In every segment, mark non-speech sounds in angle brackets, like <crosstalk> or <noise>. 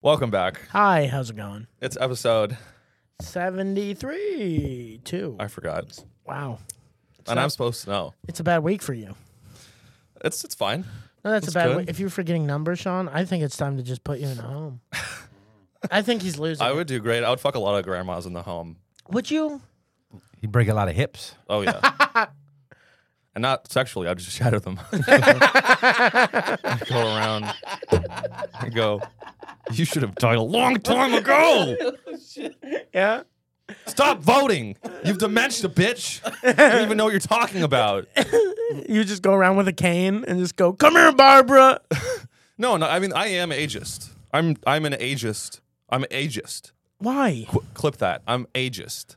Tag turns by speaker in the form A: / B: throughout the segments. A: Welcome back.
B: Hi, how's it going?
A: It's episode
B: 73. Two.
A: I forgot,
B: Wow.
A: and I'm supposed to know.
B: It's a bad week for you.
A: It's it's fine.
B: No, that's,
A: That's
B: a bad
A: good.
B: week. If you're forgetting numbers, Sean, I think it's time to just put you in
A: <laughs>
B: a home. I think he's losing.
A: I
B: it.
A: would do great. I would fuck a lot of grandmas in the home.
B: Would you?
C: He'd break a lot of hips.
A: Oh yeah. <laughs> and not sexually. I'd just shatter <laughs> them. go around and go. You should have died a long time ago.
B: Yeah.
A: Stop voting. You've dementia, bitch. You don't even know what you're talking about.
B: You just go around with a cane and just go, come here, Barbara.
A: No, no. I mean, I am ageist. I'm I'm an ageist. I'm ageist.
B: <laughs> Why?
A: Qu- clip that. I'm ageist.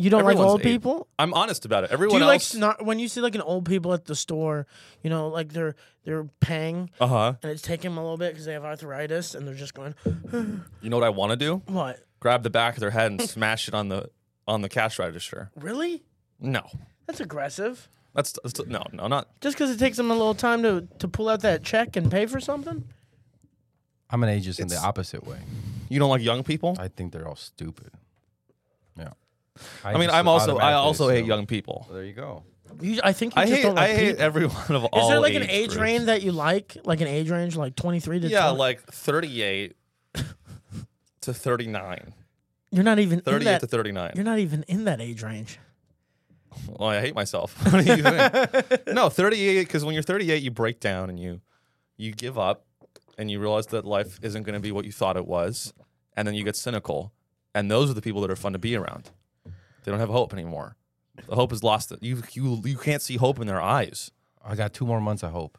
B: You don't like
A: Everyone's
B: old
A: eight.
B: people?
A: I'm honest about it. Everyone
B: Do you like
A: else.
B: snot- when you see like an old people at the store? You know, like they're they're paying
A: uh huh.
B: and it's taking them a little bit because they have arthritis and they're just going,
A: You know what I want to do?
B: what?
A: Grab the back of their head and smash it on the on the cash register.
B: Really?
A: No,
B: That's aggressive.
A: that's, that's no, no, not.
B: Just because it takes them a little time to, to pull out that check and pay for something?
C: I'm an ageist in the opposite way.
A: You don't like young people.
C: I think they're all stupid. Yeah.
A: I, mean,
C: just
A: I'm also I
C: automatically
A: also hate
C: assume-
A: young people.
C: There you go.
B: You, I think you
A: I
B: just
A: hate
B: don't like
A: I hate
B: people.
A: everyone of all.
B: Is there like an
A: age
B: age
A: groups.
B: range that you like? Like an age range, like 23 to
A: Yeah,
B: 20?
A: like 38 to 39,
B: You're not even in
A: 38
B: that,
A: to 39.
B: You're not even in that age range.
A: Well, I hate <laughs> myself. What do you <laughs> think? no, 38 because when you're 38, you break down and you you give up and you realize that life isn't going to be what you thought it was, and then you get cynical, and those are the people that are fun to be around. They don't have hope anymore. The hope is lost. You you you can't see hope in their eyes.
C: I got two more months. I hope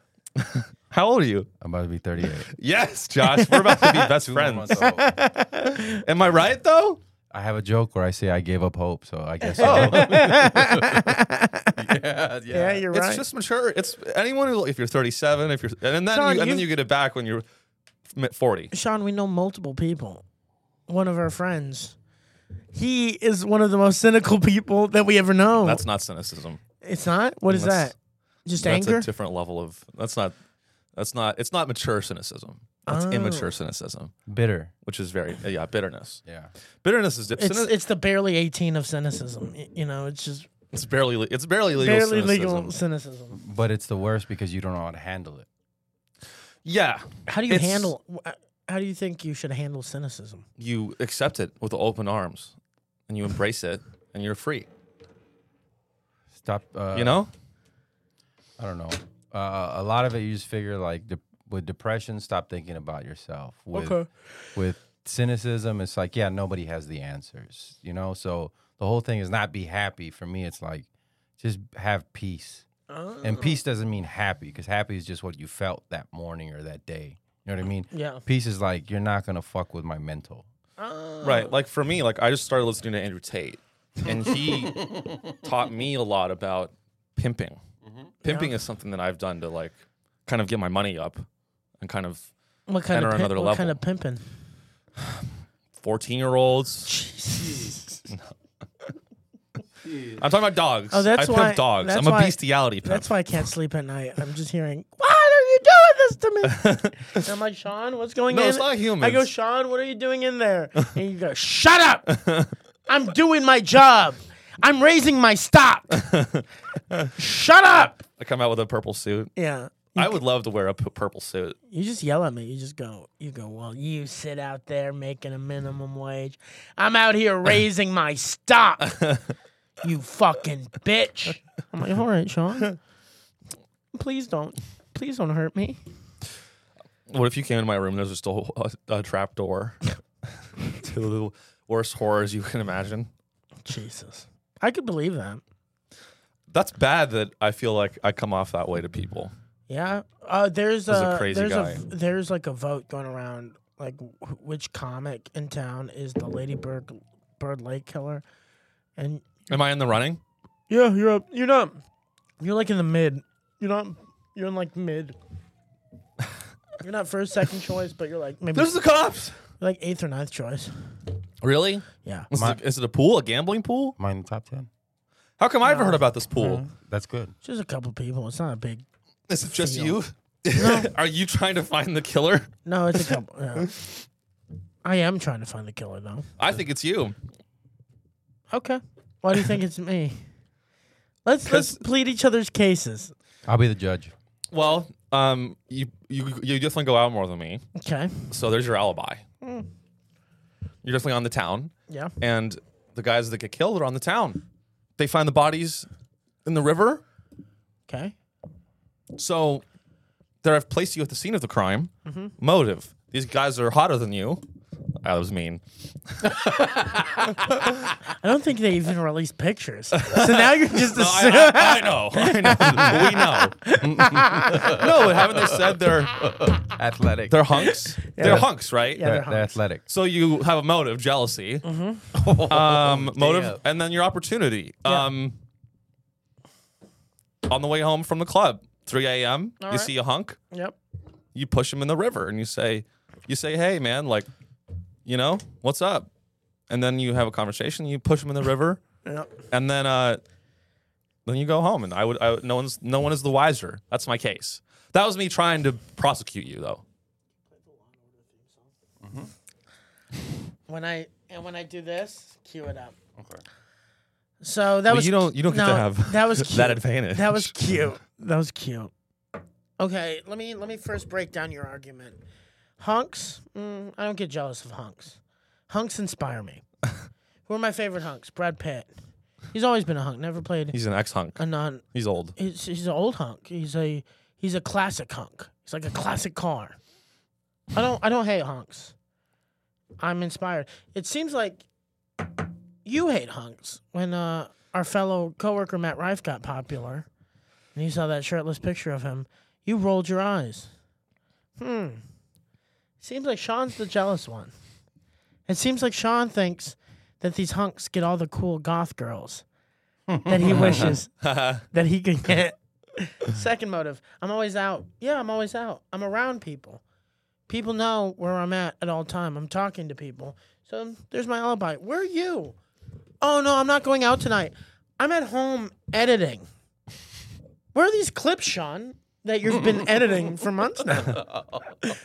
A: How old are you?
C: I'm about to be 38.
A: <laughs> Yes, Josh. We're about <laughs> to be best
C: Two more
A: friends.
C: months of hope.
A: Am I right though?
C: <laughs> I have a joke where I say I gave up hope, so I
A: <laughs>
C: guess.
A: Oh.
C: yeah,
B: Yeah, you're
A: It's
B: right.
A: just mature. It's anyone who if you're 37, if you're and then
B: John,
A: you, and then
B: you-
A: you get it back when you're 40.
B: Sean, we know multiple people. One of our friends. He is one of the most cynical <laughs> people that we ever know.
A: That's not cynicism.
B: it's not? What is
A: That's-
B: that? Just
A: that's
B: anger?
A: a different level of that's not that's not it's not mature cynicism that's
B: Oh.
A: immature cynicism
C: bitter.
A: which is very uh, yeah bitterness
C: Yeah.
A: bitterness is it's,
B: it's, it's the barely 18 of cynicism. y- You know, it's just
A: it's barely le- it's barely legal
B: barely
A: cynicism.
B: legal cynicism.
C: But it's the worst because you don't know how to handle it.
A: yeah
B: How do you
A: It's-
B: handle? wh- uh, How do you think you should handle cynicism?
A: you accept it with open arms and you embrace it and you're free
C: Stop. Uh,
A: you know
C: I don't know. Uh, a lot of it, you just figure like de- with depression, stop thinking about yourself. With,
B: Okay.
C: With cynicism, it's like, yeah, nobody has the answers, you know? So the whole thing is not be happy. For me, it's like just have peace.
B: Oh.
C: And peace doesn't mean happy because happy is just what you felt that morning or that day. You know what I mean?
B: Yeah.
C: Peace is like, you're not going to fuck with my mental.
A: right like for me like i just started listening to andrew tate and he taught me a lot about pimping pimping is something that i've done to like kind of get my money up and kind of
B: What kind
A: Enter
B: of pimp-
A: another level.
B: what kind of pimping?
A: 14 year olds. <laughs> I'm talking about dogs.
B: Oh, that's
A: I pimp
B: why-
A: dogs.
B: that's
A: I'm a
B: why-
A: bestiality pimp.
B: That's why I can't sleep at night. I'm just
A: <laughs>
B: hearing, "Why are you doing this to me?" and I'm like, "Sean, what's going
A: No,
B: on?"
A: it's not humans.
B: I go, "Sean, what are you doing
A: <laughs>
B: in there?" And you go, "Shut up! I'm doing my job. I'm raising my
A: <laughs>
B: stock. Shut up!"
A: I come out with a purple suit.
B: Yeah.
A: I would love to wear a p- purple suit.
B: You just yell at me. You just go, you go, well, you sit out there making a minimum wage. I'm out here raising my stock. you fucking bitch. I'm like, all right, Sean. Please don't. Please don't hurt me.
A: What if you came into my room? There's just a, whole- a, a trap door <laughs> to the worst horrors you can imagine.
B: Jesus. I could believe that.
A: That's bad that I feel like I come off that way to people.
B: Yeah. Uh, there's
A: This is
B: a,
A: a crazy
B: there's
A: guy.
B: a there's like a vote going around like wh- which comic in town is the Lady Bird Bird Lake killer. And
A: Am I in the running?
B: Yeah, you're up. You're not. You're like in the mid. You're not. You're in like <laughs> mid. you're not first, second choice, but you're like maybe
A: There's the cops.
B: like eighth or ninth choice.
A: Really?
B: Yeah.
A: Is,
C: My-
A: it, is it a pool? A gambling pool?
C: Am I in the top 10?
A: How come I haven't heard about this pool?
C: That's good.
B: Just a couple people. It's not a big.
A: <laughs> Is it just you? Are you trying to find the killer?
B: <laughs> No, it's a couple. yeah. I am trying to find the killer though.
A: I think it's you.
B: Okay. Why do you think it's me? <laughs> Let's let's
A: 'Cause-
B: plead each other's cases.
C: I'll be the judge.
A: Well, um, you you you definitely go out more than me.
B: Okay.
A: So there's your alibi. You're definitely on the town,
B: Yeah.
A: and the guys that get killed are on the town. They find the bodies in the river,
B: Okay.
A: so they have placed you at the scene of the crime.
B: Mm-hmm.
A: Motive: These guys are hotter than you. That was
B: <laughs>
A: mean.
B: I don't think they even released <laughs> pictures. So now you're just
A: No, I,
B: assuming.
A: I- I know. <laughs> I know.
B: <laughs>
A: <laughs> we know. no, but haven't they said they're
C: Athletic.
A: they're hunks? They're hunks, right?
B: Yeah. they're
C: They're athletic.
A: So you have a motive, jealousy, um, motive, and then your opportunity.
B: Yeah.
A: Um, on the way home from the club, 3 a.m., you
B: right.
A: see a hunk,
B: Yep.
A: you push him in the river, and you say, you say, hey man, like, you know, what's up? And then you have a conversation, you push him in the river,
B: Yep.
A: and then uh, then you go home. And I would, I would, no one's, no one is the wiser. That's my case. That was me trying to prosecute you, though.
B: When I and when I do this, cue it up. Okay. So that
A: But
B: was
A: you don't, you don't get
B: no,
A: to have
B: that was
A: <laughs>
B: cute.
A: that advantage.
B: That was
A: <laughs>
B: cute. That was cute. Okay, let me let me first break down your argument. Hunks, mm, I don't get jealous of hunks. Hunks
A: <laughs>
B: inspire me. Who are my favorite hunks? Brad Pitt. He's always been a hunk. Never played
A: He's an ex-hunk.
B: a non.
A: He's old.
B: He's, he's an old hunk. He's a he's a classic hunk. He's like a classic car. I don't I don't hate hunks. I'm inspired. It seems like you hate hunks. When uh, our fellow coworker Matt Rife got popular, and you saw that shirtless picture of him, you rolled your eyes. Hmm. Seems like Sean's the jealous one. It seems like Sean thinks that these hunks get all the cool goth girls that he wishes that he could get. <laughs> Second motive, I'm always out. Yeah, I'm always out. I'm around people. People know where I'm at at all time. I'm talking to people. So there's my alibi. Where are you? Oh no, I'm not going out tonight. I'm at home editing. Where are these clips, Sean, that you've been editing for months now?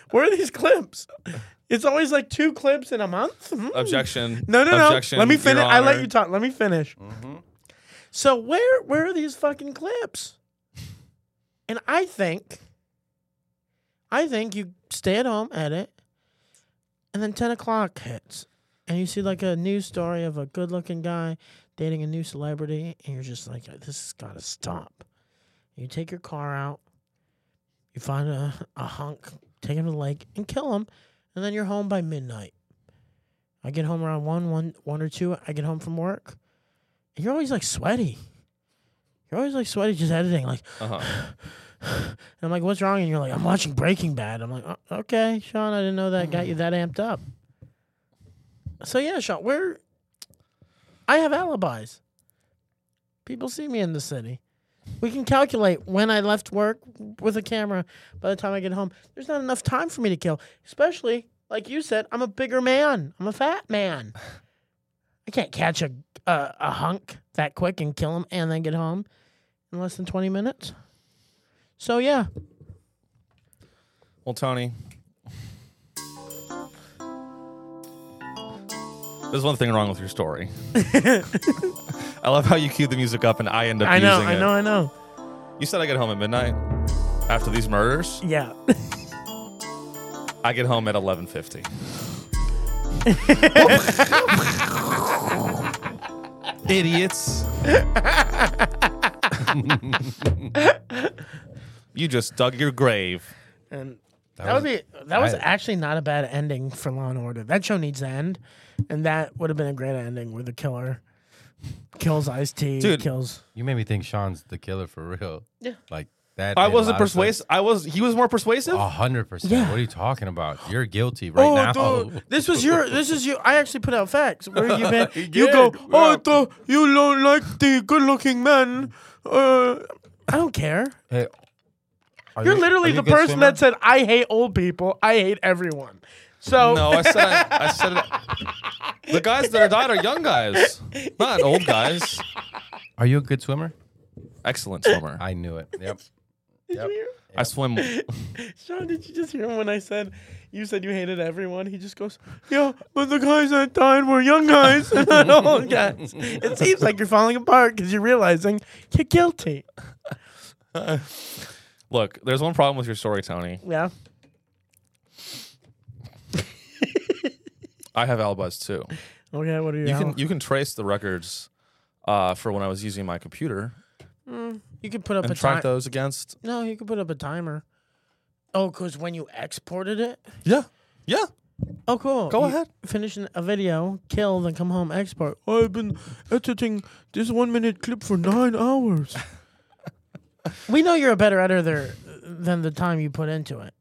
B: Where are these clips? It's always like two clips in a month. Hmm?
A: Objection.
B: No, no, no.
A: Objection,
B: Let me
A: Your
B: finish. I let
A: Honor. Mm-hmm.
B: you talk. Let me finish. So where where are these fucking clips? And I think, I think you stay at home, edit, and then ten o'clock hits, and you see like a news story of a good-looking guy dating a new celebrity, and you're just like, this has got to stop. You take your car out, you find a, a hunk, take him to the lake, and kill him, and then you're home by midnight. I get home around one, one, one or two. I get home from work, and you're always like sweaty. You're always like sweaty, just editing. Like,
A: Uh-huh.
B: and I'm like, "What's wrong?" And you're like, "I'm watching Breaking Bad." I'm like, "Oh, "Okay, Sean, I didn't know that got you that amped up." So yeah, Sean, where I have alibis. People see me in the city. We can calculate when I left work with a camera. By the time I get home, there's not enough time for me to kill. Especially, like you said, I'm a bigger man. I'm a fat man. I can't catch a a, a hunk that quick and kill him and then get home in less than 20 minutes. So yeah,
A: Well, Tony, there's one thing wrong with your
B: <laughs>
A: story. I love how you cue the music up and I end up
B: I know,
A: using
B: I know, I know.
A: it. You said I get home at midnight after these murders.
B: Yeah. <laughs>
A: I get home at
B: <laughs>
A: 11:50. Idiots. <laughs> you just dug your grave.
B: And that,
C: was-
B: would be that was
C: I-
B: actually not a bad ending for Law and Order. That show needs to end, and that would have been a great ending where the killer kills Ice T,
A: Dude.
B: kills.
C: You made me think Sean's the killer for real.
B: Yeah.
C: Like that.
A: I
C: made a
A: wasn't
C: lot of sense.
A: persuasive. I was. He was more persuasive.
C: A hundred percent.
B: Yeah.
C: What are you talking about? You're guilty right now.
B: Oh, this was your, this is you. I actually put out facts. Where you
C: <laughs>
B: been?
C: You go, did. "Oh, I
B: thought you don't like the good-looking men. Uh, I don't care.
C: <laughs> Hey, are
B: You're
C: you-
B: literally
C: are you
B: the
C: a good
B: person
C: swimmer?
B: that said, I hate old people. I hate everyone. So,
A: No, I said. I, I said. it- The guys that are died are young guys, not old guys.
C: Are you a good swimmer?
A: Excellent swimmer.
C: I knew it. Yep.
B: <laughs> Did you
C: Yep.
B: hear?
A: I swim.
B: Sean, did you just hear him when I said you said you hated everyone? He just goes, "Yeah, but the guys that died were young guys <laughs> and not old guys." It seems like you're falling apart because you're realizing you're guilty.
A: Look, there's one problem with your story, Tony.
B: Yeah.
A: I have Albuzz too.
B: Okay. What are you?
A: You can you can trace the records uh, for when I was using my computer
B: you can put up
A: and
B: a
A: track
B: timer.
A: those against.
B: No, you can put up a timer. Oh, because when you exported it.
A: Yeah, yeah.
B: Oh, cool.
A: Go
B: You
A: ahead.
B: Finish an- a video, kill, then come home, export. I've been editing this one minute clip for nine hours. <laughs> we know you're a better editor than the time you put into <laughs> it.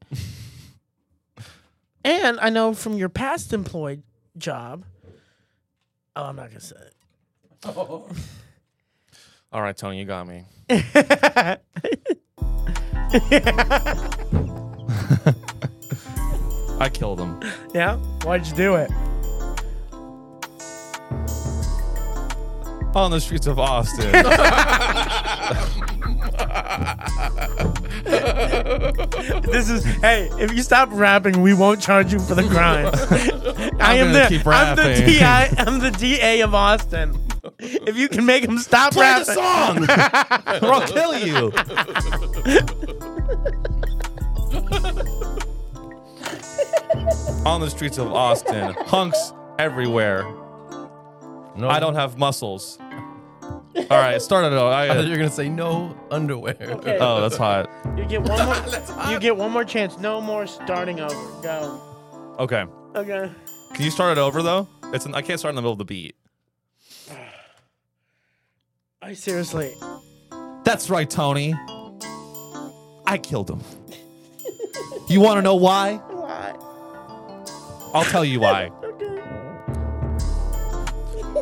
B: and I know from your past employed job. Oh, I'm not going to say it.
A: All right, Tony, you got me. I killed him.
B: <laughs> Yeah? Why'd you do it?
A: on the streets of Austin.
B: This is hey. If you stop rapping, we won't charge you for the <laughs> crime. I am
A: gonna
B: the
A: keep
B: I'm the
A: rapping.
B: DI I'm the DA of Austin. If you can make him stop rapping,
A: song, <laughs> or I'll kill you. on the streets of Austin, hunks everywhere.
C: No,
A: I don't have muscles. All right, start it out. I, <laughs>
C: <laughs> I thought you were gonna say no underwear.
B: Okay.
A: oh, that's hot.
B: you get one more. you get one more chance. No more starting over. Go.
A: Okay,
B: Okay.
A: can you start it over though? It's an, I can't start in the middle of the beat.
B: I seriously.
A: That's right, Tony. I killed him. you want to know why?
B: Why?
A: I'll tell you why.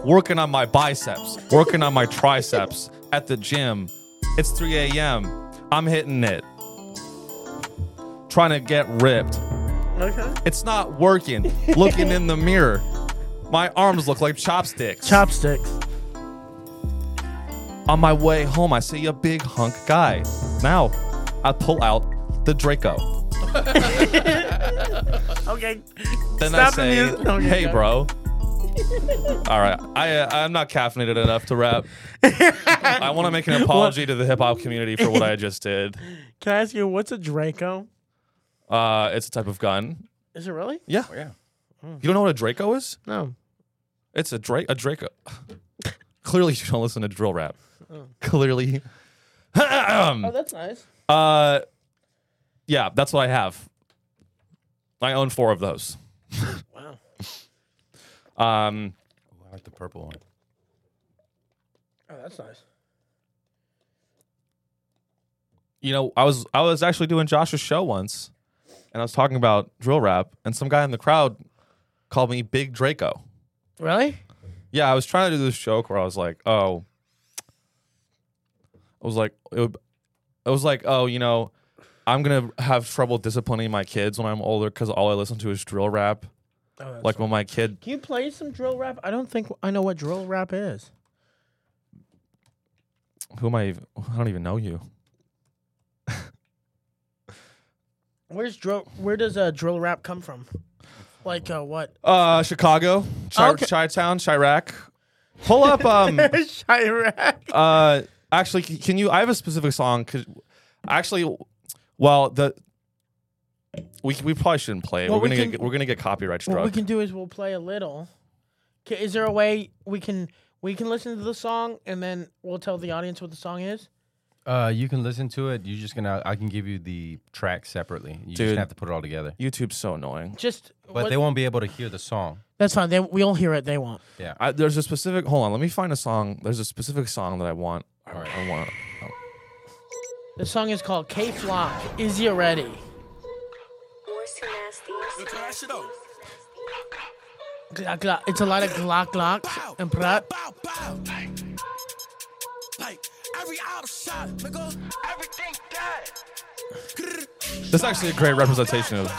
A: Working on my biceps, working on my triceps at the gym. It's 3 a.m. I'm hitting it. Trying to get ripped.
B: Okay.
A: It's not working. Looking in the mirror. My arms look like chopsticks.
B: Chopsticks.
A: on my way home, I see a big hunk guy. Now, I pull out the Draco.
B: Okay.
A: Then
B: Stop
A: I
B: the
A: say,
B: music. Okay,
A: "Hey,
B: go.
A: bro." All right, I uh, I'm not caffeinated enough to rap. I want to make
B: <laughs>
A: an apology to the hip hop community for what I just did.
B: Can I ask you what's a Draco?
A: Uh, it's a type of gun.
B: Is it really?
A: Yeah,
C: Oh, yeah.
A: you don't know what a Draco is?
B: No.
A: It's a Drake a Draco. <laughs> Clearly, you don't listen to drill rap. Clearly,
B: Oh, that's nice.
A: uh, yeah, that's what I have. I own four of those.
B: Wow.
A: Um,
C: <laughs> I like the purple one.
B: Oh, that's nice.
A: you know, I was I was actually doing Josh's show once, and I was talking about drill rap, and some guy in the crowd called me Big Draco.
B: Really?
A: Yeah, I was trying to do this joke where I was like, oh, I was like, it, would- I was like, oh, you know, I'm gonna have trouble disciplining my kids when I'm older because all I listen to is drill rap.
B: Oh, that's
A: Like when my kid,
B: Can you play some drill rap? I don't think I know what drill rap is.
A: who am I? Even, I don't even know
B: <laughs>
A: you.
B: Where's drill? Where does uh, drill rap come from? Like uh, <laughs> what?
A: Uh, Chicago, Chi,
B: Okay.
A: Chi-town, Chirac. Pull up, um,
B: <laughs> Chirac.
A: uh actually c- can you i have a specific song cause actually well the we, we probably shouldn't play it.
B: Well,
A: we're
B: we
A: gonna
B: can-
A: get, we're gonna get copyright struck.
B: What we can do is we'll play a little. K, Is there a way we can we can listen to the song and then we'll tell the audience what the song is?
C: Uh, you can listen to it. You're just gonna. I can give you the track separately. You
A: Dude.
C: just have to put it all together.
A: YouTube's so annoying.
B: Just
C: But
B: what-
C: they won't be able to hear the song.
B: that's fine. They, we'll hear it. They won't.
A: I, there's a specific. Hold on, let me find a song. There's a specific song that I want. I, I want.
B: The song is called K Flock. Is you ready?
D: Wars too nasty.
B: Glock, glock. It's a lot of glock glocks and prat.
E: Bow, bow. Like every outside, nigga. Everything dead.
A: That's actually a great representation of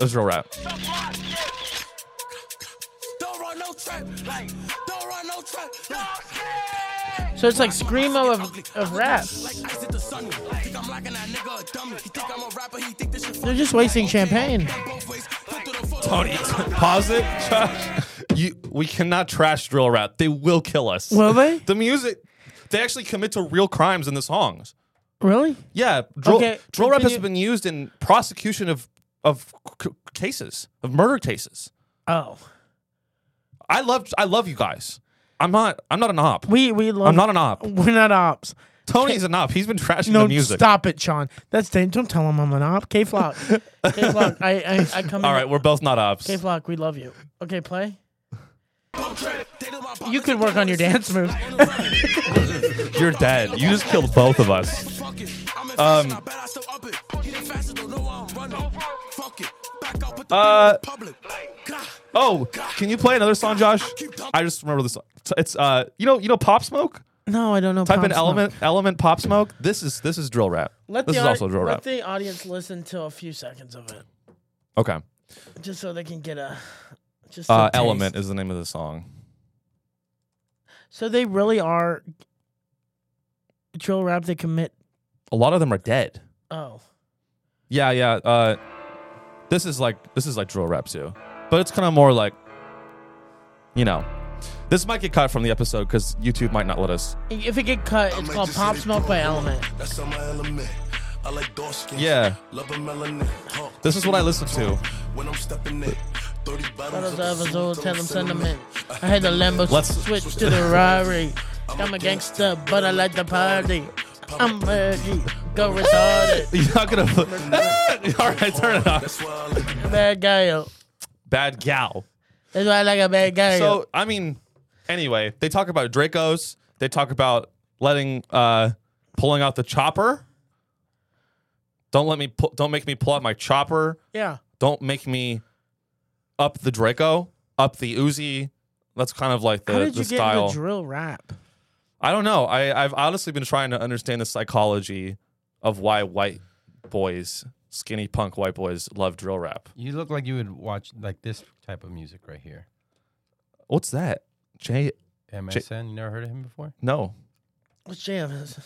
A: of drill rap.
E: Don't run no trap. Like, don't run no don't trust. No, I'm
B: So it's like screamo of, of rap.
E: Like ice at the sun. Think I'm locking that nigga a dummy. He think I'm a rapper. He think this shit
B: They're just wasting champagne.
E: both ways. Put through the photo.
A: Tony, <laughs> pause it, <laughs> Josh. You, we cannot trash drill rap. They will kill us.
B: Will they?
A: <laughs> The music, they actually commit to real crimes in the songs.
B: Really?
A: Yeah, drill,
B: Okay,
A: drill rap has
B: continue.
A: been used in prosecution of of c- c- cases of murder cases.
B: Oh,
A: I love I love you guys. I'm not I'm not an op.
B: we we love.
A: I'm not an op.
B: We're not ops.
A: Tony's an op. He's been trashing
B: No,
A: the music.
B: stop it, Sean. That's dang. Don't tell him I'm an op.
A: <laughs>
B: K Flock. K Flock. I, I I come.
A: All right, we're both not ops.
B: K Flock. We love you. Okay, play.
E: <laughs> They do my pop-
B: You could work on your dance moves.
A: You're dead. You just killed both of us. Um,
E: Fuck it. I'm in fashion. I bet I still up it. He the fastest. Don't know why I'm running. Fuck it. Back up with the
A: Uh,
E: people in public. God.
A: Oh, can you play another song, Josh? I just remember this. song. It's uh, you know, you know, Pop Smoke.
B: No, I don't know.
A: Type
B: Pop
A: in
B: Smoke.
A: element element Pop Smoke. This is this is drill rap.
B: Let
A: this
B: the
A: is
B: audi-
A: also drill
B: let
A: rap.
B: the audience listen to a few seconds of it,
A: Okay.
B: just so they can get a. Just a
A: Uh,
B: taste.
A: element is the name of the song.
B: So they really are. Drill rap. They commit.
A: A lot of them are dead.
B: Oh,
A: Yeah, yeah. Uh, this is like this is like drill rap too, but it's kind of more like, you know, this might get cut from the episode because YouTube might not let us. <laughs>
B: if it get cut, it's called Pop Smoke by Element.
E: That's on my element. I like dark skin.
A: Yeah.
E: Love a melanin. Huh.
A: This is what I listen to.
E: When I'm stepping in. 30
B: Brothers
E: bottles
B: of
E: of
B: us all
E: Azul,
B: tell them sentiment. I had
A: <laughs>
B: the Lambo
A: Let's-
B: switch to the Rari. I'm a gangster, but I like the party. I'm ready, go retarded.
A: You're not gonna. <laughs> All right, turn it off.
E: That's why I like it.
B: Bad guy. yo.
A: Bad gal.
B: That's why I like a bad guy. yo.
A: So I mean, anyway, they talk about Dracos. They talk about letting uh pulling out the chopper. Don't let me pull, don't make me pull out my chopper.
B: yeah.
A: Don't make me up the Draco, up the Uzi. That's kind of like the,
B: How did
A: uh, the
B: you get
A: style.
B: into drill rap?
A: I don't know. I, I've honestly been trying to understand the psychology of why white boys, skinny punk white boys, love drill rap.
C: You look like you would watch like this type of music right here.
A: What's that? J
C: MSN. You never heard of him before?
A: no.
B: What's jam? is?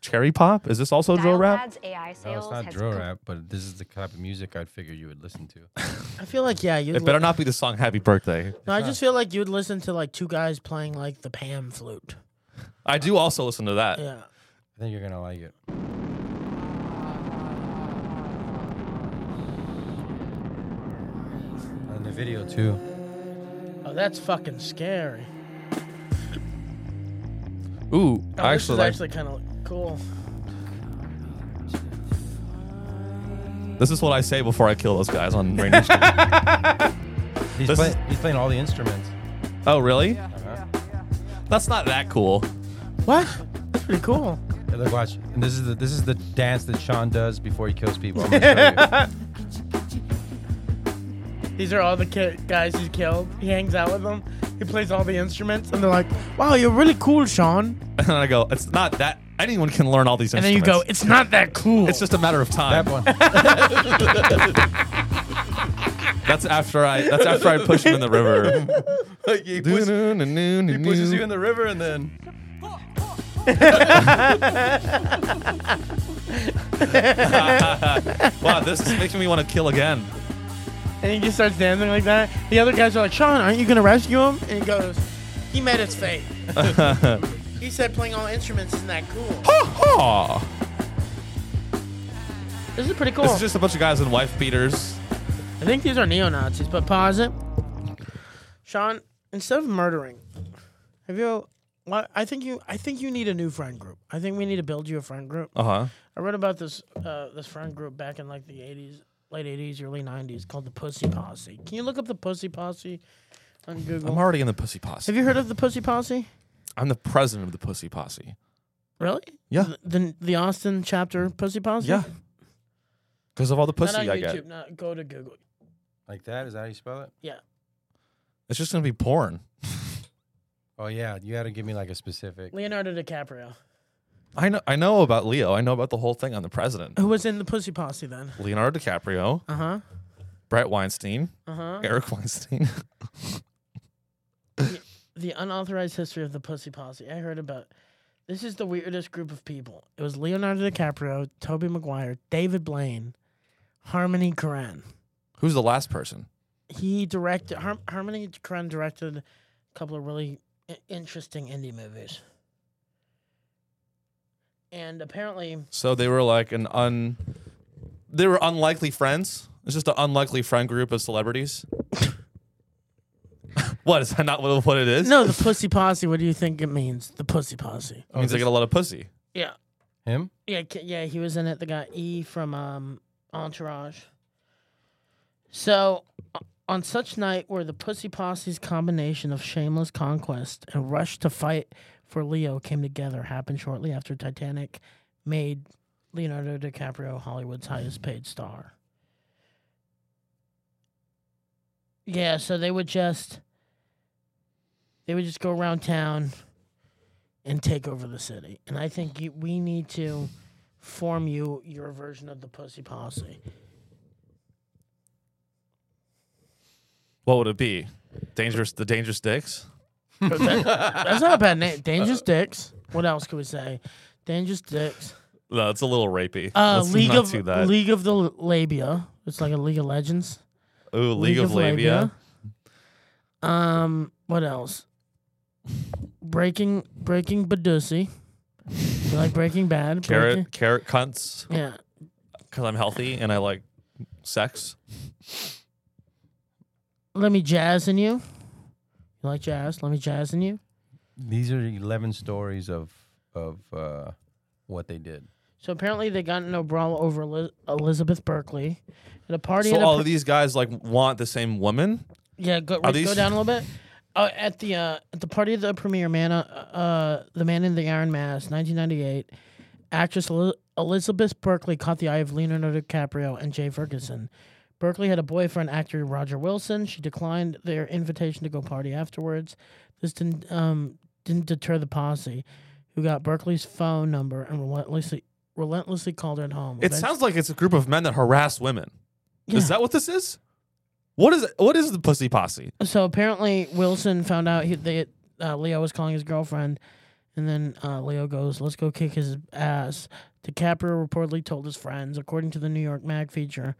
A: Cherry pop? Is this also drill rap?
F: Dialpad's AI
C: No, it's
F: sales
C: not
F: has
C: drill
F: com-
C: rap, but this is the type of music I'd figure you would listen to.
B: I feel like yeah, you.
A: It better not be the song Happy Birthday.
B: No, I just feel like you'd listen to like two guys playing like the Pam flute.
A: I do also listen to that.
B: Yeah.
C: I think you're gonna like it. And the video too.
B: Oh, that's fucking scary.
A: Ooh,
B: Oh,
A: I
B: this
A: actually
B: is
A: like
B: actually kind of cool.
A: this is what I say before I kill those guys on
B: <laughs>
A: Ranger Street.
C: He's,
A: This
C: play-
A: is-
C: he's playing all the instruments.
A: Oh, really? That's not that cool.
B: What? That's pretty cool.
C: Hey, look, watch. And this is the this is the dance that Sean does before he kills people. I'm gonna show <laughs> you.
B: These are all the ki- guys he's killed. He hangs out with them. He plays all the instruments, and they're like, "Wow, you're really cool, Sean."
A: <laughs> And then I go, it's not that anyone can learn all these
B: And then you
A: instruments.
B: go, "It's not that cool."
A: it's just a matter of time.
C: That one.
A: That's after I. That's after I push him in the river. <laughs>
C: he,
A: he
C: the river and then.
A: Wow, this is making me want to kill again.
B: and he just starts dancing like that. The other guys are like, "Sean, aren't you gonna rescue him?" And he goes, "He met
A: <laughs>
B: his fate." he said, "Playing all instruments isn't that cool."
A: Oh,
B: This is pretty cool.
A: this is just a bunch of guys in wife beaters.
B: I think these are neo Nazis, but pause it. Sean, instead of murdering, have you? Well, I think you. I think you need a new friend group. I think we need to build you a friend group.
A: Uh huh.
B: I read about this uh, this friend group back in like the '80s, late '80s, early '90s, called the Pussy Posse. Can you look up the Pussy Posse on Google?
A: I'm already in the pussy posse.
B: have you heard of the Pussy Posse?
A: I'm the president of the pussy posse.
B: Really?
A: Yeah.
B: The the, the Austin chapter Pussy Posse.
A: Yeah. Because of all the
B: Not
A: pussy
B: on
A: I
B: YouTube.
A: get,
B: Not go to Google.
C: Like that? Is that how you spell it?
B: Yeah.
A: it's just gonna be porn.
C: Oh yeah, you had to give me like a specific.
B: Leonardo DiCaprio,
A: I know. I know about Leo. I know about the whole thing on the president.
B: <laughs> who was in the Pussy Posse then.
A: Leonardo DiCaprio,
B: Uh huh. Uh-huh.
A: Brett Weinstein, <laughs>
B: Uh huh.
A: Eric Weinstein.
B: the unauthorized history of the pussy posse. I heard about this is the weirdest group of people. It was Leonardo DiCaprio, Toby Maguire, David Blaine, Harmony Korine.
A: Who's the last person?
B: He directed Har- Harmony Korine directed a couple of really i- interesting indie movies. And apparently
A: So they were like an un. They were unlikely friends. It's just an unlikely friend group of celebrities. <laughs> what is that not what what it is?
B: No, the pussy posse, what do you think it means? The pussy posse.
A: it means they get a lot of pussy.
B: Yeah.
C: Him?
B: Yeah, K- yeah, he was in it. The guy E from um, Entourage. So, o- on such night where the Pussy Posse's combination of shameless conquest and rush to fight for Leo came together, happened shortly after Titanic made Leonardo DiCaprio Hollywood's highest paid star. Yeah, so they would just they would just go around town and take over the city. And I think you, we need to form you your version of the
A: <laughs>
B: pussy posse.
A: What would it be? Dangerous. The dangerous dicks.
B: That's not a bad name.
A: Uh,
B: Dangerous Dicks. What else could we say? Dangerous Dicks.
A: No, it's a little rapey.
B: Uh,
A: Let's
B: League
A: not
B: of
A: do that.
B: League of the L- Labia. It's like a League of Legends.
A: Ooh, League, of, Labia.
B: Labia. Um, what else? Breaking Breaking Badusi. You like Breaking
A: <laughs>
B: Bad?
A: Carrot
B: Breaking-
A: carrot cunts
B: Yeah.
A: because I'm healthy and I like sex.
B: Let me jazz in you. You like jazz? Let me jazz in you.
C: These are eleven stories of of uh, what they did.
B: So apparently they got in a brawl over Eliz- Elizabeth Berkeley at a party.
A: So
B: at a
A: all
B: par-
A: of these guys like want the same woman.
B: yeah, go,
A: are
B: Rick, go
A: these-
B: down a little bit. Uh, at the uh, at the party of the premiere, man, uh, uh, the Man in the Iron Mask, 1998. Actress Eli- Elizabeth Berkeley caught the eye of Leonardo DiCaprio and Jay Ferguson. Berkeley had a boyfriend, actor Roger Wilson. She declined their invitation to go party afterwards. This didn't um, didn't deter the posse, who got Berkeley's phone number and relentlessly relentlessly called her at home.
A: It
B: Eventually-
A: sounds like it's a group of men that harass women.
B: Yeah.
A: Is that what this is? What is what is the pussy posse?
B: So apparently Wilson found out he, they, uh, Leo was calling his girlfriend, and then uh, Leo goes, "Let's go kick his ass." DiCaprio reportedly told his friends, according to the New York Mag feature.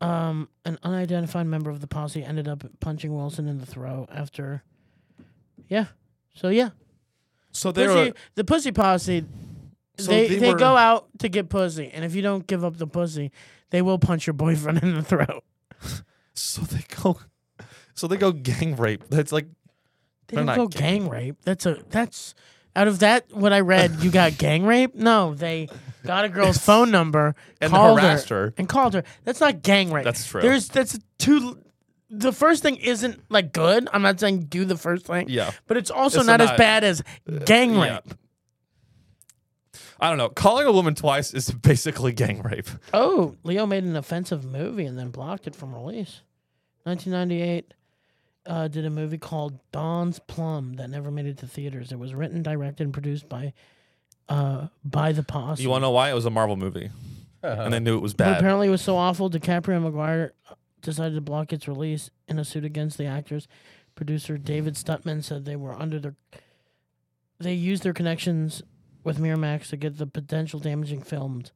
B: Um, an unidentified member of the posse ended up punching Wilson in the throat after. Yeah, so yeah,
A: So they
B: pussy,
A: were
B: the pussy posse.
A: So
B: they
A: they
B: they
A: were-
B: go out to get pussy, and if you don't give up the pussy, they will punch your boyfriend <laughs> in the throat.
A: so they go so they go gang rape. That's like
B: They
A: They're
B: don't go
A: not
B: gang rape. That's a that's out of that what I read.
A: <laughs>
B: You got gang rape? No, they got a girl's phone number
A: And
B: called
A: harassed her.
B: and called her. That's not gang rape.
A: That's true.
B: There's that's too. The first thing isn't like good. I'm not saying do the first thing.
A: Yeah.
B: but it's also
A: It's
B: not as
A: not- Uh,
B: bad as gang
A: yeah.
B: rape.
A: I don't know. Calling a woman twice is basically gang rape.
B: Oh, Leo made an offensive movie and then blocked it from release. 1998 uh, did a movie called Dawn's Plum that never made it to theaters. It was written, directed, and produced by uh, by the Posse.
A: You want to know why it was a Marvel movie,
B: Oh.
A: and they knew it was
B: But
A: bad.
B: apparently, it was so awful. DiCaprio and McGuire decided to block its release in a suit against the actors. Producer David Stutman said they were under their. They used their connections with Miramax to get the potential damaging filmed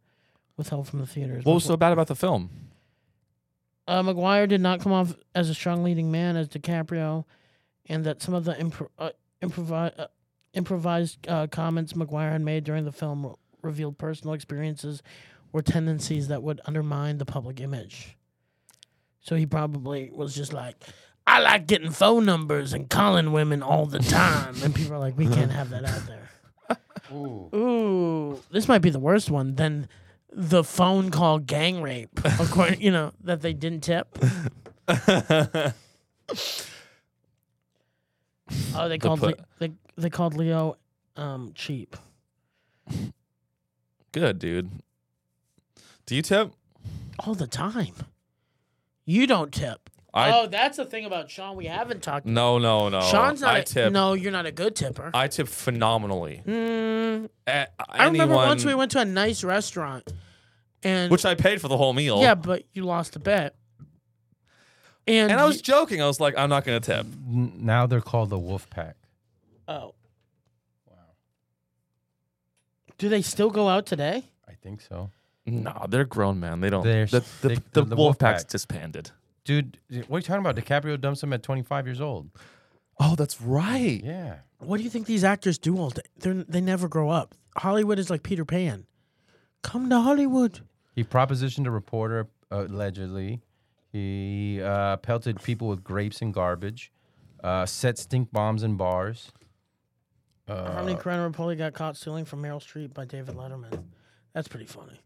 B: withheld from the theaters.
A: What was so bad about the film?
B: <laughs> uh, McGuire did not come off as a strong leading man as DiCaprio, and that some of the impro- uh, improvi- uh, improvised uh, comments McGuire had made during the film re- revealed personal experiences or tendencies that would undermine the public image. So he probably was just like, I like getting phone numbers and calling women all the time. and people are like, we can't have that out there. Ooh. this might be the worst one. Then the phone call gang rape, according, you know, that they didn't tip. oh, they called
A: pu-
B: Le- they, they called Leo um, cheap.
A: Good, dude. Do you tip?
B: all the time. You don't tip.
A: I
B: oh, that's the thing about Sean. We haven't talked.
A: no no no.
B: Sean's not.
A: I
B: a-
A: tip. Uh,
B: No, you're not a good tipper.
A: I tip phenomenally.
B: Mm,
A: A-
B: I remember
A: anyone-
B: once we went to a nice restaurant, and
A: which I paid for the whole meal.
B: yeah, but you lost a bet. And,
A: And I was
B: you-
A: joking. I was like, I'm not going to tip.
C: N- now they're called the Wolf Pack.
B: oh. Do they still go out today?
C: I think so.
A: No, they're grown men. They don't.
C: They're
A: the, the,
C: stick
A: the
C: to the
A: wolf
C: wolf
A: pack's
C: pack.
A: disbanded.
C: Dude, what are you talking about? DiCaprio dumps him at 25 years old.
A: Oh, that's right.
C: Yeah.
B: What do you think these actors do all day? They they never grow up. Hollywood is like Peter Pan. Come to Hollywood.
C: He propositioned a reporter, allegedly. He uh, pelted people with grapes and garbage, uh, set stink bombs in bars.
B: Harley Quinn reportedly got caught stealing from Meryl Streep by David Letterman. That's pretty funny.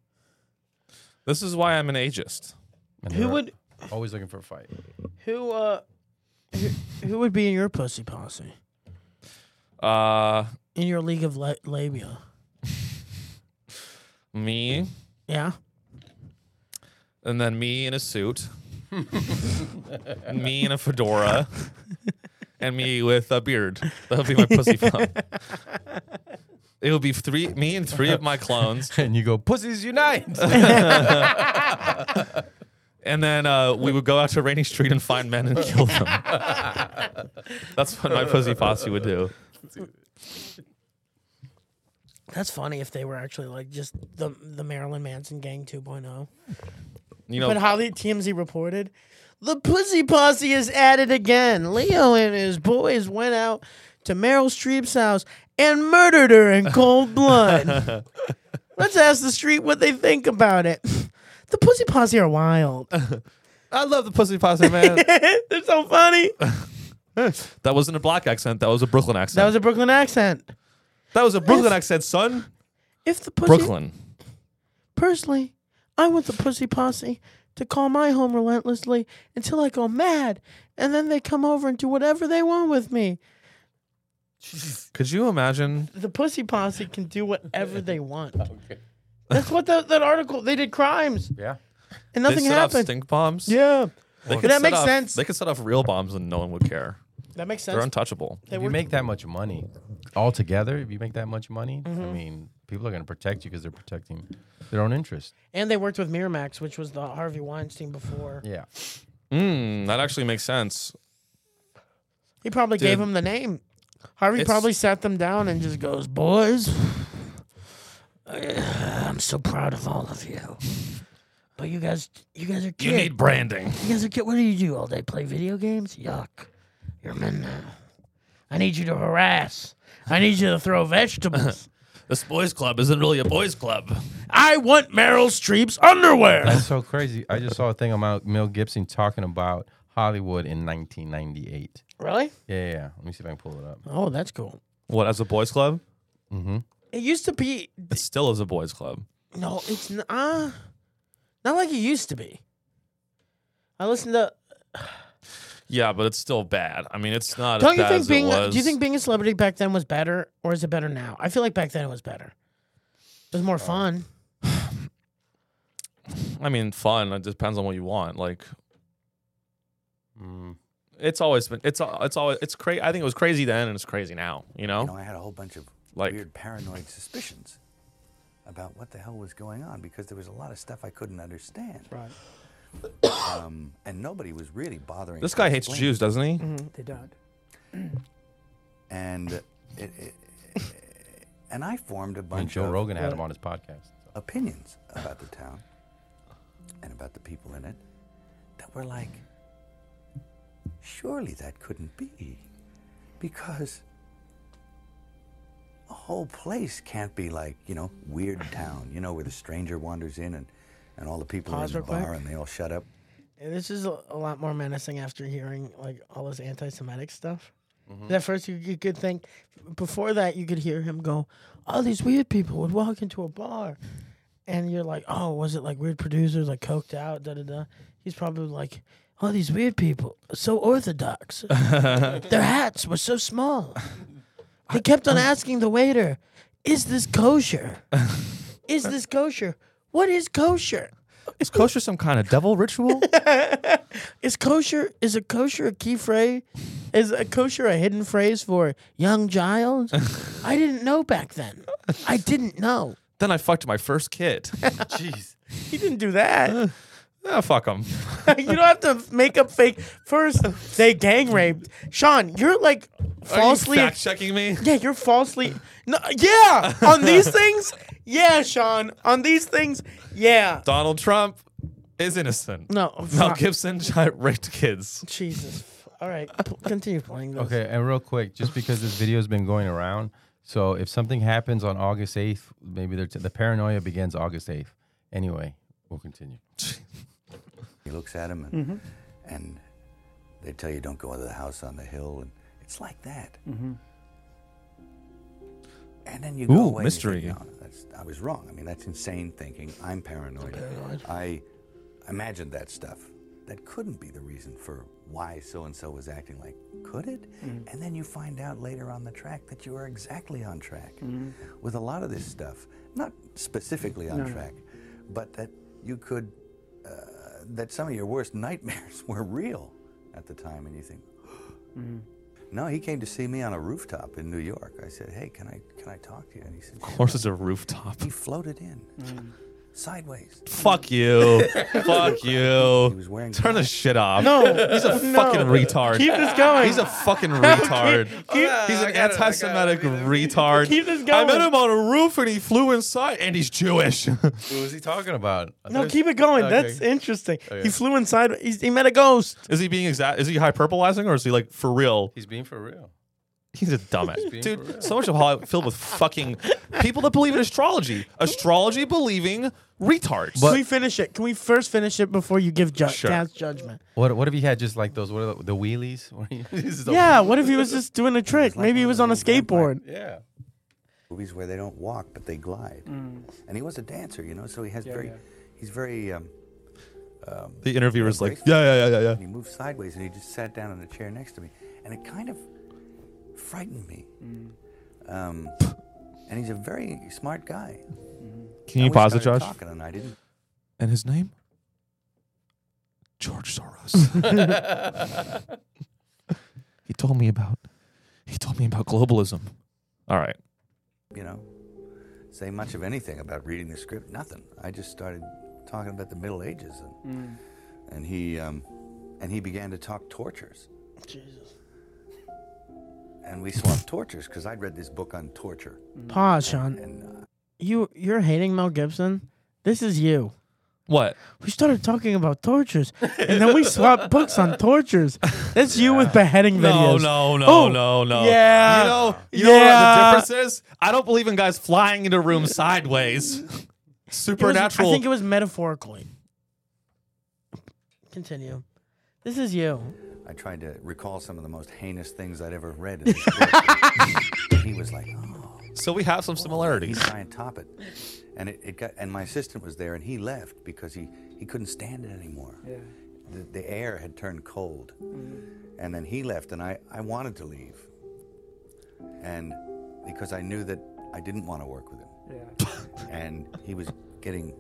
A: This is why I'm an ageist.
C: and
B: Who
C: they're
B: would
C: Always looking for a fight. <laughs>
B: who uh who, who would be in your pussy posse?
A: Uh,
B: In your league of la- labia?
A: me,
B: Yeah.
A: and then me in a suit, me in a fedora, and me with a beard. That'll be my pussy pump. It'll be three, me and three of my clones,
C: And you go, pussies unite.
A: and then uh, we would go out to Rainy Street and find men and kill them. That's what my pussy posse would do.
B: That's funny if they were actually like just the the Marilyn Manson gang oh. 2.0.
A: You
B: But
A: know,
B: how the TMZ reported, the pussy posse is at it again. Leo and his boys went out to Meryl Streep's house and murdered her in cold blood. Let's ask the street what they think about it. <laughs> The pussy posse are wild.
A: I love the pussy posse, man.
B: They're so funny.
A: <laughs> that wasn't a black accent. That was a Brooklyn accent.
B: That was a Brooklyn accent.
A: That was a Brooklyn accent, son.
B: If the pussy
A: Brooklyn.
B: Personally, I want the pussy posse to call my home relentlessly until I go mad, and then they come over and do whatever they want with me.
A: Could you imagine?
B: The pussy posse can do whatever they want. That's what the, that article. They did crimes
C: yeah.
B: and nothing
A: they set off
B: happened.
A: stink bombs.
B: yeah,
A: They could
B: But that
A: set
B: makes
A: off-
B: sense.
A: They could set off real bombs and no one would care.
B: that makes
A: They're
B: sense.
A: untouchable.
B: They
C: if
B: were-
C: you make that much money altogether, if you make that much money,
B: Mm-hmm.
C: I mean, people are going to protect you because they're protecting their own interest.
B: and they worked with Miramax, which was the Harvey Weinstein before.
C: Yeah.
A: Mm, that actually makes sense.
B: He probably
A: Dude.
B: gave him the name. Harvey
A: It's-
B: probably sat them down and just goes, "Boys, <sighs> I'm so proud of all of you, but you guys, you guys are kids.
A: branding.
B: You guys are kid. What do you do all day? Play video games? Yuck. You're men now. I need you to harass. I need you to throw vegetables.
A: This boys' club isn't really a boys' club.
B: I want Meryl Streep's underwear.
A: <laughs>
C: That's so crazy. I just saw a thing about Mel Gibson talking about Hollywood in 1998.
B: Really?
C: Yeah, yeah, yeah. Let me see if I can pull it up.
B: Oh, that's cool.
A: What, as a boys' club?
B: It used to be.
A: It still is a boys' club.
B: No, it's n- uh, not like it used to be. I listened to.
A: Yeah, but it's still bad. I mean, it's not
B: Don't
A: as
B: you
A: bad
B: think
A: as
B: being?
A: it was.
B: Do you think being a celebrity back then was better, or is it better now? I feel like back then it was better. It was more
A: Oh.
B: fun.
A: I mean, fun. It depends on what you want. Like, Hmm. it's always been. It's al- it's always it's crazy. I think it was crazy then, and it's crazy now. You know.
F: You know, I had a whole bunch of
A: Like-
F: weird paranoid suspicions about what the hell was going on because there was a lot of stuff I couldn't understand. Right. Um, and nobody was really bothering.
A: this
F: to
A: guy hates
F: explain.
A: Jews, doesn't he?
G: They don't.
F: And it, it, and I formed a
C: I mean,
F: bunch
C: Joe
F: of
C: Rogan had him on his podcast.
F: opinions about the town and about the people in it that were like, surely that couldn't be, because a whole place can't be like you know weird town, you know where the stranger wanders in and and all the people
B: Pause
F: are in
B: real
F: the bar
B: quick.
F: and they all shut up.
B: And this is a, a lot more menacing after hearing like all this anti-Semitic stuff. 'Cause At first, you, you could think. Before that, you could hear him go, "All these weird people would walk into a bar," and you're like, "Oh, was it like weird producers like coked out?" Da da da. He's probably like, "All these weird people, so orthodox. Their hats were so small. They kept on asking the waiter, "Is this kosher? Is this kosher? What is kosher?"
A: Is kosher some kind of devil
B: <laughs>
A: ritual?
B: Is kosher is a kosher a key phrase? Is a kosher a hidden phrase for young <laughs> child? I didn't know back then. I didn't know. <laughs>
A: then I fucked my first kid.
C: Jeez.
B: <laughs> He didn't do that.
A: Ah, fuck them.
B: you don't have to make up fake. First, they gang raped. Sean, you're like falsely.
A: fact checking me.
B: yeah, you're falsely. No, yeah, <laughs> on these things. Yeah, Sean, on these things. Yeah.
A: Donald Trump is innocent.
B: No.
A: Mel
B: fuck.
A: Gibson <laughs> shot- raped kids.
B: Jesus. All right, p- continue playing this.
C: Okay, and real quick, just because this video's been going around, so if something happens on August eighth, maybe they're t- the paranoia begins August eighth. Anyway, we'll continue.
F: He looks at him, and,
A: Mm-hmm.
F: and they tell you don't go into the house on the hill, and it's like that. And then you go
A: Mm-hmm. Ooh,
F: away. and you think,
A: mystery.
F: "No, that's, I was wrong. I mean, that's insane thinking. I'm paranoid. I imagined that stuff. That couldn't be the reason for why so and so was acting like. Could it?
A: Mm-hmm.
F: And then you find out later on the track that you are exactly on track
A: Mm-hmm.
F: with a lot of this stuff. Not specifically on track, but that you could that some of your worst nightmares <laughs> were real at the time, and you think, <gasps> no, he came to see me on a rooftop in New York. I said, hey, can I can I talk to you? And he said,
A: Of course, it's a rooftop.
F: he floated in <laughs> sideways.
A: Fuck
F: <laughs>
A: you. Fuck
F: He
A: you.
F: was wearing
A: Turn this shit off.
B: No,
A: He's a fucking retard.
B: keep this going.
A: He's a fucking retard.
B: <laughs> keep-
A: He's an anti-Semitic retard.
B: Keep this
A: I met
B: going.
A: him on a roof and he flew inside, and he's Jewish. <laughs>
C: What was he talking about?
B: No, keep it going.
C: Okay.
B: That's interesting.
C: Okay.
B: He flew inside. He's, he met a ghost.
A: is he being exact? Is he hyperbolizing or is he like for real?
C: He's being for real.
A: He's a dumbass,
C: being for real.
A: dude. So much of Hollywood filled with fucking people that believe in astrology, astrology believing retards.
B: Can we finish it? Can we first finish it before you give ju-
A: Sure.
B: Tad's judgment?
C: What What if he had just like those? What are the, the wheelies? <laughs> What are you- this is a-
B: Yeah. What if he was just doing a trick?
F: like
B: Maybe he
F: one of
B: was on a
F: those vampire-
B: skateboard.
C: yeah.
F: movies where they don't walk but they glide, and he was a dancer, you know, so he has very, he's very. Um,
A: the interviewer's like, yeah, yeah, yeah, yeah,
F: And he moved sideways and he just sat down in the chair next to me. And it kind of frightened me. Um, and he's a very smart guy.
A: yeah. Can you
F: And we
A: pause it,
F: started
A: Josh?
F: Talking and I didn't
A: And his name? George Soros. <laughs> he told me about he told me about globalism. All right.
F: you know, say much of anything about reading the script. Nothing. I just started talking about the Middle Ages, and and he um, and he began to talk tortures. Jesus. And we swapped tortures because I'd read this book on torture,
B: Pause, Sean.
F: and uh,
B: You you're hating Mel Gibson. This is you.
A: What?
B: We started talking about tortures, and
A: <laughs>
B: then we swapped books on tortures. That's you with beheading videos.
A: No, no, no,
B: Oh,
A: no, no.
B: yeah.
A: You know, you know
B: Yeah.
A: what the difference is? I don't believe in guys flying into rooms <laughs> sideways.
B: It was-
A: Supernatural.
B: I think it was metaphorically. Continue. This is you.
F: I tried to recall some of the most heinous things I'd ever read. In this book. and he was like, "Oh,
A: so we have some similarities.
F: he's trying to top it," and it, it got. And my assistant was there, and he left because he he couldn't stand it anymore. Yeah. The, the air had turned cold, and then he left, and I I wanted to leave, and because I knew that I didn't want to work with him. Yeah. and he was getting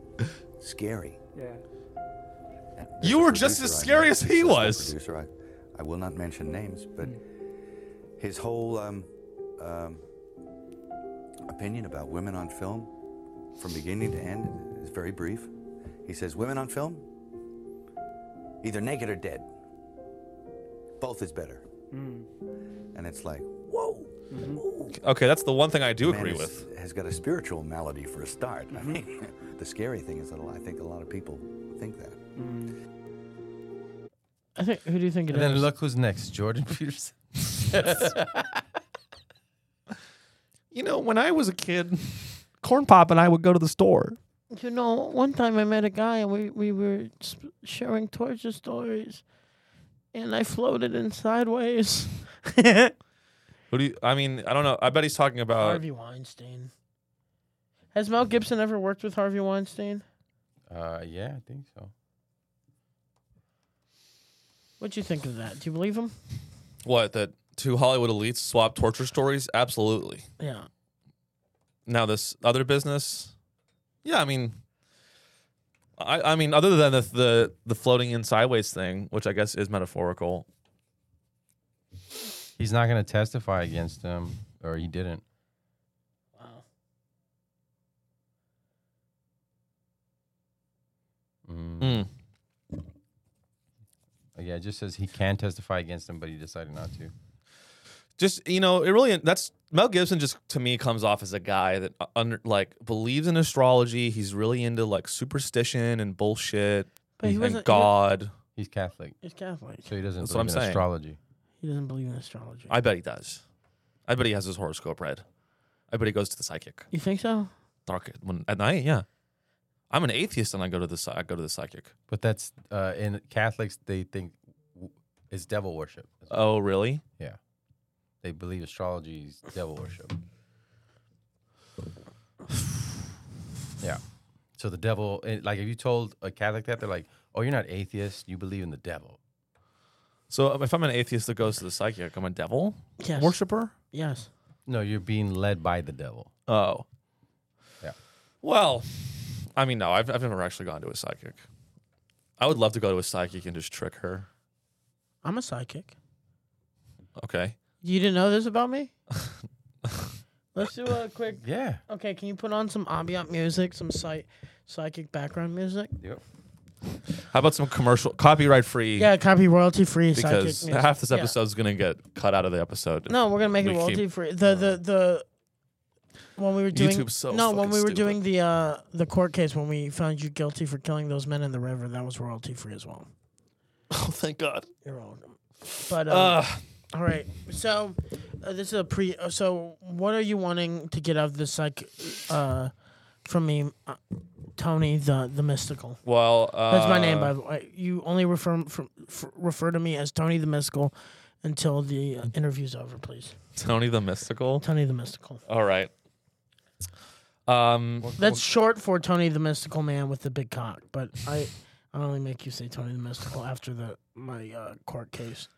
F: scary. And there's
A: You
F: a
A: were just as
F: producer I
A: scary
F: know,
A: as he
F: assistant
A: was.
F: Producer, I, I will not mention names, but his whole um, um, opinion about women on film, from beginning to end, is very brief. He says, "Women on film, either naked or dead. Both is better." And it's like, whoa. whoa.
A: Okay, that's the one thing I do
F: Man
A: agree
F: is-
A: with.
F: has got a spiritual malady for a start. I mean, <laughs> the scary thing is that a lot- I think a lot of people think that.
B: I think. Who do you think it
C: And
B: is?
C: then look who's next, Jordan <laughs> Peterson.
A: You know, when I was a kid, Corn Pop and I would go to the store.
B: You know, one time I met a guy and we, we were sp- sharing torture stories, and I floated in sideways. Uh,
A: Who do you, I mean, I don't know. I bet he's talking about
B: Harvey Weinstein. Has Mel Gibson ever worked with Harvey Weinstein?
C: Uh, yeah, I think so.
B: What'd you think of that? Do you believe him?
A: what that two Hollywood elites swap torture stories. Absolutely.
B: Yeah.
A: now this other business yeah i mean i i mean other than the the, the floating in sideways thing which i guess is metaphorical
C: He's not going to testify against him, or he didn't.
B: Wow.
C: Mm.
B: Hmm.
A: Mm.
C: Yeah, it just says he can testify against him, but he decided not to.
A: just you know it really that's mel gibson just to me comes off as a guy that uh, under like believes in astrology he's really into like superstition and bullshit
B: But he
A: and
B: wasn't-
A: god
C: He's Catholic,
B: He's Catholic.
C: so he doesn't
A: That's what
C: believe
A: I'm
C: in
A: saying.
C: astrology.
B: He doesn't believe in astrology.
A: i bet he does i bet he has his horoscope read i bet he goes to the psychic
B: you think so?
A: dark when, at night yeah i'm an atheist and i go to the psy- i go to the psychic
C: But that's uh, in Catholics they think w- it's devil worship.
A: oh really
C: Yeah, they believe astrology is devil worship. Yeah, so the devil, and, like if you told a Catholic that, they're like, "Oh, you're not atheist. You believe in the devil."
A: so um, if i'm an atheist that goes to the psychic i'm a devil
B: Yes.
A: worshiper
B: Yes.
C: No, you're being led by the devil.
A: oh
C: Yeah.
A: well i mean no i've, I've never actually gone to a psychic i would love to go to a psychic and just trick her
B: I'm a psychic.
A: Okay.
B: You didn't know this about me? Let's do a quick.
C: Yeah.
B: Okay, can you put on some ambient music, some psych, psychic background music?
C: Yep.
A: How about some commercial, copyright free?
B: Yeah, copy royalty free psychic
A: Because
B: music.
A: half this
B: Yeah.
A: episode is gonna get cut out of the episode.
B: No, we're gonna make
A: We
B: it
A: keep-
B: royalty free. The the the when we were doing
A: YouTube's so
B: no when
A: fucking
B: we were
A: stupid.
B: doing the uh the court case when we found you guilty for killing those men in the river that was royalty free as well.
A: <laughs> Oh, thank God.
B: You're welcome. But um,
A: Uh,
B: all right, so uh, this is a pre. uh, So what are you wanting to get out of this like uh from me, uh, Tony the the mystical?
A: well, uh,
B: That's my name, by the way. You only refer from, f- refer to me as Tony the Mystical until the uh, interview's over, please.
A: Tony the Mystical.
B: Tony the Mystical.
A: All right. Um,
B: That's short for Tony the Mystical Man with the big cock. But I, I only make you say Tony the Mystical after the my uh, court case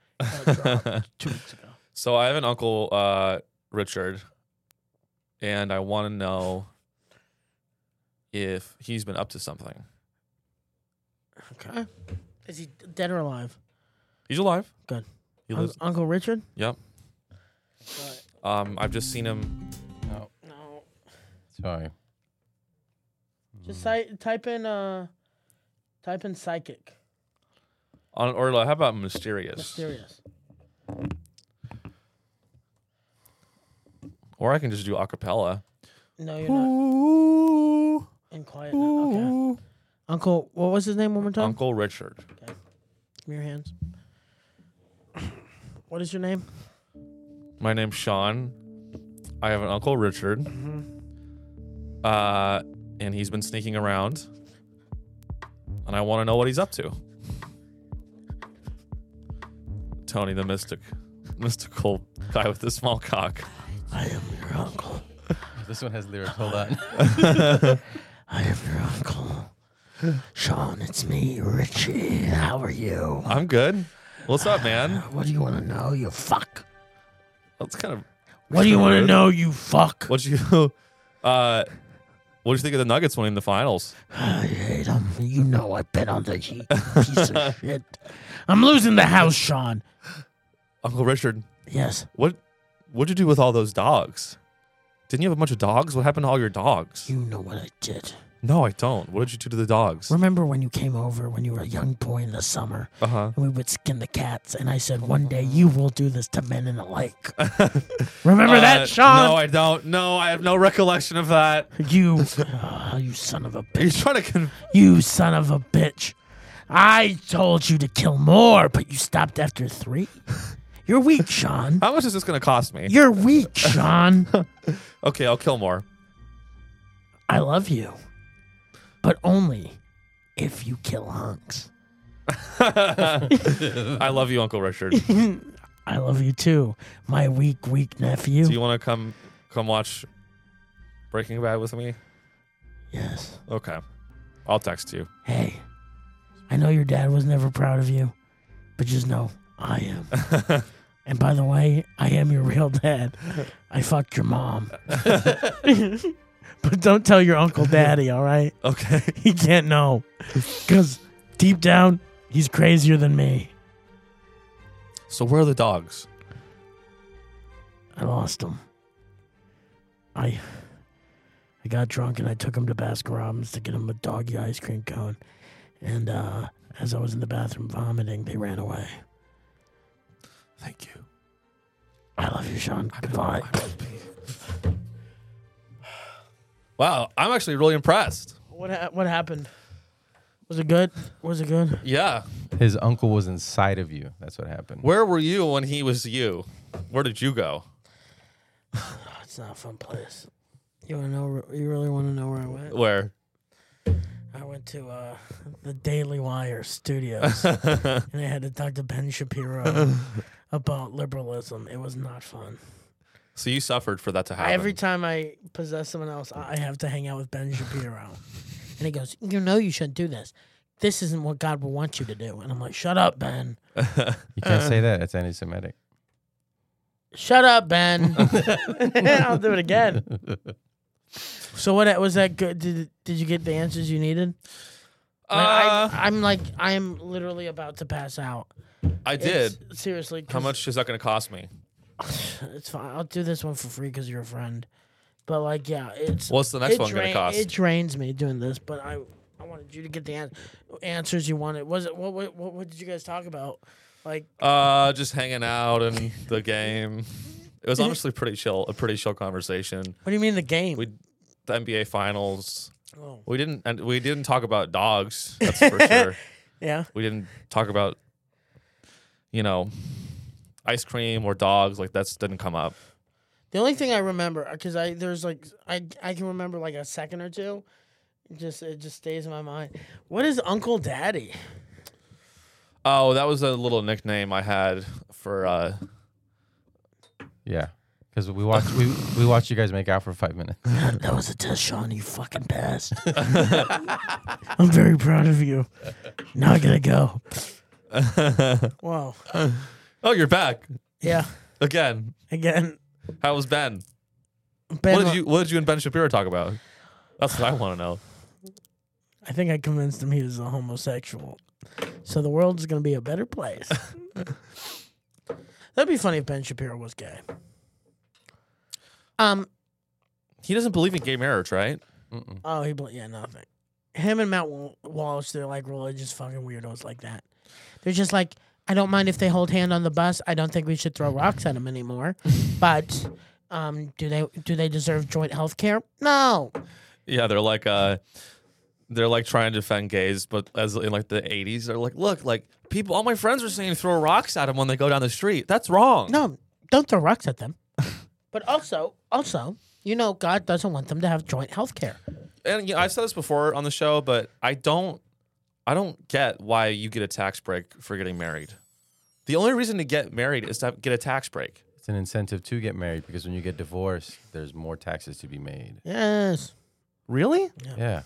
A: <laughs>
B: uh, dropped two weeks ago.
A: so I have an uncle, uh, Richard, and I want to know if he's been up to something.
B: Okay. Is he dead or alive?
A: He's alive.
B: Good.
A: He
B: Un-
A: lives.
B: Uncle Richard?
A: Yep. Um, I've just seen him.
C: No.
B: No.
C: Sorry.
B: Just ty- type in uh, type in psychic.
A: On, or like, how about mysterious?
B: Mysterious.
A: Or I can just do acapella.
B: No, you're not.
A: Ooh.
B: In quiet. now. Okay. Uncle, what was his name one more time?
A: Uncle Richard.
B: Give me your hands. <coughs> What is your name?
A: My name's Sean. I have an uncle Richard. Mm-hmm. Uh, and he's been sneaking around. And I want to know what he's up to. Tony the mystic, mystical guy with the small cock.
B: I am your uncle.
C: <laughs> This one has lyrics. Hold on.
B: I am your <sighs> uncle. Sean, it's me, Richie. How are you?
A: I'm good. What's up, man?
B: What do you want to know, you fuck?
A: That's kind of
B: What do you want to
A: Rude.
B: know, you fuck?
A: what you. <laughs> Uh, what do you think of the Nuggets winning the finals?
B: I hate him. You know I bet on the <laughs> Heat. Piece of shit. I'm losing the house, Sean.
A: Uncle Richard,
B: Yes.
A: what what'd you do with all those dogs? Didn't you have a bunch of dogs? What happened to all your dogs?
B: You know what I did.
A: No, I don't. What did you do to the dogs?
B: Remember when you came over when you were a young boy in the summer?
A: Uh huh.
B: and we would skin the cats. And I said, one day you will do this to men in the lake.
A: <laughs>
B: Remember that, Sean?
A: Uh, No, I don't. No, I have no recollection of that. <laughs>
B: you, Ah, you son of a
A: Are you
B: bitch!
A: trying to? Con-
B: You son of a bitch! I told you to kill more, but you stopped after three. You're
A: <laughs>
B: weak, Sean.
A: How much is this going to cost me?
B: You're weak, Sean.
A: okay, I'll kill more. <laughs>
B: I love you, but only if you kill
A: <laughs>
B: hunks.
A: I love you, Uncle
B: <laughs>
A: Richard.
B: I love you too, my weak, weak nephew.
A: Do you want to come come watch Breaking Bad with me?
B: yes.
A: Okay, I'll text you. <laughs>
B: Hey, I know your dad was never proud of you, but just know I am. and by the way, I am your real dad. I fucked your mom. but don't tell your uncle daddy, all right?
A: Okay.
B: He can't know. Because deep down, he's crazier than me.
A: So where are the dogs?
B: I lost him. I I got drunk and I took him to Baskin Robbins to get him a doggy ice cream cone. And uh, As I was in the bathroom vomiting, they ran away.
A: Thank you.
B: I love you, Sean. Goodbye.
A: Wow, I'm actually really impressed.
B: What ha- what happened? Was it good? Was it good?
A: Yeah.
C: <laughs> His uncle was inside of you. That's what happened.
A: Where were you when he was you? Where did you go?
B: Oh, it's not a fun place. You wanna know? where- You really want to know where I went?
A: Where?
B: I went to uh, <laughs> the Daily Wire studios, and I had to talk to Ben Shapiro about liberalism. It was not fun.
A: So you suffered for that to happen.
B: Every time I possess someone else, I I have to hang out with Ben Shapiro, and he goes, "You know, you shouldn't do this. This isn't what God would want you to do." And I'm like, "Shut up, Ben.
C: You can't <laughs> say that. It's anti-Semitic.
B: Shut up, Ben. <laughs> I'll do it again." So what was that good? Did did you get the answers you needed?
A: Uh,
B: I, am like I'm literally about to pass out.
A: I did.
B: It's- seriously?
A: How
B: 'cause
A: much is that going to cost me?
B: <laughs> It's fine. I'll do this one for free because you're a friend. But like, yeah, it's
A: What's the next
B: it
A: one going to
B: drain-
A: cost?
B: It drains me doing this, but I I wanted you to get the an- answers you wanted. Was it what, what what what did you guys talk about? Like
A: Uh, just hanging out and the game. It
B: <laughs>
A: was honestly pretty chill. A pretty chill conversation.
B: what do you mean the game?
A: We, the NBA finals.
B: oh,
A: We didn't, and we didn't talk about dogs. That's
B: <laughs>
A: for sure.
B: yeah.
A: We didn't talk about, you know, ice cream or dogs. Like that's didn't come up.
B: The only thing I remember because I there's like I I can remember like a second or two. Just it just stays in my mind. What is Uncle Daddy?
A: Oh, that was a little nickname I had for. uh <laughs>
C: Yeah, because we watched we, <laughs> we watched you guys make out for five minutes.
B: <laughs> That was a test, Sean. You fucking passed. <laughs> I'm very proud of you. Now I gotta go. Wow.
A: Oh, you're back
B: Yeah.
A: again.
B: Again,
A: How was Ben?
B: Ben.
A: what did you What did you and Ben Shapiro talk about? That's what I want to know.
B: I think I convinced him he was a homosexual. So the world's gonna be a better
A: <laughs>
B: place. That'd be funny if Ben Shapiro was gay. Um.
A: He doesn't believe in gay marriage, right?
B: Oh, he. Bl- yeah, nothing. Him and Matt Wa- Walsh, they're like religious fucking weirdos like that. They're just like, I don't mind if they hold hand on the bus. I don't think we should throw rocks at
A: <laughs>
B: them anymore. But um, do they do they deserve joint health care? No.
A: Yeah, they're like uh they're like trying to defend gays, but as in like the eighties, they're like, look, like people all my friends are saying throw rocks at them when they go down the street. That's wrong.
B: No, don't throw rocks at them. <laughs> but also, also, you know, God doesn't want them to have joint health care.
A: And you know, I've said this before on the show, but I don't I don't get why you get a tax break for getting married. The only reason to get married is to have- get a tax break.
C: It's an incentive to get married because when you get divorced, there's more taxes to be made.
B: Yes.
A: Really?
C: Yeah,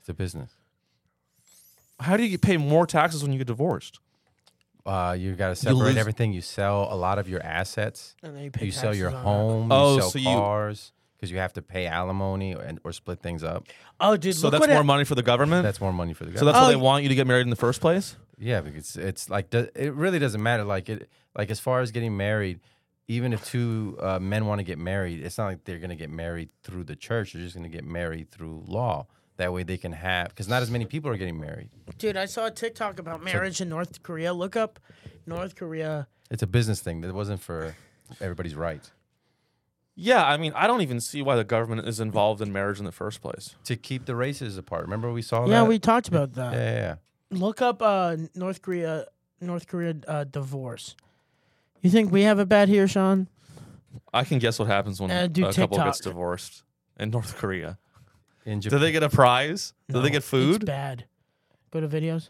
C: it's a business.
A: How do you pay more taxes when you get divorced?
C: Uh, you got to separate
A: lose-
C: everything. You sell a lot of your assets.
B: And then you pay
C: you sell
B: taxes
C: your
B: on it.
C: home.
A: Oh,
C: you sell
A: so you-
C: cars because you have to pay alimony or, and, or split things up.
B: Oh, dude,
A: So
B: look
A: that's
B: what
A: more
B: it-
A: money for the government.
C: That's more money for the
A: so
C: government.
A: that's Um, why they
B: Oh.
A: want you to get married in the first place.
C: yeah, because it's like do- it really doesn't matter. Like it, like as far as getting married, even if two uh, men want to get married, it's not like they're gonna get married through the church. They're just gonna get married through law. That way they can have because not as many people are getting married.
B: dude. I saw a TikTok about marriage in North Korea. Look up North Korea.
C: It's a business thing. That wasn't for everybody's rights.
A: Yeah, I mean, I don't even see why the government is involved in marriage in the first place.
C: To keep the races apart. Remember we saw
B: yeah,
C: Oh, that.
B: we talked about that.
C: Yeah, yeah, yeah.
B: Look up uh, North Korea, North Korea uh, divorce. You think we have it bad here, Sean?
A: I can guess what happens when
B: Uh,
A: a
B: do
A: couple
B: TikTok.
A: gets divorced in North Korea.
C: In
A: Do
C: Japan,
A: they get a prize? Do
B: No,
A: they get
B: it's
A: food?
B: bad. Go to videos.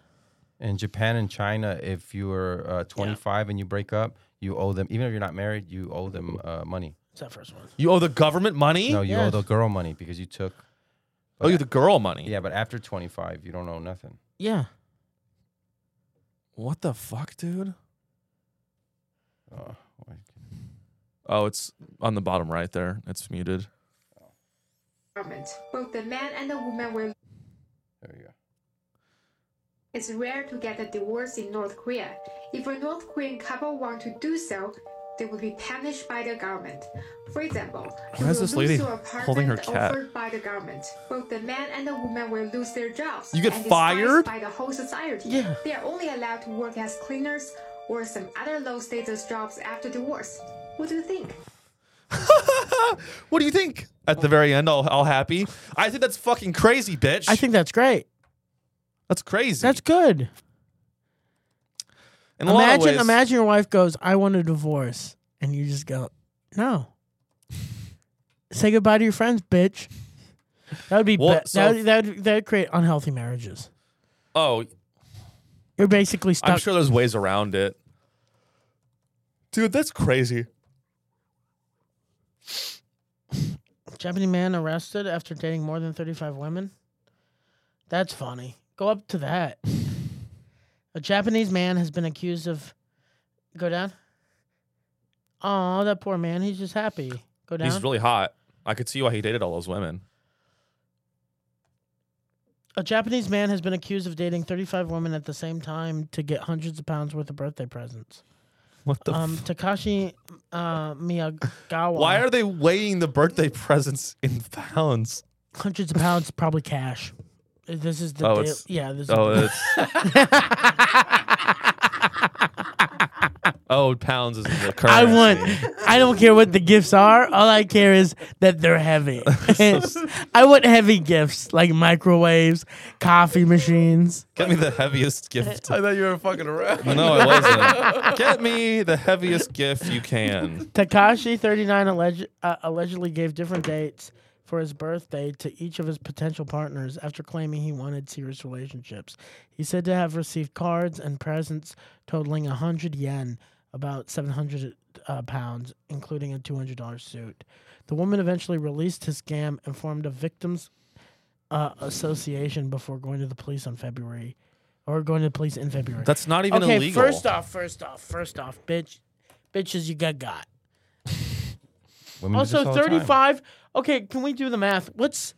C: in Japan and China, if you are uh, 25 and you break up, you owe them. Even if you're not married, you owe them uh, money.
B: It's that first one.
A: You owe the government money?
C: No, you owe
B: Yes.
C: the girl money because you took.
A: Oh, you the girl money.
C: Yeah, but after 25, you don't owe nothing.
B: Yeah.
A: What the fuck, dude?
C: Oh, why-
A: Oh, it's on the bottom right there. It's muted.
G: environment. Both the man and the woman were.
C: there you go.
G: It's rare to get a divorce in North Korea. If a North Korean couple want to do so, they will be punished by the government. For example,
A: Why is
G: you will
A: this
G: lose
A: lady
G: your apartment
A: holding her cat?
G: offered by the government. Both the man and the woman will lose their jobs.
A: You get
G: and despised
A: fired?
G: by the whole society.
B: Yeah.
G: They are only allowed to work as cleaners or some other low status jobs after divorce. What do you think?
A: What do you think? At the very end, all, all happy. I think that's fucking crazy, bitch.
B: I think that's great.
A: that's crazy.
B: That's good.
A: In a lot of
B: Imagine,
A: ways-
B: imagine your wife goes, "I want a divorce," and you just go,
A: <laughs>
B: "No." Say goodbye to your friends, bitch. That would be,
A: Well,
B: be-
A: so-
B: that, would, that would that would create unhealthy marriages.
A: Oh,
B: You're basically
A: I'm
B: stuck.
A: sure there's ways around it. Dude, that's crazy.
B: Japanese man arrested after dating more than 35 women. That's funny. Go up to that. A Japanese man has been accused of. Go down. Oh, that poor man. He's just happy. Go down.
A: He's really hot. I could see why he dated all those women.
B: A Japanese man has been accused of dating 35 women at the same time to get hundreds of pounds worth of birthday presents.
A: What the?
B: Um, Takashi uh, Miyagawa.
A: why are they weighing the birthday <laughs> presents in pounds?
B: hundreds of pounds probably cash? This is the
A: Oh,
B: deal.
A: it's-
B: yeah. This is
A: Oh, it's. oh, pounds is the currency.
B: <laughs> I want. I don't care what the gifts are. All I care is that
A: <laughs>
B: they're heavy. <laughs> I want heavy gifts like microwaves, coffee machines.
A: Get me the heaviest gift.
H: I thought you were fucking around.
A: No, it wasn't. Get me the heaviest gift you can.
B: Takashi, 39, alleged, uh, allegedly gave different dates for his birthday to each of his potential partners after claiming he wanted serious relationships. He said to have received cards and presents totaling 100 yen, about 700 uh, pounds, including a $200 suit. The woman eventually released his scam and formed a victims uh, association before going to the police on February, or going to the police in February
A: That's not even
B: okay,
A: illegal.
B: first off, first off, first off, bitch, bitches, you got got.
C: Women do this
B: Also,
C: all the time.
B: thirty-five. Okay, can we do the math? What's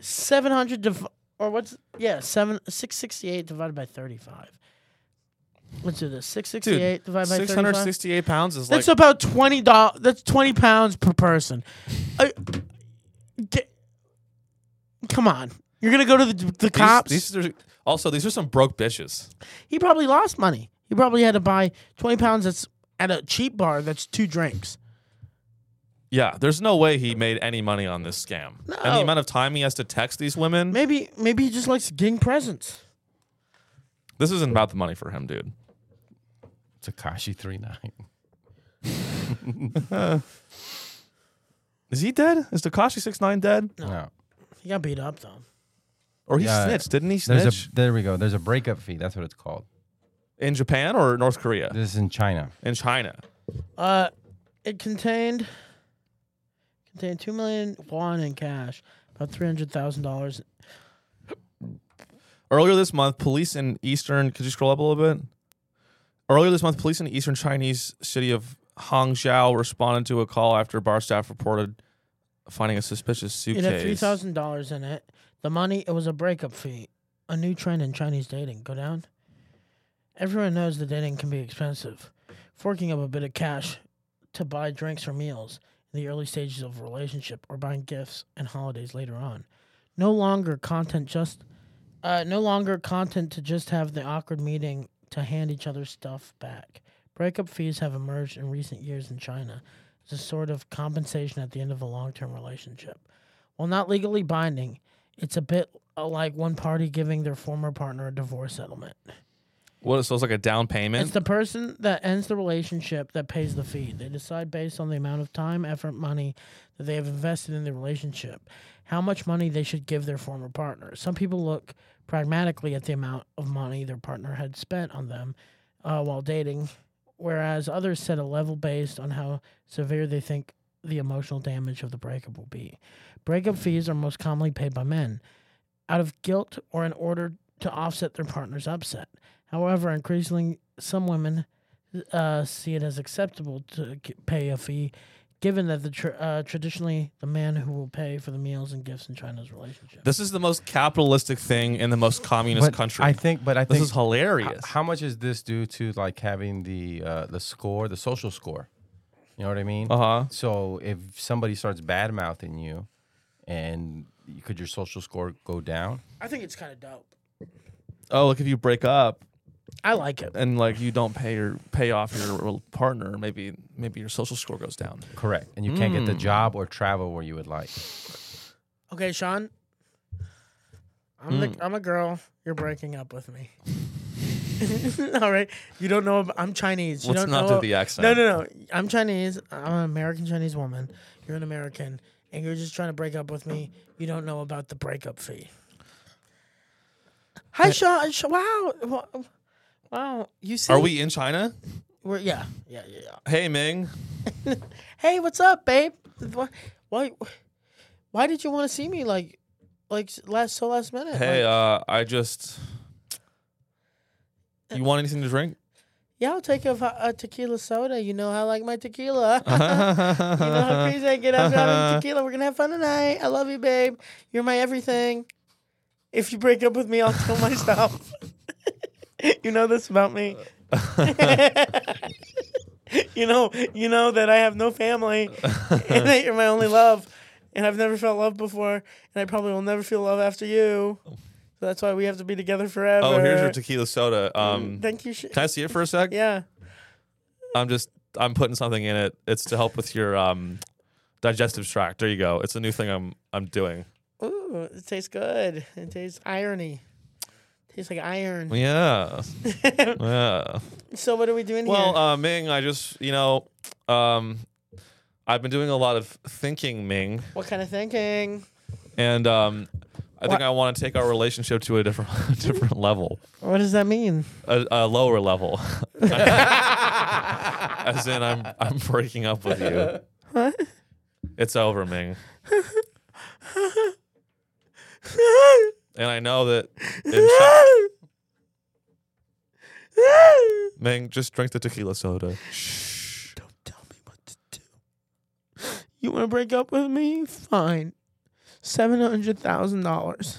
B: seven hundred div- or what's yeah seven six sixty-eight divided by thirty-five? Let's do this. Six sixty-eight
A: Dude,
B: divided by thirty-five.
A: 668 pounds is like
B: That's about twenty dollars. That's twenty pounds per person. I- d- come on, you're gonna go to the the
A: these-
B: cops.
A: These, are, also, these are some broke bitches.
B: he probably lost money. He probably had to buy twenty pounds. That's at a cheap bar. That's two drinks.
A: Yeah, there's no way he made any money on this scam. And
B: No.
A: the amount of time he has to text these women,
B: Maybe maybe he just likes getting presents.
A: this isn't about the money for him, dude.
C: Takashi three nine.
A: Is he dead? Is Takashi six nine dead?
C: No.
B: He got beat up though.
A: Or he
C: Yeah,
A: snitched? Didn't he
C: There's
A: snitch
C: a there we go. There's a breakup fee. That's what it's called.
A: in Japan or North Korea?
C: This is in China.
A: in China.
B: Uh, it contained contained two million won in cash, about three hundred thousand dollars.
A: Earlier this month, police in eastern. Could you scroll up a little bit? Earlier this month, police in the eastern Chinese city of Hangzhou responded to a call after bar staff reported finding a suspicious
B: It
A: suitcase.
B: had three thousand dollars in it. The money it was a breakup fee, a new trend in Chinese dating. Go down. Everyone knows that dating can be expensive. Forking up a bit of cash to buy drinks or meals in the early stages of a relationship, or buying gifts and holidays later on. No longer content just, uh, no longer content to just have the awkward meeting to hand each other stuff back. Breakup fees have emerged in recent years in China as a sort of compensation at the end of a long-term relationship. While not legally binding, it's a bit uh, like one party giving their former partner a divorce settlement.
A: What? So it's like a down
B: It's
A: payment.
B: the person that ends the relationship that pays the fee. They decide based on the amount of time, effort, money that they have invested in the relationship, how much money they should give their former partner. Some people look pragmatically at the amount of money their partner had spent on them uh, while dating, whereas others set a level based on how severe they think the emotional damage of the breakup will be. Breakup fees are most commonly paid by men out of guilt or in order to offset their partner's upset. However, increasingly, some women uh, see it as acceptable to g- pay a fee, given that the tr- uh, traditionally the man who will pay for the meals and gifts in China's relationship.
A: this is the most capitalistic thing in the most communist
C: But
A: country.
C: I think, but I
A: this
C: think
A: is hilarious.
C: H- How much is this due to like having the uh, the score, the social score? You know what I mean?
A: Uh-huh.
C: So if somebody starts bad mouthing you, and could your social score go down?
B: I think it's kind of dope.
A: Oh, like if you break up
B: I like it.
A: and like you don't pay your pay off your partner, maybe maybe your social score goes down.
C: Correct. Hmm. And you can't get the job or travel where you would like.
B: Okay, Sean. I'm
A: Mm.
B: the I'm a girl. You're breaking up with me. <laughs> All right. You don't know. ab- I'm Chinese. You
A: Let's
B: don't
A: not
B: know,
A: do the accent.
B: No, no, no. I'm Chinese. I'm an American Chinese woman. You're an American, and you're just trying to break up with me. You don't know about the breakup fee. Hi, Sean. Sh- Wow. Wow. Wow. You see?
A: Are we in China?
B: We're, yeah. Yeah. Yeah. yeah.
A: Hey Ming.
B: hey, what's up, babe? Why, why, why did you want to see me like, like last so last minute?
A: Hey,
B: Like,
A: uh I just You want anything to drink?
B: yeah, I'll take a, v- a tequila soda. You know how I like my
A: <laughs>
B: tequila. <laughs> you know how crazy I get after having tequila. We're gonna have fun tonight. I love you, babe. You're my everything. If you break up with me, I'll kill myself. <laughs> you know this about me. <laughs> you know, you know that I have
A: <laughs>
B: no family, and that you're my only love, and I've never felt love before, and I probably will never feel love after you. So that's why we have to be together forever.
A: Oh, here's your tequila soda. Um
B: Thank you. Sh-
A: Can I see it for a sec?
B: Mm, yeah.
A: I'm just I'm putting something in it. It's to help with your um digestive tract. There you go. It's a new thing I'm I'm doing.
B: Ooh, it tastes good. It tastes irony. tastes like iron. <laughs>
A: Yeah. yeah.
B: So what are we doing
A: Well,
B: here?
A: uh, Ming, I just you know, um, I've been doing a lot of thinking, Ming,
B: what kind of thinking?
A: and um, I think I want to take our relationship to a different <laughs> different level,
B: What does that mean?
A: a, a lower level. <laughs> As in, I'm I'm breaking up with you. It's over, Ming. And I know that. In
B: <laughs>
A: Chi- Ming, just drink the tequila soda.
B: Tell me what to do. You want to break up with me? Fine. Seven hundred thousand dollars.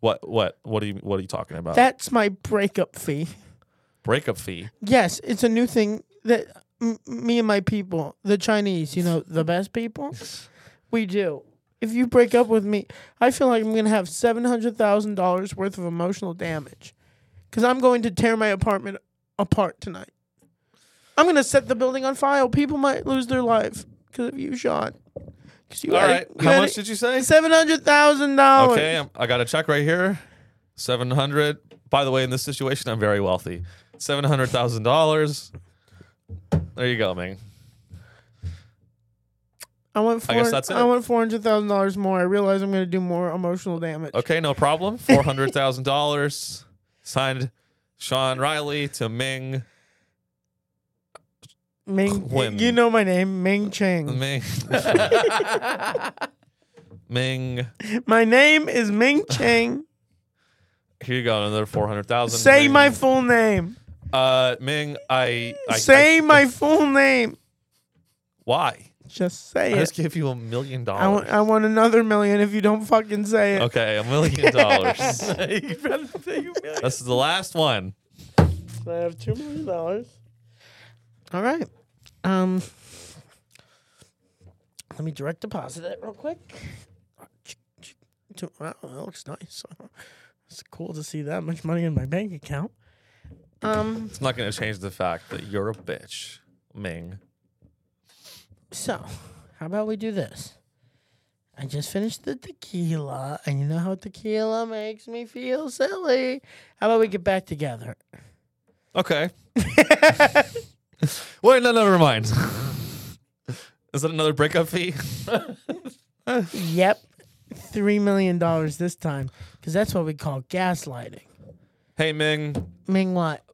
A: What? What? What are you? What are you talking about?
B: That's my breakup fee.
A: Breakup fee.
B: Yes, it's a new thing that m- me and my people, the Chinese, you know, the
A: <laughs>
B: best people, we do. If you break up with me, I feel like I'm going to have $700,000 worth of emotional damage because I'm going to tear my apartment apart tonight. I'm going to set the building on fire. People might lose their life because of you, Sean. 'Cause you
A: All
B: had it-
A: right.
B: you
A: How
B: had
A: much
B: it-
A: did you say?
B: $700,000.
A: Okay, um, I'm, I got a check right here. 700. By the way, in this situation, I'm very wealthy. $700,000. There you go, Ming.
B: I want four,
A: I guess that's it.
B: I want $400,000 more. I realize I'm going to do more emotional damage.
A: Okay, no
B: <laughs>
A: problem. $400,000. Signed Sean Riley to Ming. <laughs>
B: Ming,
A: Quinn.
B: you know my name, Ming Chang. <laughs>
A: Ming. Ming.
B: My name is
A: <laughs>
B: Ming Chang.
A: Here you go, another 400000
B: Say
A: Ming.
B: my full name.
A: Uh, Ming, I. I
B: say
A: I-
B: my full name.
A: Why?
B: Just say
A: I
B: it.
A: just gave you a million
B: I want,
A: dollars.
B: I want another million if you don't fucking say it.
A: Okay, a million
B: <laughs>
A: dollars. This is the last one.
B: I have two million dollars. All right. Um, let me direct deposit it real quick. To- Wow, that looks nice. <laughs> It's cool to see that much money in my bank account. Um,
A: It's not going to change the fact that you're a bitch, Ming.
B: So, how about we do this? I just finished the tequila, and you know how tequila makes me feel silly. How about we get back together?
A: Okay. <laughs> Wait, no, never mind. <laughs> Is that another breakup fee?
B: Yep, three million dollars this time, because that's what we call gaslighting.
A: Hey, Ming,
B: Ming, what?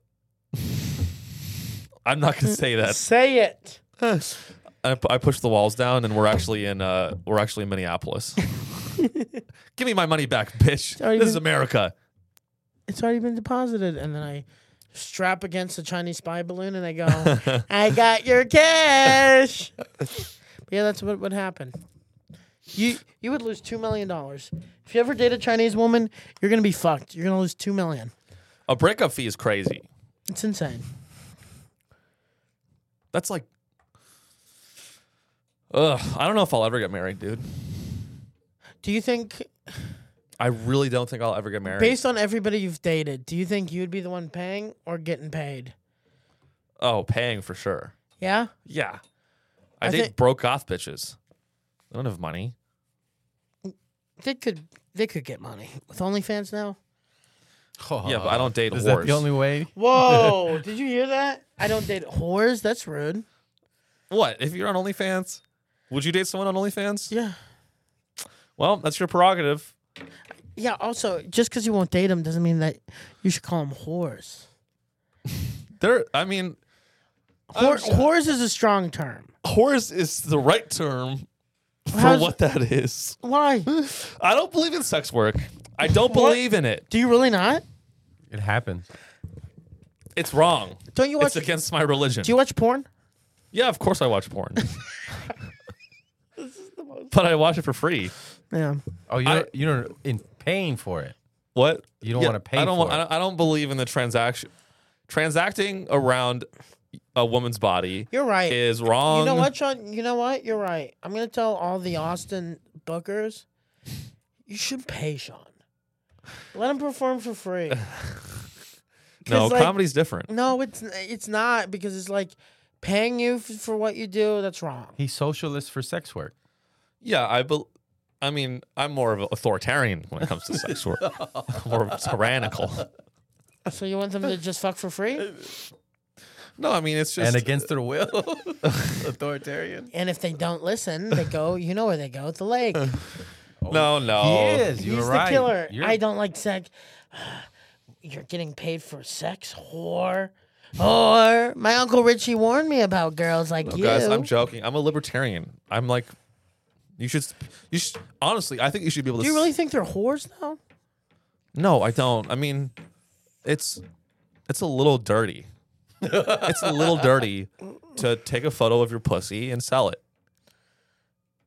A: I'm not going to say
B: <laughs>
A: that.
B: Say it.
A: I, pu- I pushed the walls down, and we're actually in uh, we're actually in Minneapolis. Give me my money back, bitch.
B: already
A: This is
B: been-
A: America.
B: It's already been deposited, and then I strap against the Chinese spy balloon, and I go, "I got your cash." but yeah, that's what would happen. You you would lose two million dollars if you ever date a Chinese woman. You're gonna be fucked. You're gonna lose two million.
A: A breakup fee is crazy.
B: It's insane.
A: That's like, ugh. I don't know if I'll ever get married, dude.
B: Do you think,
A: I really don't think I'll ever get married.
B: based on everybody you've dated, do you think you'd be the one paying or getting paid?
A: oh, paying for sure.
B: Yeah.
A: Yeah. I,
B: I
A: date
B: think-
A: broke off bitches. They don't have money.
B: They could they could get money with OnlyFans now.
A: yeah, but I don't date
C: Is
A: whores.
C: that the only way?
B: Whoa! did you hear that? I don't date whores. That's rude.
A: What? If you're on OnlyFans, would you date someone on OnlyFans?
B: Yeah.
A: Well, that's your prerogative.
B: Yeah. Also, just because you won't date them doesn't mean that you should call them whores.
A: There, I mean,
B: Whore, whores is a strong term.
A: whores is the right term for
B: How's-
A: what that is.
B: Why?
A: I don't believe in sex work. I don't believe in it.
B: Do you really not?
C: It happens.
A: It's wrong.
B: Don't you watch?
A: It's
B: Do
A: against my religion.
B: you watch porn?
A: yeah, of course I watch
B: <laughs>
A: porn. but I watch it for free.
B: Yeah.
C: Oh,
A: I-
C: you're you're in paying for it.
A: What?
C: You don't wanna pay
A: I don't. wa-
C: for it.
A: I don't, I don't believe in the transaction. Transacting around a woman's body
B: You're right.
A: is wrong.
B: You know what, Sean? You know what? You're right. I'm gonna tell all the Austin bookers, you should pay Sean. Let him perform for free.
A: No,
B: 'Cause, like,
A: comedy's different.
B: No, it's it's not because it's like paying you f- for what you do. That's wrong.
C: He's socialist for sex work.
A: Yeah, I bel I mean, I'm more of an authoritarian when it comes to sex
B: <laughs>
A: work. more tyrannical.
B: So you want them to just fuck for free?
A: No, I mean it's just
C: and against their will. <laughs> Authoritarian.
B: And if they don't listen, they go. You know where they go? The lake.
A: no, no.
C: He is. You're
B: He's
C: right.
B: the killer.
C: You're-
B: I don't like sex. <sighs> You're getting paid for sex, whore. Or my uncle Richie warned me about girls like you.
A: Guys, I'm joking. I'm a libertarian. I'm like, you should, you should. Honestly, I think you should be able to.
B: Do you
A: s-
B: really think they're whores now?
A: No, I don't. I mean, it's it's a little <laughs> dirty. it's a little dirty to take a photo of your pussy and sell it.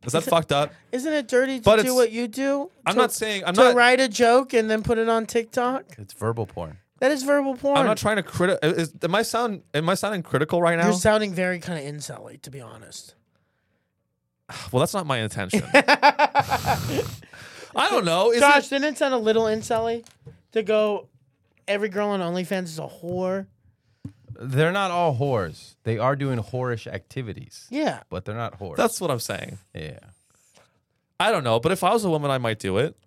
A: Is that fucked up?
B: Isn't it dirty to
A: But
B: do
A: it's-
B: what you do?
A: I'm
B: To-
A: not saying I'm
B: to
A: not.
B: write a joke and then put it on TikTok.
C: It's verbal porn.
B: That is verbal porn.
A: I'm not trying to criti- is Am I sound? Am I sounding critical right now?
B: You're sounding very kind of incelly, to be honest.
A: well, that's not my <laughs> intention. I don't know. Is
B: Josh,
A: it-
B: didn't it sound a little incelly to go? Every girl on OnlyFans is a whore.
C: They're not all whores. They are doing whorish activities.
B: Yeah,
C: But they're not whores.
A: that's what I'm saying.
C: yeah.
A: I don't know. But if I was a woman, I might do it.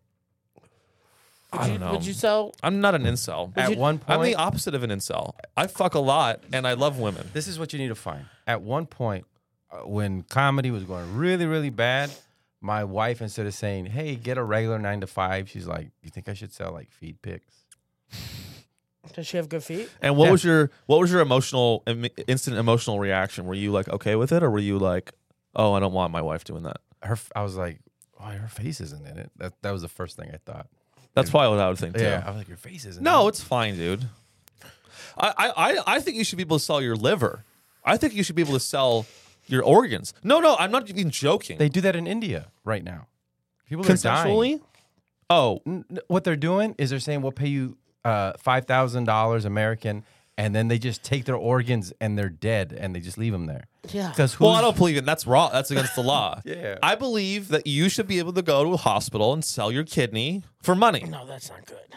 A: I don't know.
B: would you sell?
A: I'm not an incel.
C: At
B: you-
C: one
A: I'm the
C: point,
A: opposite of an incel. I fuck a lot and I love women.
C: this is what you need to find. At one point, uh, when comedy was going really, really bad, my wife instead of saying, "Hey, get a regular nine to five, she's like, "You think I should sell like feed pics?"
B: Does she have good feet?
A: And what
C: Yeah.
A: was your what was your emotional em- instant emotional reaction? Were you like okay with it, or were you like, oh, I don't want my wife doing that?
C: Her, f- I was like, "Why her face isn't in it?" That that was the first thing I thought.
A: That's probably what I would think too.
C: Yeah, I was like, "Your face isn't."
A: No,
C: in
A: it's fine, dude. I, I I- I think you should be able to sell your liver. I think you should be able to sell your organs. No, no, I'm not even joking.
C: it." They do that in India right now. People are dying. Mm,
A: consensually. Oh,
C: N- n- what they're doing is they're saying we'll pay you uh, five thousand dollars American, and then they just take their organs and they're dead, and they just leave them there.
B: Yeah.
C: Because
A: well, I don't believe in that's wrong. That's against the law.
C: mm. <laughs> Yeah.
A: I believe that you should be able to go to a hospital and sell your kidney for money.
B: No, that's not good.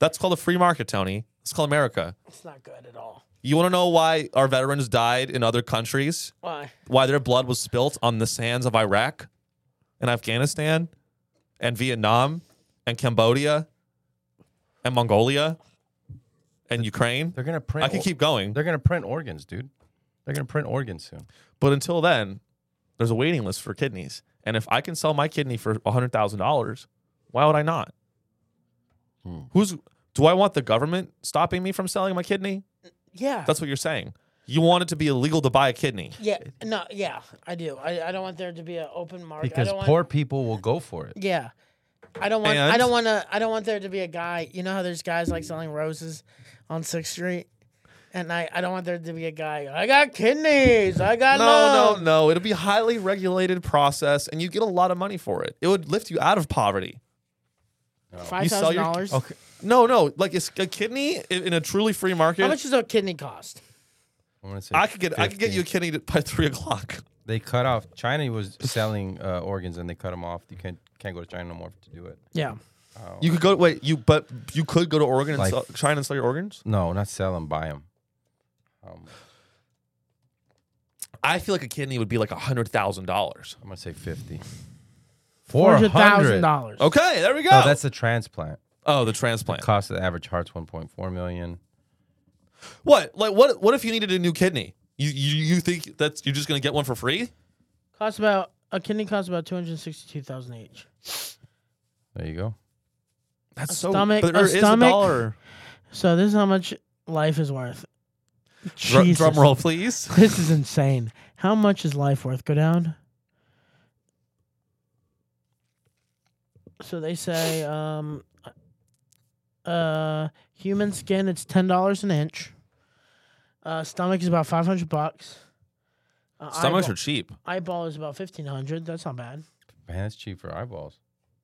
A: That's called a free market, Tony. It's called America.
B: It's not good at all.
A: You want to know why our veterans died in other countries?
B: Why?
A: Why their blood was spilt on the sands of Iraq and Afghanistan and Vietnam and Cambodia and Mongolia and Ukraine?
C: they're gonna print.
A: I can
C: or-
A: keep going.
C: They're gonna print organs, dude. They're gonna print organs soon.
A: But until then, there's a waiting list for kidneys. And if I can sell my kidney for $100,000, why would I not? Who's do I want the government stopping me from selling my kidney?
B: Yeah.
A: That's what you're saying. You want it to be illegal to buy a kidney.
B: yeah. No. Yeah. I do. I, I don't want there to be an open market. I
C: Because
B: don't want-
C: poor people will go for it.
B: Yeah. I don't want I
A: And-
B: don't want to I don't want there to be a guy. You know how there's guys like selling roses on 6th Street at night. I don't want there to be a guy. I got kidneys. I got
A: No,
B: love."
A: no, no. It'll be a highly regulated process, and you get a lot of money for it. It would lift you out of poverty.
B: Five
A: You sell
B: thousand
A: your-
B: dollars.
A: No, no. Like it's a kidney i- in a truly free market.
B: How much does a kidney cost?
C: I want to say
A: I could get I could get
C: 15.
A: you a kidney to- by <laughs> three o'clock.
C: They cut off. China
A: <laughs>
C: was selling uh, organs and they cut them off. You can't can't go to China no more to do it.
B: Yeah.
A: You could go wait you but you could go to Oregon
C: Like-
A: and sell, China and sell your organs.
C: No, not sell them, buy them. Um,
A: I feel like a kidney would be like a hundred thousand dollars.
C: I'm gonna say fifty. Four
B: Hundred
C: hundred.
B: thousand dollars.
A: Okay, there we go.
C: No, that's a transplant.
A: oh the transplant.
C: Cost of the average heart's 1.4 million.
A: What like what what if you needed a new kidney? You you, you think that's you're just gonna get one for free?
B: Costs about a kidney costs about two hundred sixty-two thousand each.
C: There you go.
A: That's
B: A
A: so
B: stomach-
A: but
B: a
A: there is
B: stomach-
A: dollar.
B: So this is how much life is worth.
A: Dr-
B: Jesus.
A: drum roll, please. <laughs>
B: This is insane. How much is life worth? Go down. So they say, um, uh, human skin it's ten dollars an inch. Uh, stomach is about five hundred bucks. Uh,
A: Stomachs
B: eyeball,
A: are cheap.
B: eyeball is about fifteen hundred. That's not bad.
C: Man, that's cheap for eyeballs.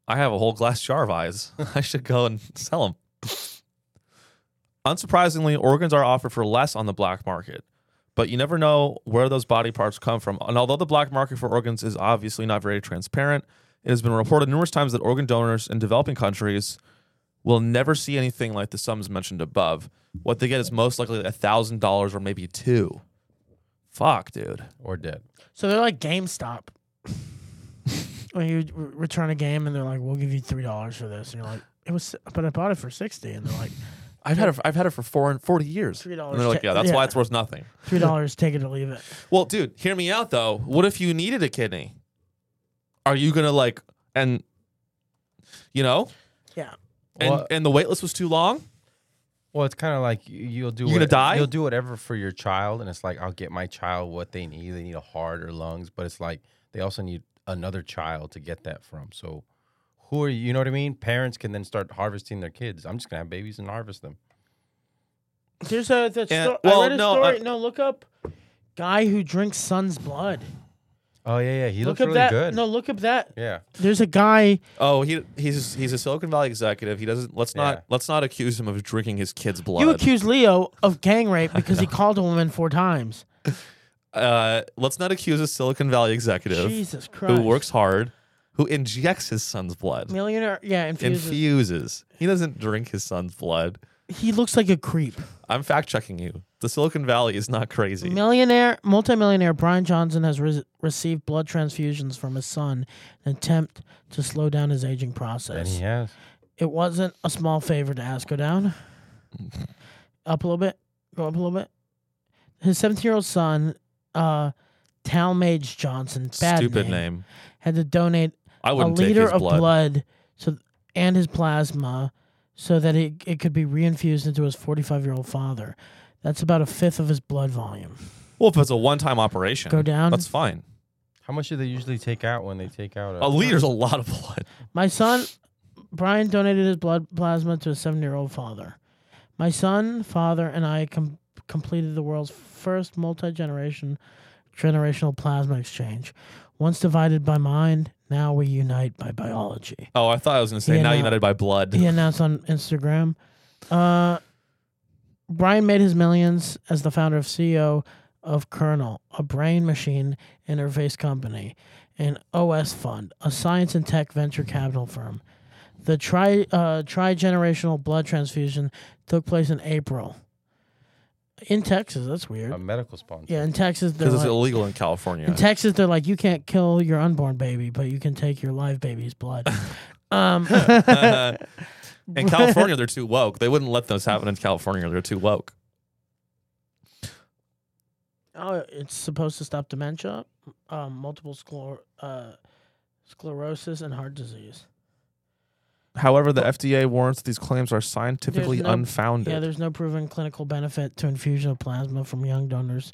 A: I have a whole glass jar of eyes. <laughs> I should go and sell them. Unsurprisingly, organs are offered for less on the black market, but you never know where those body parts come from. And although the black market for organs is obviously not very transparent, it has been reported numerous times that organ donors in developing countries will never see anything like the sums mentioned above. What they get is most likely $1,000 or maybe two. Fuck, dude.
C: Or dead.
B: So they're like GameStop. <laughs> when you re- return a game and they're like, "We'll give you three dollars for this," and you're like, "It was, but I bought it for 60 and
A: <laughs>
B: they're like,
A: I've had it, I've had it for four, 40 years.
B: Three dollars
A: And they're like,
B: check-
A: yeah, that's
B: yeah.
A: why it's worth nothing.
B: three dollars, take it or leave it."
A: Well, dude, hear me out though. What if you needed a kidney? Are you gonna like and you know
B: Yeah,
A: and
C: Well-
A: and the wait list was too long?
C: Well, it's kind of like you- you'll do.
A: You gonna
C: what-
A: die?
C: You'll do whatever for your child, and it's like I'll get my child what they need. They need a heart or lungs, but it's like they also need another child to get that from. So, who are you? You know what I mean? Parents can then start harvesting their kids. I'm just gonna have babies and harvest them.
B: there's a the
A: Yeah,
B: sto-
A: well,
B: I read a
A: no,
B: story.
A: uh,
B: no, look up guy who drinks son's blood.
C: Oh yeah, yeah. He
B: look
C: looks
B: up
C: really
B: that.
C: good.
B: No, look up that.
C: Yeah.
B: There's a guy.
A: Oh, he he's he's a Silicon Valley executive. He doesn't let's not
C: Yeah.
A: let's not accuse him of drinking his kid's blood.
B: You accuse Leo of gang rape because he called a woman four times.
A: uh, let's not accuse a Silicon Valley executive
B: Jesus Christ!
A: who works hard, who injects his son's blood,
B: Millionaire, yeah, infuses.
A: infuses. He doesn't drink his son's blood.
B: he looks like a creep.
A: I'm fact checking you. The Silicon Valley is not crazy.
B: Millionaire, multimillionaire Brian Johnson has re- received blood transfusions from his son in an attempt to slow down his aging
C: And
B: process.
C: he has.
B: It wasn't a small favor to ask. Go down. up a little bit. Go up a little bit. His 17 year old son, uh, Talmage Johnson, bad
A: Stupid name.
B: had to donate
A: I
B: a
A: wouldn't take
B: liter
A: his
B: of blood.
A: blood.
B: so and his plasma so that it, it could be reinfused into his 45 year old father. That's about a fifth of his blood volume.
A: Well, if it's a one-time operation,
B: Go down.
A: That's fine.
C: How much do they usually take out when they take out?
A: A liter's a lot of blood. <laughs>
B: My son, Brian, donated his blood plasma to his seven year old father. My son, father, and I com- completed the world's first multi generation generational plasma exchange. Once divided by mind, now we unite by biology.
A: Oh, I thought I was going to say
B: Yeah,
A: now
B: no.
A: united by blood.
B: He announced on Instagram. Uh, Brian made his millions as the founder of CEO of Kernel, a brain machine interface company, an OS fund, a science and tech venture capital firm. The tri uh, tri generational blood transfusion took place in April in Texas. That's weird.
C: a medical sponsor.
B: yeah, in Texas, they're
A: Because Um, it's
B: like-
A: illegal in California.
B: <laughs> in Texas, they're like, you can't kill your unborn baby, but you can take your live
A: <laughs>
B: baby's blood. um,
A: in California, they're too woke. They wouldn't let those happen in California. They're too woke.
B: Oh, it's supposed to stop dementia, um, multiple scler- uh, sclerosis, and heart disease.
A: However, the FDA warrants that these claims are scientifically
B: There's no-
A: unfounded.
B: Yeah, there's no proven clinical benefit to infusion of plasma from young donors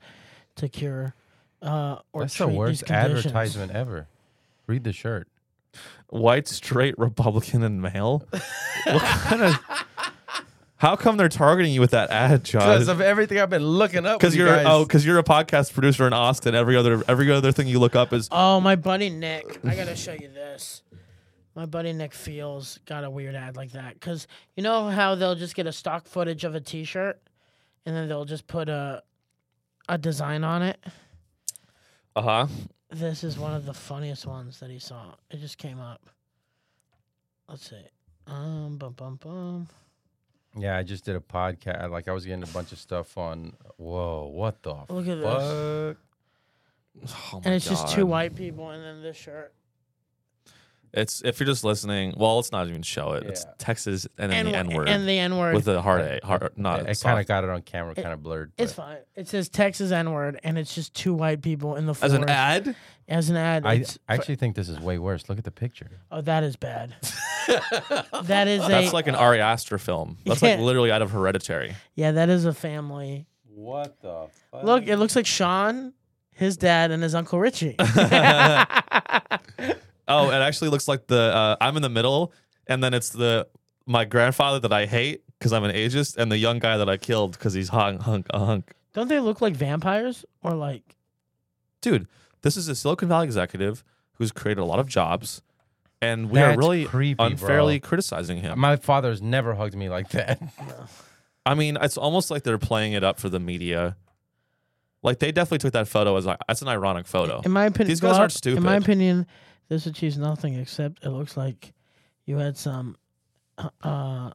B: to cure uh, or
C: That's the
B: treat these
C: worst
B: conditions.
C: advertisement ever. Read the shirt.
A: White, straight, Republican, and male. what kind of? How come they're targeting you with that ad,
C: Because of
A: John?
C: everything I've been looking up.
A: Because
C: with
A: you're
C: you guys.
A: oh, because you're a podcast producer in Austin. Every other every other thing you look up is
B: Oh, my buddy Nick, I gotta show you this. My buddy Nick feels got a weird ad like that because you know how they'll just get a stock footage of a T-shirt, and then they'll just put a a design on it.
A: Uh huh.
B: This is one of the funniest ones that he saw. It just came up. Let's see. Um, bum bum bum.
A: Oh
C: Yeah, I just did a podcast. Like I was getting a bunch of stuff on. Whoa, what the
B: Look at
C: fuck?
B: this.
A: Oh my
B: And it's just two
A: God.
B: white people and then this shirt.
A: It's if you're just listening. Well, let's not even show it. It's
C: Yeah.
A: Texas and then the N
B: N-wo-
A: word
B: And the N word.
A: with a hard A. Hard, not
C: I,
A: a
C: kind of
A: soft.
C: got it on camera,
B: It-
C: kind of blurred.
B: It's
C: but
B: fine. It says Texas N word, and it's just two white people in the
A: as an
B: forest.
A: ad.
B: As an ad.
C: I
B: it's-
C: I actually think this is way worse. Look at the picture.
B: oh, that is
A: <laughs>
B: bad. that is
A: That's
B: a
A: like an Ari Aster film. That's like
B: <laughs> Yeah.
A: literally out of Hereditary.
B: yeah. That is a family.
C: What the fuck?
B: Look, it looks like Sean, his dad, and his
A: <laughs>
B: uncle Richie. yeah,
A: Oh, it actually looks like the uh, I'm in the middle, and then it's the my grandfather that I hate because I'm an ageist, and the young guy that I killed because he's hunk hunk a hunk.
B: don't they look like vampires or like?
A: Dude, this is a Silicon Valley executive who's created a lot of jobs, and we
C: That's
A: are really
C: creepy, bro.
A: unfairly criticizing him.
C: my father's never hugged me like <laughs> that.
A: I mean, it's almost like they're playing it up for the media. Like they definitely took that photo as like that's an ironic photo.
B: In my opinion,
A: These guys aren't
B: In my
A: stupid.
B: opinion, this achieves nothing except it looks like you had some uh, uh, Um,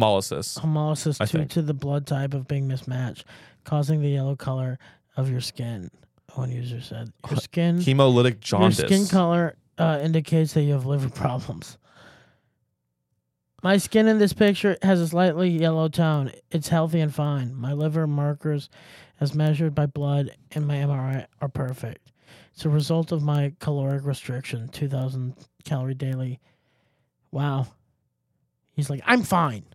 A: Hemolysis. I
B: homolysis due
A: think.
B: to the blood type of being mismatched, causing the yellow color of your skin. One user said, "Your skin,
A: Hemolytic
B: your
A: jaundice.
B: skin color uh, indicates that you have liver problems." My skin in this picture has a slightly yellow tone. It's healthy and fine. My liver markers, as measured by blood and my MRI, are perfect. It's a result of my caloric restriction, 2,000 calorie daily. Wow. He's like, I'm fine.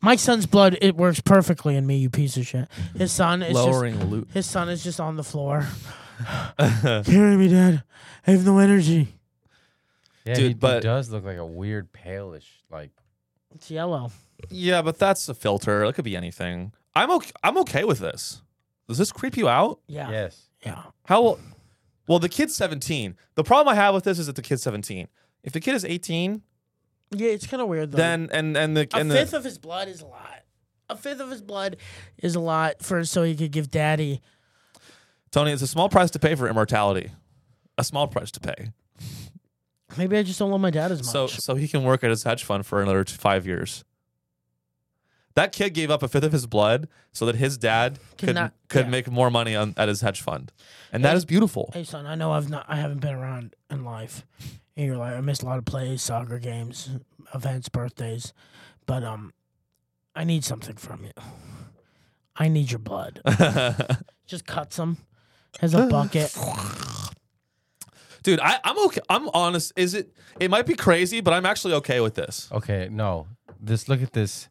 B: My son's blood, it works perfectly in me, you piece of shit. His son is
A: Lowering
B: just,
A: loot.
B: His son is just on
A: <laughs>
B: the floor. Carry me, Dad. I have no energy.
C: Yeah,
A: Dude,
C: he,
A: but-
C: he does look like a weird palish. Like
B: It's yellow.
A: Yeah, but that's a filter. It could be anything. I'm okay. I'm okay with this. Does this creep you out?
B: Yeah.
C: yes,
B: Yeah.
A: How? ol- Well, the kid's 17. The problem I have with this is that the kid's 17. If the kid is 18,
B: Yeah, it's kind of weird, though.
A: then and and the
B: a
A: and
B: fifth
A: the,
B: of his blood is a lot. A fifth of his blood is a lot for so he could give daddy.
A: Tony, it's a small price to pay for immortality. A small price to pay.
B: Maybe I just don't love my dad as much.
A: So so he can work at his hedge fund for another t- five years. That kid gave up a fifth of his blood so that his dad could could,
B: Cannot- yeah.
A: make more money on, at his hedge fund, and that
B: Hey-
A: is beautiful.
B: Hey son, I know I've not I haven't been around in life. And you're like I missed a lot of plays, soccer games, events, birthdays, but um I need something from you. I need your blood. Just cut some. Has a bucket.
A: Dude, I, I'm okay. I'm honest. Is it? It might be crazy, but I'm actually okay with this.
C: Okay, no. This look at this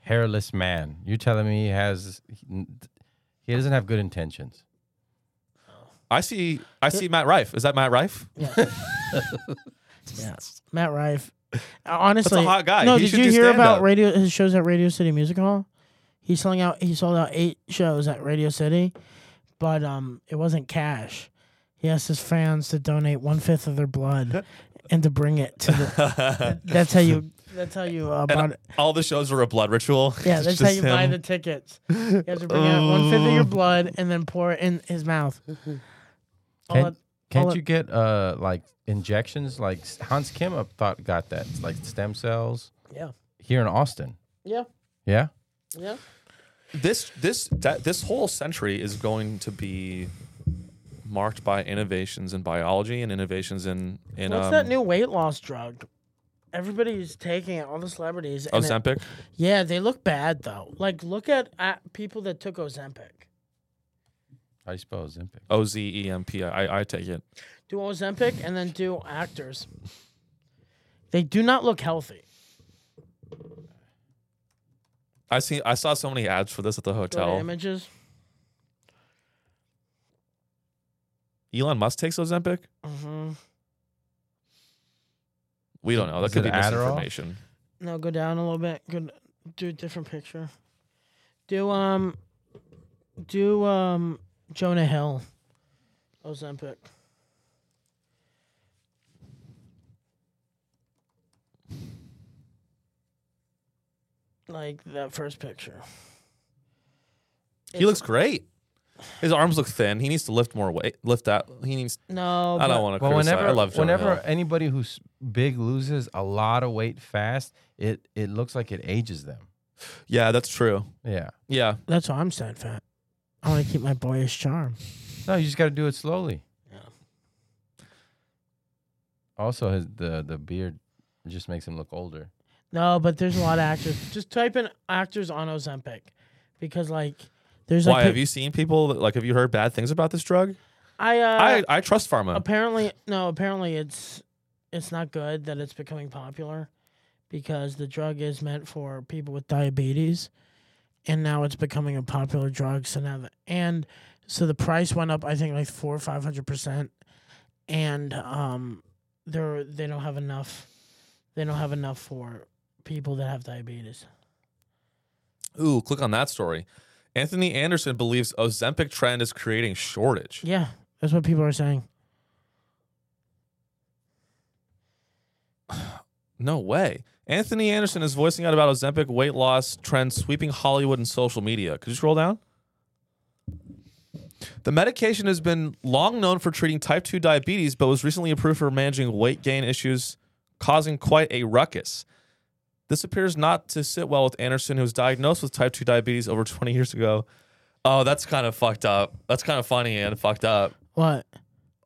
C: hairless man. You're telling me he has he, he doesn't have good intentions.
A: I see. I see Matt Rife. Is that Matt Rife? <laughs>
B: yeah. Matt Rife. Uh,
A: That's
B: Honestly,
A: a hot guy.
B: No,
A: He
B: did
A: should
B: you
A: do
B: hear about
A: stand-up.
B: radio his shows at Radio City Music Hall? He selling out he sold out eight shows at Radio City, but um it wasn't cash. He asked his fans to donate one fifth of
A: <laughs>
B: their blood and to bring it to the That's how you that's how you uh, bought it.
A: All the shows were a blood ritual.
B: Yeah,
A: It's
B: that's how
A: just
B: you buy
A: him.
B: the tickets. You have to bring out one fifth of your blood and then pour it in his mouth. All at-
C: Can't,
B: all
C: can't
B: at-
C: you get uh like injections? Like Hans Kim up thought got that like stem cells
B: yeah.
C: here in Austin.
B: Yeah.
C: Yeah,
B: Yeah.
A: This this that, this whole century is going to be marked by innovations in biology and innovations in in
B: What's
A: um,
B: that new weight loss drug? Everybody's taking it, all the celebrities. and it-
A: Ozempic.
B: yeah, they look bad though. Like, look at, at people that took Ozempic.
C: how do you spell Ozempic?
A: O z e m p. I I take it.
B: Do Ozempic and then do actors. They do not look healthy.
A: I see. I saw so many ads for this at the
B: Go to
A: hotel.
B: images.
A: Elon Musk takes Ozempic.
B: hmm
A: We don't know. That
C: Is
A: could be
C: it Adderall?
A: misinformation.
B: No, go down a little bit. Go do a different picture. Do um, do um, Jonah Hill, Ozempic. Like that first picture.
A: He looks great. His arms look thin. He needs to lift more weight. Lift out. He needs.
B: No,
A: I
B: but-
A: don't want to
C: Well,
A: criticize.
C: whenever
A: I love Jonah
C: whenever
A: Hill.
C: anybody who's big loses a lot of weight fast, it it looks like it ages them.
A: Yeah, that's true.
C: Yeah.
A: Yeah,
B: That's why I'm staying fat. I want to keep my boyish charm.
C: No, you just got to do it slowly. Also, his the the beard just makes him look older.
B: No, but there's a lot of actors. Just type in actors on Ozempic, because like there's
A: Why
B: like
A: have you seen people that, like have you heard bad things about this drug?
B: I uh,
A: I, I trust pharma.
B: apparently no apparently it's it's not good that it's becoming popular because the drug is meant for people with diabetes and now it's becoming a popular drug so now the, and so the price went up i think like 4 or 500 percent and um they're they don't have enough they don't have enough for people that have diabetes
A: Ooh, click on that story. Anthony Anderson believes Ozempic trend is creating shortage.
B: yeah that's what people are saying
A: No way. Anthony Anderson is voicing out about Ozempic weight loss trends sweeping Hollywood and social media. Could you scroll down? The medication has been long known for treating type 2 diabetes, but was recently approved for managing weight gain issues, causing quite a ruckus. This appears not to sit well with Anderson, who was diagnosed with type 2 diabetes over 20 years ago. Oh, that's kind of fucked up. That's kind of funny and fucked up.
B: what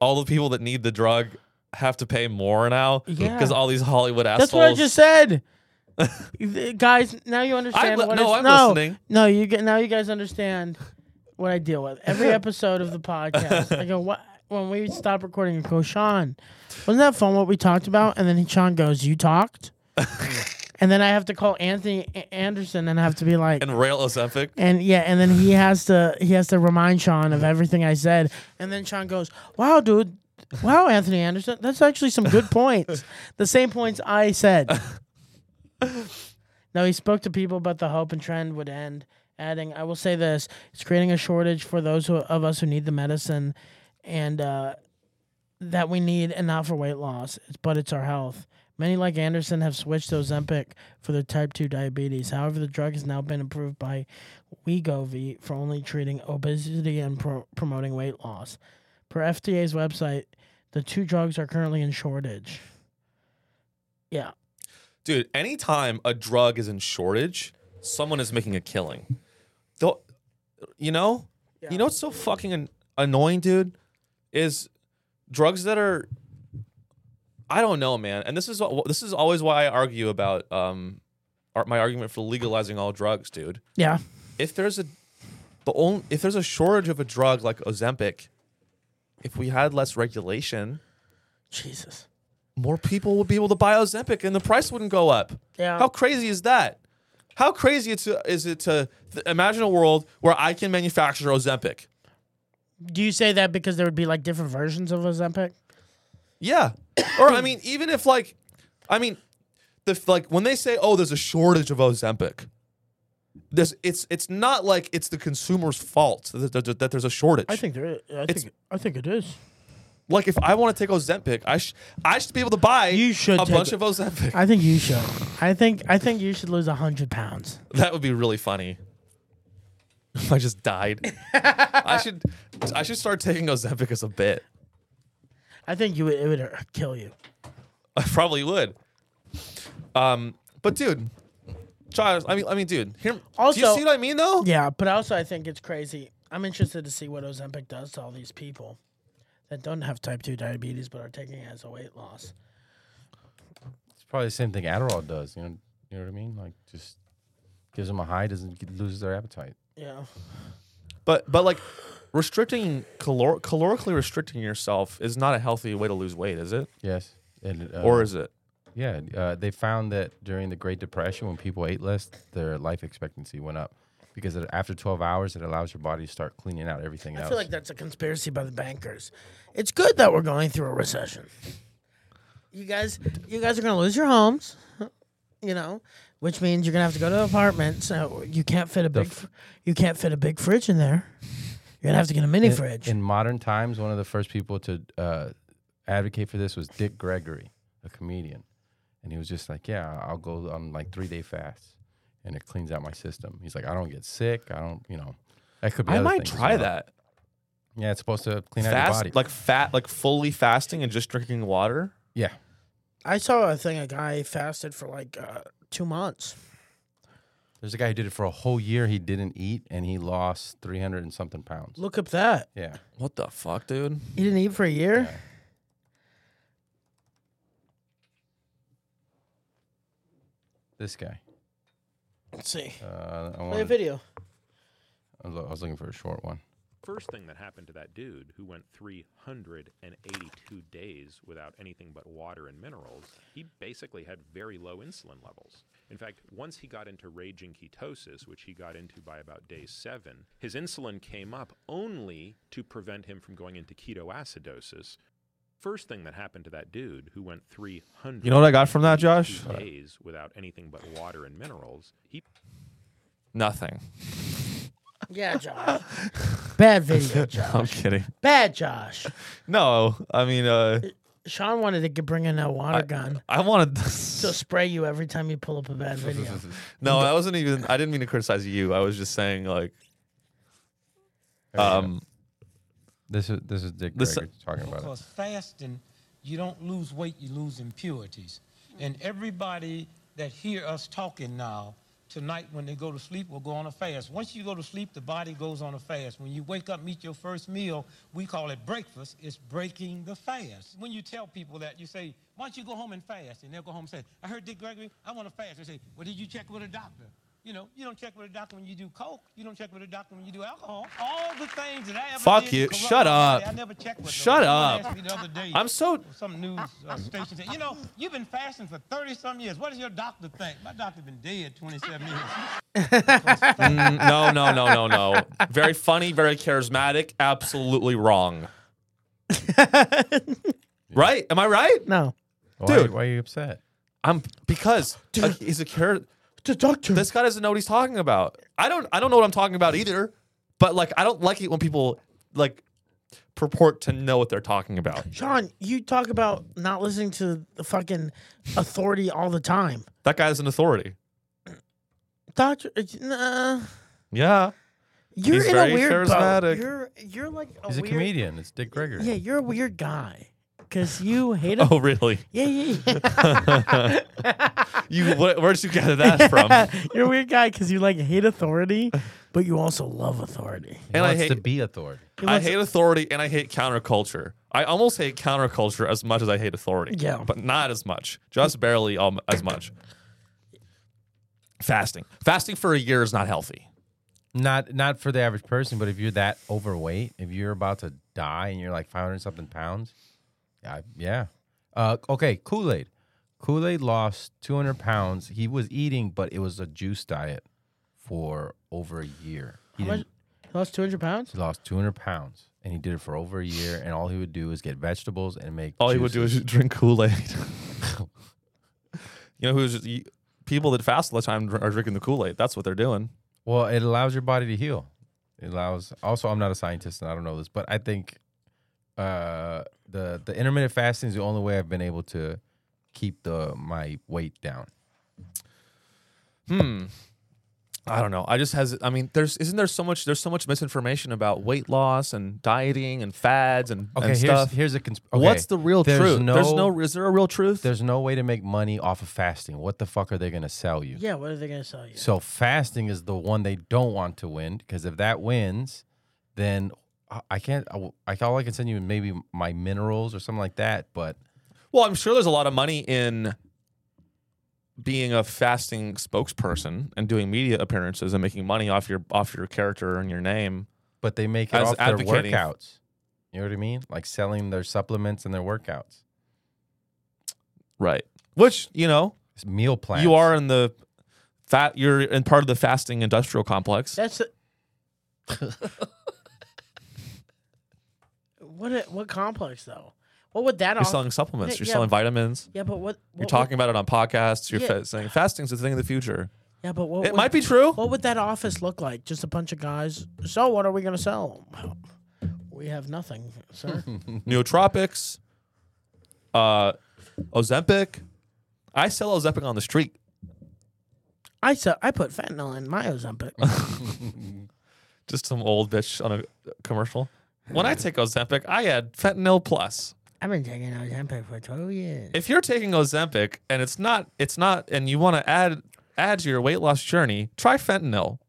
A: All the people that need the drug have to pay more now
B: Yeah.
A: because all these Hollywood assholes.
B: That's what I
A: <laughs>
B: just said. Th- guys, now you understand.
A: li-
B: what
A: no,
B: it's-
A: I'm
B: no,
A: listening.
B: No, you get now. You guys understand what I deal with
A: <laughs>
B: every episode of the podcast. I go what when we stop recording. I go Sean, wasn't that fun what we talked about? And then Sean goes,
A: <laughs>
B: "You talked," and then I have to call Anthony A- Anderson and I have to be like.
A: and rail Ozempic.
B: and yeah, and then he has to he has to remind Sean of everything I said, and then Sean goes, "Wow, dude, wow, Anthony Anderson, that's actually some good points. The same points I said." No, he spoke to people about the hope and trend would end, adding, "I will say this: it's creating a shortage for those who, of us who need the medicine, and uh, that we need, and not for weight loss, It's- but it's our health." Many, like Anderson, have switched to Ozempic for their type two diabetes. However, the drug has now been approved by Wegovy for only treating obesity and pro- promoting weight loss. Per FDA's website, the two drugs are currently in shortage. Yeah,
A: Dude, anytime a drug is in shortage, someone is making a killing. Though, you know, you know what's so fucking an- annoying, dude, is drugs that are. I don't know, man. And this is what this is always why I argue about um, ar- my argument for legalizing all drugs, dude.
B: yeah,
A: if there's a the only if there's a shortage of a drug like Ozempic, if we had less regulation,
B: Jesus.
A: more people would be able to buy Ozempic and the price wouldn't go up.
B: Yeah.
A: How crazy is that? How crazy it's, is it to th- imagine a world where I can manufacture Ozempic?
B: Do you say that because there would be like different versions of Ozempic?
A: Yeah. or I mean, even if like, I mean, the f- like when they say, "Oh, there's a shortage of Ozempic," this it's it's not like it's the consumer's fault that, that- that there's a shortage.
B: I think there is. I
A: It's-
B: think I think it is.
A: Like if I want to take Ozempic, I sh- I should be able to buy
B: You should
A: a
B: take
A: bunch
B: it.
A: of Ozempic.
B: I think you should. I think I think you should lose hundred pounds.
A: that would be really funny. <laughs> If I just died. I should I should start taking Ozempic as a bit.
B: I think you would, it would uh, kill you.
A: I probably would. Um, but dude, Charles, I mean, I mean, dude, here. do you
B: Also-
A: see what I mean though?
B: Yeah, but also I think it's crazy. I'm interested to see what Ozempic does to all these people that don't have type two diabetes but are taking it as a weight loss.
C: It's probably the same thing Adderall does. You know, you know what I mean? Like just gives them a high, doesn't get- loses their appetite.
B: Yeah,
A: But but like restricting calor- calorically restricting yourself is not a healthy way to lose weight, is it?
C: Yes. And, uh,
A: Or is it?
C: yeah, uh, they found that during the Great Depression, when people ate less, their life expectancy went up because it- after 12 hours, it allows your body to start cleaning out everything
B: I
C: else.
B: feel like that's a conspiracy by the bankers. It's good that we're going through a recession. You guys, you guys are gonna lose your homes, you know, which means you're gonna have to go to apartments. So you can't fit a big, fr- you can't fit a big fridge in there. You're gonna have to get a mini
C: in,
B: fridge.
C: in modern times, one of the first people to uh, advocate for this was Dick Gregory, a comedian, and he was just like, "Yeah, I'll go on like three day fasts, and it cleans out my system." He's like, "I don't get sick. I don't, you know, that could be."
A: I
C: other
A: might
C: things as
A: try
C: well."
A: that.
C: Yeah, it's supposed to clean out your body.
A: Fast, like fat, like fully fasting and just drinking water.
C: yeah,
B: I saw a thing. A guy fasted for like uh, two months.
C: there's a guy who did it for a whole year. He didn't eat, and he lost 300 and something pounds.
B: Look up that.
C: Yeah,
A: What the fuck, dude?
B: He didn't eat for a year.
C: this guy.
B: Let's see.
C: Uh, I,
B: Play a
C: wanted,
B: video.
C: I was- I was looking for a short one.
H: First thing that happened to that dude who went 382 days without anything but water and minerals, he basically had very low insulin levels. In fact, once he got into raging ketosis, which he got into by about day seven, his insulin came up only to prevent him from going into ketoacidosis. First thing that happened to that dude who went 300
A: You know what I got from that, Josh?
H: days without anything but water and minerals, he
A: Nothing. <laughs>
B: Yeah, Josh. Bad video,
A: I'm
B: Josh.
A: kidding.
B: Bad, Josh.
A: No, I mean, uh,
B: Sean wanted to g- bring in that water
A: I,
B: gun
A: I wanted. <laughs>
B: to spray you every time you pull up a bad video.
A: no, I wasn't even. I didn't mean to criticize you. I was just saying, like, um,
C: This is this is Dick
A: This-
C: Greger talking about it.
I: Because fasting, you don't lose weight, you lose impurities. And everybody that hear us talking now, tonight when they go to sleep, will go on a fast. Once you go to sleep, the body goes on a fast. When you wake up, meet your first meal, we call it breakfast, it's breaking the fast. When you tell people that, you say, why don't you go home and fast? And they'll go home and say, I heard Dick Gregory, I want to fast. They say, well, did you check with a doctor? You know, you don't check with a doctor when you do coke. You don't check with a doctor when you do alcohol. All the things that I ever
A: Fuck
I: did
A: you.
I: corrupt
A: Shut
I: my body.
A: up.
I: I never checked with
A: Shut
I: them. Someone
A: up.
I: asked me the other day,
A: I'm so-
I: Some news uh, station said, you know, you've been fasting for 30 some years. What does your doctor think? My doctor's been dead 27 years.
A: mm, no, no, no, no, no. Very funny, very charismatic. Absolutely <laughs> wrong. right? Am I right?
B: No.
C: Why,
A: Dude.
C: why are you upset?
A: I'm because uh, he's a char-
B: The doctor.
A: This guy doesn't know what he's talking about. I don't. I don't know what I'm talking about either. But like, I don't like it when people like purport to know what they're talking about.
B: Sean, you talk about not listening to the fucking authority all the time.
A: That guy's an authority.
B: Doctor, it's- nah.
A: Yeah.
B: You're
A: He's
B: in
A: very
B: a weird boat.
A: charismatic.
B: You're you're like a
C: He's a
B: weird,
C: comedian. It's Dick Greger.
B: Yeah, you're a weird guy because
A: <laughs>
B: you hate him.
A: Oh, really?
B: Yeah, yeah, yeah.
A: You? Wh- where'd you gather
B: <laughs>
A: that from? And
B: You're a weird guy because you like hate authority, but you also love authority.
C: He
A: I
C: wants
A: hate.
C: to be authority.
A: I hate authority, and I hate counterculture. I almost hate counterculture as much as I hate authority.
B: Yeah.
A: But not as much. Just barely um, as much. Fasting. Fasting for a year is not healthy.
C: Not not for the average person, but if you're that overweight, if you're about to die and you're like 500 something pounds, I, yeah. Uh, okay, Kool Aid. Kool Aid lost 200 pounds. He was eating, but it was a juice diet for over a year. He, didn't-
B: Lost two hundred pounds.
C: he lost 200 pounds, and he did it for over a year. And all he would do is get vegetables and make.
A: All you would do
C: juices.
A: is drink Kool Aid. <laughs> you know who's you- people that fast all the time dr- are drinking the Kool Aid. That's what they're doing.
C: Well, it allows your body to heal. It allows. Also, I'm not a scientist and I don't know this, but I think uh, the the intermittent fasting is the only way I've been able to keep the my weight down.
A: Hmm. I don't know. I just has. I mean, there's isn't there so much there's so much misinformation about weight loss and dieting and fads and, and
C: Okay, here's
A: stuff.
C: here's a consp-
A: What's the real
C: there's
A: truth?
C: No,
A: there's no. Is there a real truth?
C: there's no way to make money off of fasting. What the fuck are they gonna sell you?
B: Yeah, what are they gonna sell you?
C: So fasting is the one they don't want to win because if that wins, then I- I can't. I, I all I can send you is maybe my minerals or something like that. But
A: Well, I'm sure there's a lot of money in being a fasting spokesperson and doing media appearances and making money off your off your character and your name.
C: but they make it
A: As
C: off their
A: advocating-
C: workouts. You know what I mean? Like selling their supplements and their workouts.
A: Right. Which, you know,
C: It's meal plans.
A: you
B: <laughs>
A: are in the fat you're in part of the fasting industrial complex.
B: That's. <laughs> A- what a, what complex though? What would that?
A: You're
B: off-
A: selling supplements, you're
B: Yeah,
A: selling vitamins.
B: Yeah, but what?
A: You're
B: what-
A: talking about it on podcasts. You're
B: Yeah.
A: fa- saying fasting's a thing of the future.
B: yeah, but what?
A: It
B: would-
A: might be true.
B: What would that office look like? Just a bunch of guys. So what are we gonna sell? We have nothing, sir.
A: <laughs> Nootropics, uh, Ozempic. I sell Ozempic on the street.
B: I sell, I put fentanyl in my Ozempic.
A: Just some old bitch on a commercial. When I take Ozempic, I add fentanyl plus.
B: I've been taking Ozempic for 12 years.
A: If you're taking Ozempic and it's not, it's not, and you want to add add to your weight loss journey, try fentanyl.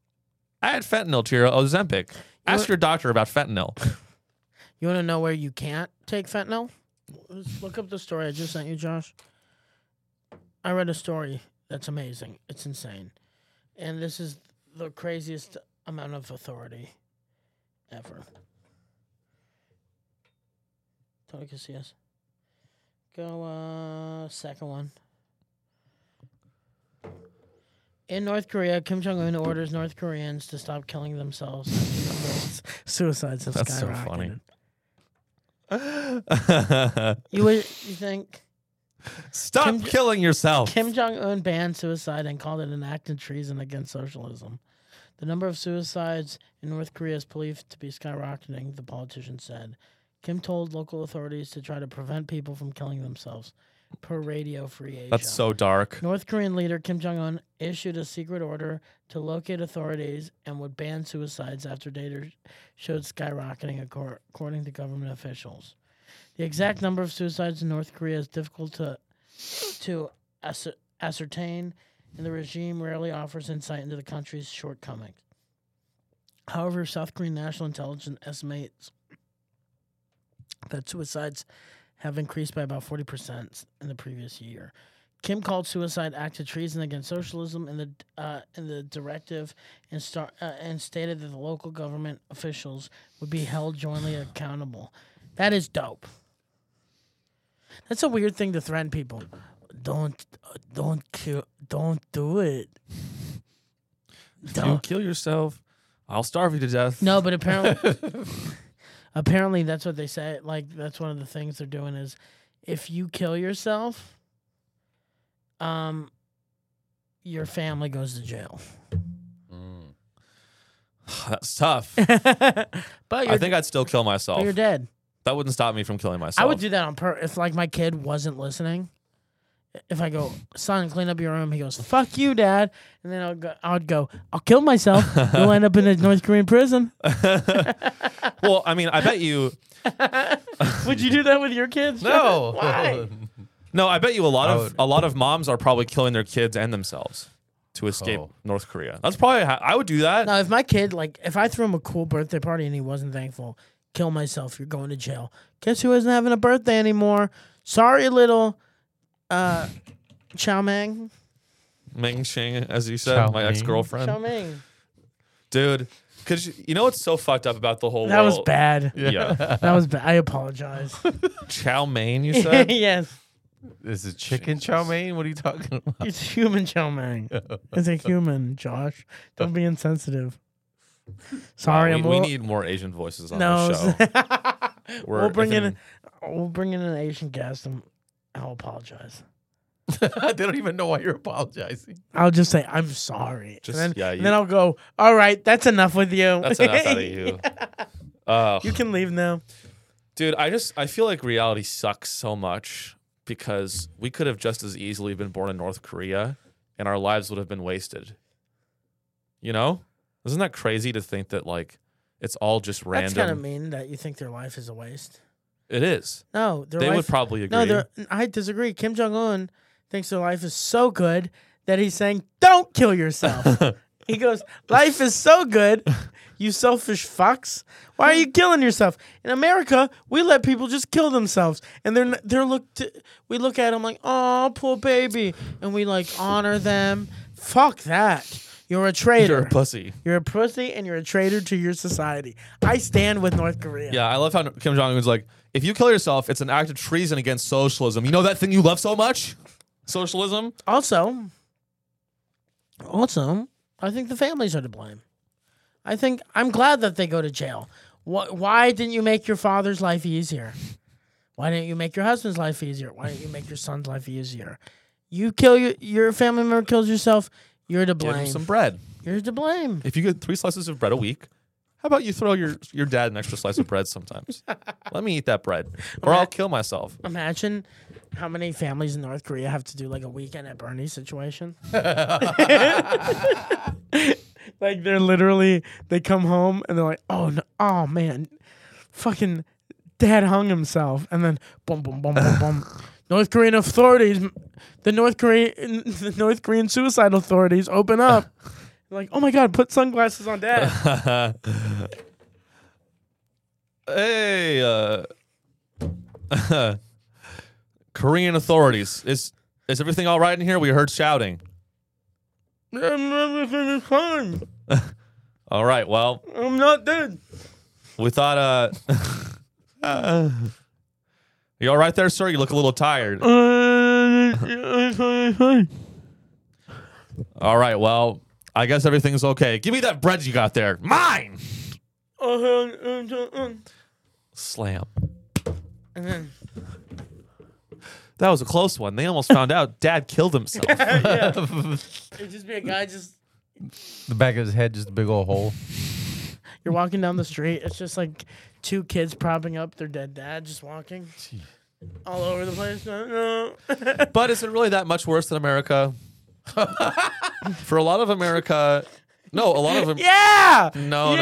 A: Add fentanyl to your Ozempic. Ask your doctor about
B: <laughs>
A: fentanyl.
B: You want to know where you can't take fentanyl? Let's look up the story I just sent you, Josh. I read a story that's amazing. It's insane. And this is the craziest amount of authority ever. Tony Casillas. Go, uh, second one. In North Korea, Kim Jong Un orders North Koreans to stop killing themselves. <laughs> Suicides have
A: That's so
B: skyrocketed.
A: funny.
B: <laughs> You would you think
A: Stop
B: Kim-
A: killing yourself.
B: Kim Jong Un banned suicide and called it an act of treason against socialism. The number of suicides in North Korea is believed to be skyrocketing, the politician said. Kim told local authorities to try to prevent people from killing themselves per Radio Free Asia.
A: That's so dark.
B: North Korean leader Kim Jong Un issued a secret order to locate authorities and would ban suicides after data showed skyrocketing, accor- according to government officials. The exact number of suicides in North Korea is difficult to to ascer- ascertain, and the regime rarely offers insight into the country's shortcomings. However, South Korean national intelligence estimates that suicides have increased by about 40% in the previous year. Kim called suicide act of treason against socialism in the uh, in the directive, and star, uh, and stated that the local government officials would be held jointly accountable. That is dope. That's a weird thing to threaten people. Don't uh, don't kill, don't do it.
A: You
B: Don't.
A: kill yourself. I'll starve you to death.
B: No, but apparently, apparently that's what they say. Like that's one of the things they're doing is, if you kill yourself, um, your family goes to jail.
A: That's
B: <laughs>
A: tough.
B: But
A: I
B: you're,
A: think I'd still kill
B: but
A: myself.
B: you're dead.
A: That wouldn't stop me from killing myself.
B: I would do that on per. If like my kid wasn't listening, if I go, son, clean up your room, he goes, "Fuck you, dad," and then I'll go, I'd go, I'll kill myself. You'll end up in a North Korean prison.
A: well, I mean, I bet
B: <laughs>
A: you.
B: would you do that with your kids?
C: No.
B: Why?
A: No, I bet you a lot
C: I
A: of
C: would-
A: a lot of moms are probably killing their kids and themselves to escape
C: Oh.
A: North Korea. That's probably how, I would do that.
B: No, if my kid like, if I threw him a cool birthday party and he wasn't thankful, kill myself. You're going to jail. Guess who isn't having a birthday anymore? Sorry, little, uh, Chow Mang.
A: Ming Shing, as you said,
C: Chow
A: my
C: Ming.
A: ex
B: Chow
A: girlfriend,
B: Mang.
A: dude. Because you know what's so fucked up about the whole
B: That was
A: world?
B: bad.
C: <laughs>
A: Yeah,
B: That was bad.
A: <laughs>
B: I apologize.
A: Chow Mein, you
B: <laughs>
A: said.
B: yes.
C: <laughs> This is chicken chow mein. What are you <laughs> talking about?
B: It's human chow
A: <laughs>
B: mein. It's a human, Josh. Don't
A: <laughs>
B: be insensitive. Sorry,
A: we,
B: I'm a
A: we
B: little-
A: need more Asian voices on
B: no. <laughs>
A: the show. We're,
B: we'll bring
A: if
B: in we'll bring in an Asian guest and I'll apologize.
C: they don't even know why you're <laughs> apologizing.
B: I'll just say I'm sorry.
A: Just-
B: and then,
A: yeah,
B: and
A: you-
B: then I'll go, All right, that's enough with you.
A: That's enough
B: <laughs>
A: out of you. Uh,
B: you can leave now.
A: Dude, I just I feel like reality sucks so much because we could have just as easily been born in North Korea and our lives would have been wasted. You know? Isn't that crazy to think that like it's all just
B: That's kind of
A: random?
B: mean that you think their life is a waste.
A: It is.
B: No, their
A: they
B: life
A: would probably agree.
B: No, they're- I disagree. Kim Jong Un thinks their life is so good that he's saying, "Don't kill
A: <laughs>
B: yourself." he goes, "Life is so good, you selfish fucks. Why are you killing yourself?" In America, we let people just kill themselves, and they're n- they're looked. We look at them like, "Oh, poor baby," and we like honor them. Fuck that. You're a traitor.
A: You're a pussy.
B: You're a pussy, and you're a traitor to your society. I stand with North Korea.
A: Yeah, I love how Kim Jong Un's like, if you kill yourself, it's an act of treason against socialism. You know that thing you love so much? Socialism?
B: Also, also, I think the families are to blame. I think I'm glad that they go to jail. Wh- why didn't you make your father's life easier? Why didn't you make your husband's life easier? Why didn't you make your son's life easier? You kill your your family member kills yourself. You're to
A: Give him
B: blame.
A: some bread.
B: you're to blame.
A: If you get three slices of bread a week, how about you throw your, your dad an extra slice of bread sometimes?
B: <laughs>
A: Let me eat that bread, or I'll kill myself.
B: Imagine how many families in North Korea have to do like a weekend at Bernie's situation. <laughs> like they're literally they come home and they're like, oh no, oh man, fucking dad hung himself, and then boom, boom, boom, boom, boom. North Korean authorities, the North Korean, <laughs> the North Korean suicide authorities open up. like, oh my god, put sunglasses on dad.
A: hey, uh, <laughs> Korean authorities, is is everything all right in here? We heard shouting. <laughs>
B: Everything is fine.
A: All right, well,
B: I'm not dead.
A: we thought. Uh, <laughs> you all right there, sir? You look a little tired. All right, well, I guess everything's okay. Give me that bread you got there, mine.
B: Uh-huh.
A: Slam. That was a close one. They almost found out Dad killed
B: <laughs>
A: himself.
B: It'd just be a guy just
C: The back of his head, just a big old hole.
B: You're walking down the street. It's just like two kids propping up their dead dad, just walking all over the place. No, no.
A: But is it really that much worse than
B: <laughs>
A: America? For a lot of America, no, a lot of Am-
B: yeah.
A: No, no,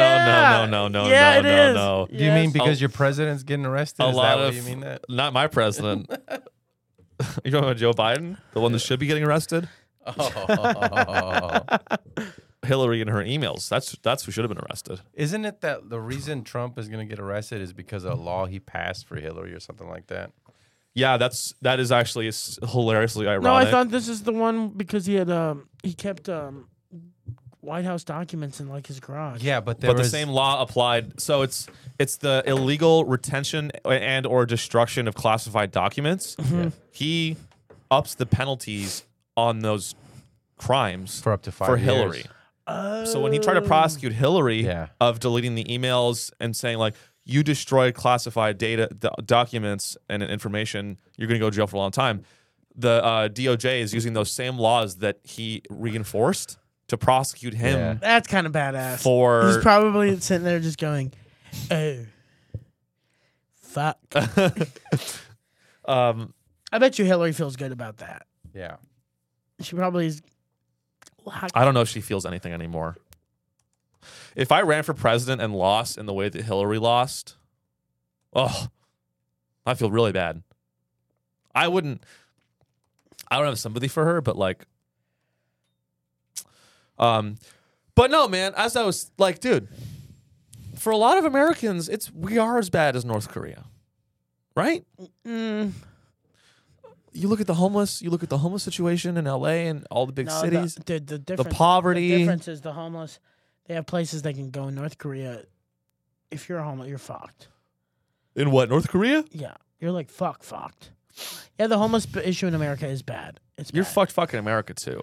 A: no,
B: Yeah!
A: no, no, no,
B: Yeah,
A: no,
B: it
A: no,
B: is.
A: no.
C: Do you mean
B: Yes.
C: because your president's getting arrested?
A: a
C: Is
A: lot
C: that
A: of
C: what you mean that?
A: not my
B: <laughs>
A: president. <laughs> you talking about Joe Biden, the one that should be getting arrested?
C: <laughs>
A: Hillary and her emails. That's that's who should have been arrested.
C: Isn't it that the reason Trump is going to get arrested is because of a law he passed for Hillary or something like that?
A: Yeah, that's that is actually s- hilariously ironic.
B: No, I thought this is the one because he had um he kept um White House documents in like his garage.
C: Yeah, but there
A: but the
C: was-
A: same law applied. So it's it's the illegal retention and or destruction of classified documents.
C: Mm-hmm.
A: He ups the penalties on those crimes
C: for up to five
A: for
C: years.
A: Hillary. So when he tried to prosecute Hillary
C: Yeah.
A: of deleting the emails and saying like you destroyed classified data do- documents and information, you're going to go to jail for a long time. The uh, DOJ is using those same laws that he reinforced to prosecute him
C: Yeah.
B: That's kind of badass.
A: for
B: He's probably sitting there just going, "Oh, fuck."
A: <laughs> um,
B: I bet you Hillary feels good about that.
C: Yeah.
B: She probably is. Lock-
A: I don't know if she feels anything anymore. If I ran for president and lost in the way that Hillary lost, oh, I feel really bad. I wouldn't. I don't have sympathy for her, but like, um, but no, man. As I was like, dude, for a lot of Americans, it's we are as bad as North Korea, right?
B: Mm,
A: You look at the homeless. You look at the homeless situation in L.A. and all the big
B: no,
A: cities.
B: The, the, the, difference,
A: poverty.
B: The difference is the homeless. They have places they can go. In North Korea, if you're homeless, you're fucked.
A: in what North Korea?
B: Yeah, you're like fuck fucked. Yeah, the homeless b- issue in America is bad. It's
A: You're
B: bad.
A: fucked fucking America too.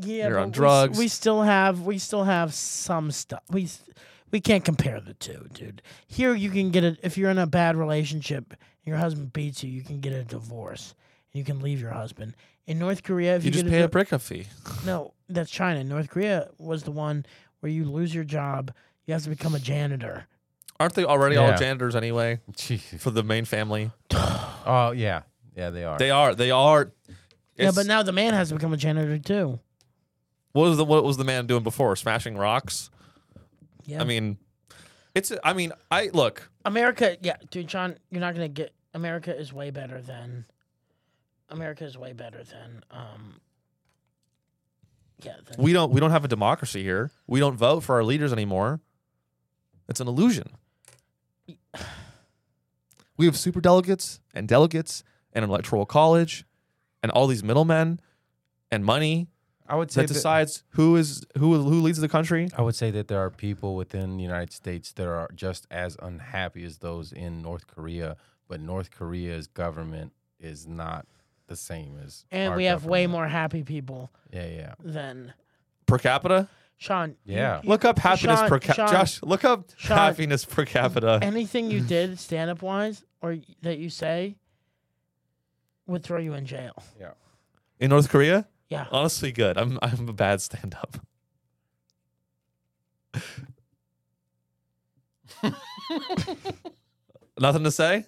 B: Yeah,
A: You're
B: but
A: on
B: we s-
A: drugs.
B: We, still have we still have some stuff. We s- we can't compare the two, dude. Here you can get a if you're in a bad relationship and your husband beats you, you can get a divorce. You can leave your husband. In North Korea, if
A: You
B: you,
A: just
B: get
A: pay a
B: di-
A: breakup fee.
B: no, that's China. North Korea was the one where you lose your job, you have to become a janitor.
A: Aren't they already all
C: Yeah.
A: janitors anyway
C: Jesus.
A: for the main family?
C: <laughs> Oh yeah, yeah they are.
A: They are. They are.
B: yeah,
A: It's-
B: but now the man has to become a janitor too.
A: what was the what was the man doing before? Smashing rocks.
B: Yeah,
A: I mean, it's. I mean, I look.
B: America, yeah, dude, John, you're not gonna get. America is way better than. America is way better than. Um, yeah, than,
A: We don't. We don't have a democracy here. We don't vote for our leaders anymore. It's an illusion. We have super delegates and delegates and an electoral college, and all these middlemen, and money
C: I would say
A: that
C: that-
A: decides who is who who leads the country.
C: I would say that there are people within the United States that are just as unhappy as those in North Korea, but North Korea's government is not the same as.
B: and
C: our
B: we have way
C: government.
B: more happy people
C: Yeah, yeah.
B: than
A: Per capita,
B: Sean. you-
C: Yeah.
B: you-
A: Look up happiness
B: Sean-
A: per capita.
B: Sean,
A: Josh, look up
B: Sean.
A: happiness per capita. <clears throat>
B: Anything you did stand up wise or y- that you say would throw you in jail.
A: In North Korea,
B: Yeah.
A: honestly, good. I'm I'm a bad stand up. <laughs> Nothing to say.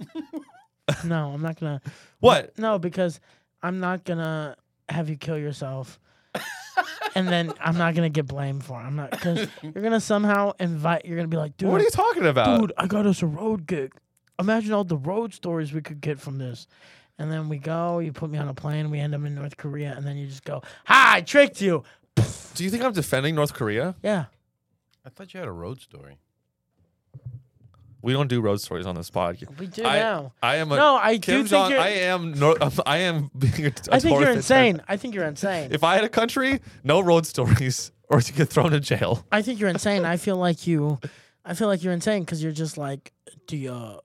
B: No, I'm not gonna.
A: What?
B: No, because I'm not gonna have you kill yourself. and then I'm not gonna get blamed for. It. I'm not because you're gonna somehow invite. You're gonna be like, dude,
A: What are you talking about?
B: dude, I got us a road gig. Imagine all the road stories we could get from this. And then we go, you put me on a plane, we end up in North Korea, and then you just go, Ha, I tricked you.
A: Do you think I'm defending North Korea?
B: Yeah.
C: I thought you had a road story.
A: We don't do road stories on this podcast.
B: We do
A: I,
B: now.
A: I am a
B: No, I do
A: Kim
B: think
A: Jong.
B: you're-
A: I am. Nor- <laughs> I am being a, a
B: I think you're
A: authoritarian.
B: insane. I think you're insane.
A: If I had a country, no road stories, <laughs> or you get thrown in jail.
B: I think you're insane. I feel like you, I feel like you're insane because you're just like the uh,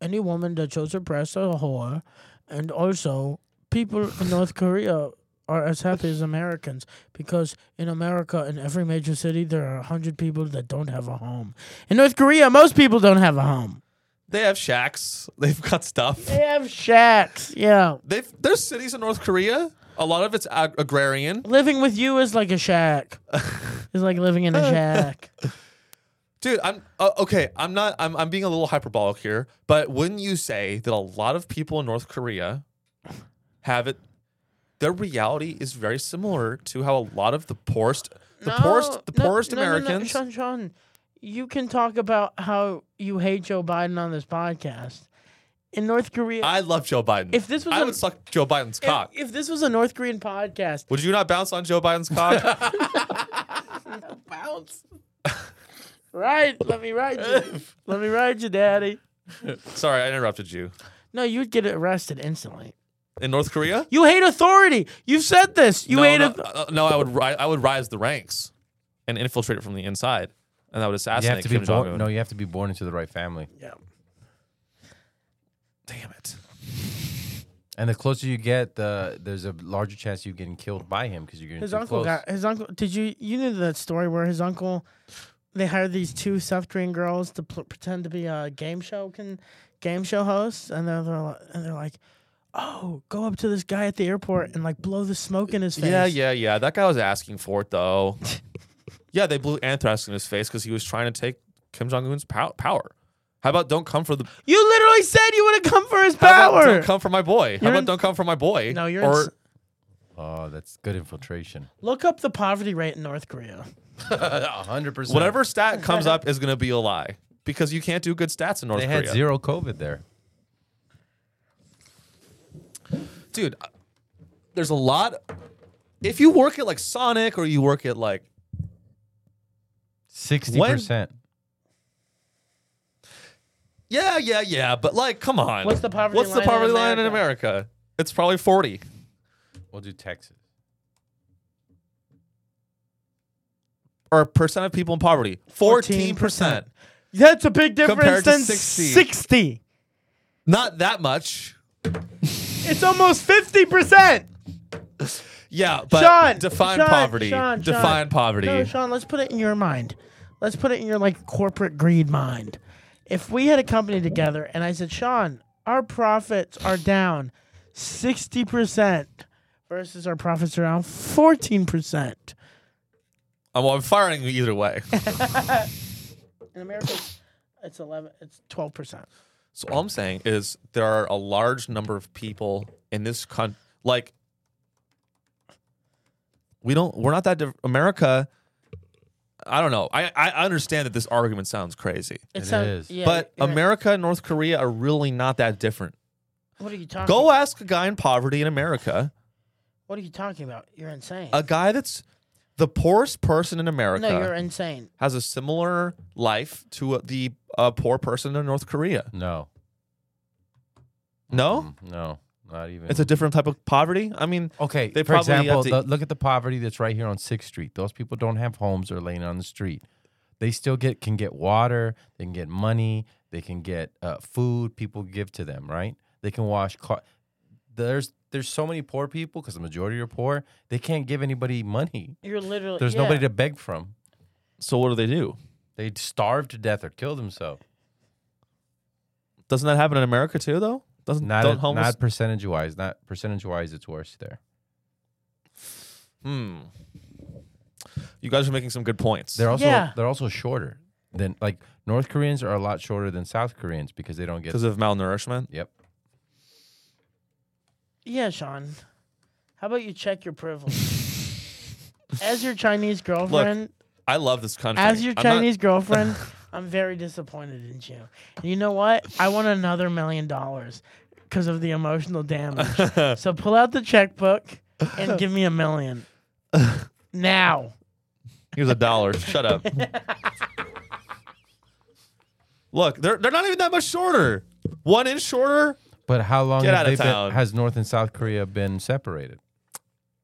B: any woman that shows her breasts are a whore, and also people in North Korea are as happy as Americans because in America, in every major city, there are hundred people that don't have a home. In North Korea, most people don't have a home.
A: They have shacks. <laughs> They've got stuff.
B: They have shacks. Yeah,
A: They've there's cities in North Korea. A lot of it's ag- agrarian,
B: living with you is like a shack. It's like living in a shack.
A: dude. I'm uh, okay. I'm not. I'm, I'm being a little hyperbolic here, but wouldn't you say that a lot of people in North Korea have it? Their reality is very similar to how a lot of the poorest, the poorest, the
B: no,
A: poorest
B: no, no, no,
A: Americans.
B: Sean, Sean, you can talk about how you hate Joe Biden on this podcast. In North Korea,
A: I love Joe Biden.
B: If this was
A: I
B: a-
A: would suck Joe Biden's
B: if,
A: cock.
B: if this was a North Korean podcast,
A: would you not bounce on Joe Biden's
B: <laughs>
A: cock?
B: right? Let me ride you.
A: <laughs>
B: let me ride you, Daddy.
A: Sorry, I interrupted you.
B: No, you'd get arrested instantly.
A: In North Korea,
B: You hate authority. You've said this. You
A: no,
B: hate
A: no,
B: auth-
A: uh, no, I would ri- I would rise the ranks and infiltrate it from the inside, and I would
C: You have
A: assassinate
C: to be
A: Kim Jong
C: born.
A: Un.
C: No, you have to be born into the right family.
B: Yeah.
A: Damn it!
C: And the closer you get, the there's a larger chance you getting killed by him because you're getting
B: His
C: too
B: uncle
C: close.
B: got his uncle. Did you you knew that story where his uncle they hired these two South Korean girls to pl- pretend to be a game show can game show hosts, and they're, they're li- and they're like, oh, go up to this guy at the airport and like blow the smoke in his face.
A: Yeah, yeah, yeah. That guy was asking for it
C: <laughs>
A: though. yeah, they blew anthrax in his face because he was trying to take Kim Jong Un's pow- power. How about don't come for the
B: You literally said you would have come for his
A: How about
B: power.
A: don't come for my boy? How
B: You're
A: about
B: in-
A: don't come for my boy?
B: No, you're
A: or
B: ins-
C: Oh, that's good infiltration.
B: Look up the poverty rate in North Korea.
C: hundred percent.
A: whatever
B: <laughs>
A: stat comes up is going to be a lie because you can't do good stats in North
C: They
A: Korea.
C: had zero COVID there.
A: dude, uh, there's a lot. If you work at like Sonic or you work at like,
C: Sixty percent.
A: yeah, yeah, yeah, but like, come on.
B: What's the poverty
A: What's the
B: line in
A: poverty line in
B: America?
A: America? It's probably 40.
C: We'll do Texas.
A: Or percent of people in poverty. 14%.
B: That's a big difference
A: Compared to
B: than
A: 60.
B: sixty.
A: Not that much.
B: It's almost fifty percent.
A: Yeah, but
B: Sean,
A: define
B: Sean,
A: poverty.
B: Sean, Sean.
A: define poverty.
B: No, Sean, let's put it in your mind. Let's put it in your like corporate greed mind. If we had a company together and I said, Sean, our profits are down 60% versus our profits are down 14%.
A: I'm, I'm firing you either way. <laughs>
B: In America, it's- it's 11, it's 12%.
A: so all I'm saying is there are a large number of people in this country. Like, we don't, we're not that, diff- America, I don't know. I, I understand that this argument sounds crazy.
B: It's
C: It
B: not-
C: is.
B: yeah,
A: but
B: you're right.
A: America and North Korea are really not that different.
B: what are you talking
A: Go ask a guy in poverty in America,
B: What are you talking about? You're insane.
A: a guy that's the poorest person in America.
B: no, you're insane.
A: has a similar life to the uh, poor person in North Korea.
C: No, Mm-hmm.
A: No,
C: no, not even.
A: it's a different type of poverty. I mean,
C: okay.
A: they
C: for
A: probably have
C: example,
A: to-
C: the- look at the poverty that's right here on Sixth Street. Those people don't have homes or laying on the street. They still get can get water. They can get money. They can get uh, food. People give to them, right? They can wash car. There's there's so many poor people because the majority are poor. They can't give anybody money.
B: You're literally.
C: There's
B: yeah.
C: nobody to beg from.
A: so what do they do?
C: They starve to death or kill themselves.
A: Doesn't that happen in America too, though? Doesn't
C: Not
A: don't
C: at-
A: homeless?
C: not percentage wise. Not percentage wise. It's worse there.
A: hmm. You guys are making some good points.
C: They're also
B: Yeah.
C: they're also shorter than like North Koreans are a lot shorter than South Koreans because they don't get.
A: because of malnourishment.
C: Yep.
B: Yeah, Sean. How about you check your privilege? as your Chinese girlfriend,
A: I love this country.
B: as your
A: I'm not-
B: Chinese girlfriend, I'm very disappointed in you. And you know what? I want another million dollars because of the emotional damage. so pull out the checkbook and give me a million now.
A: Here's a dollar. Shut up. Look, they're they're not even that much shorter. One inch shorter.
C: But how long
A: Get
C: have
A: out of
C: they been,
A: town.
C: has North and South Korea been separated?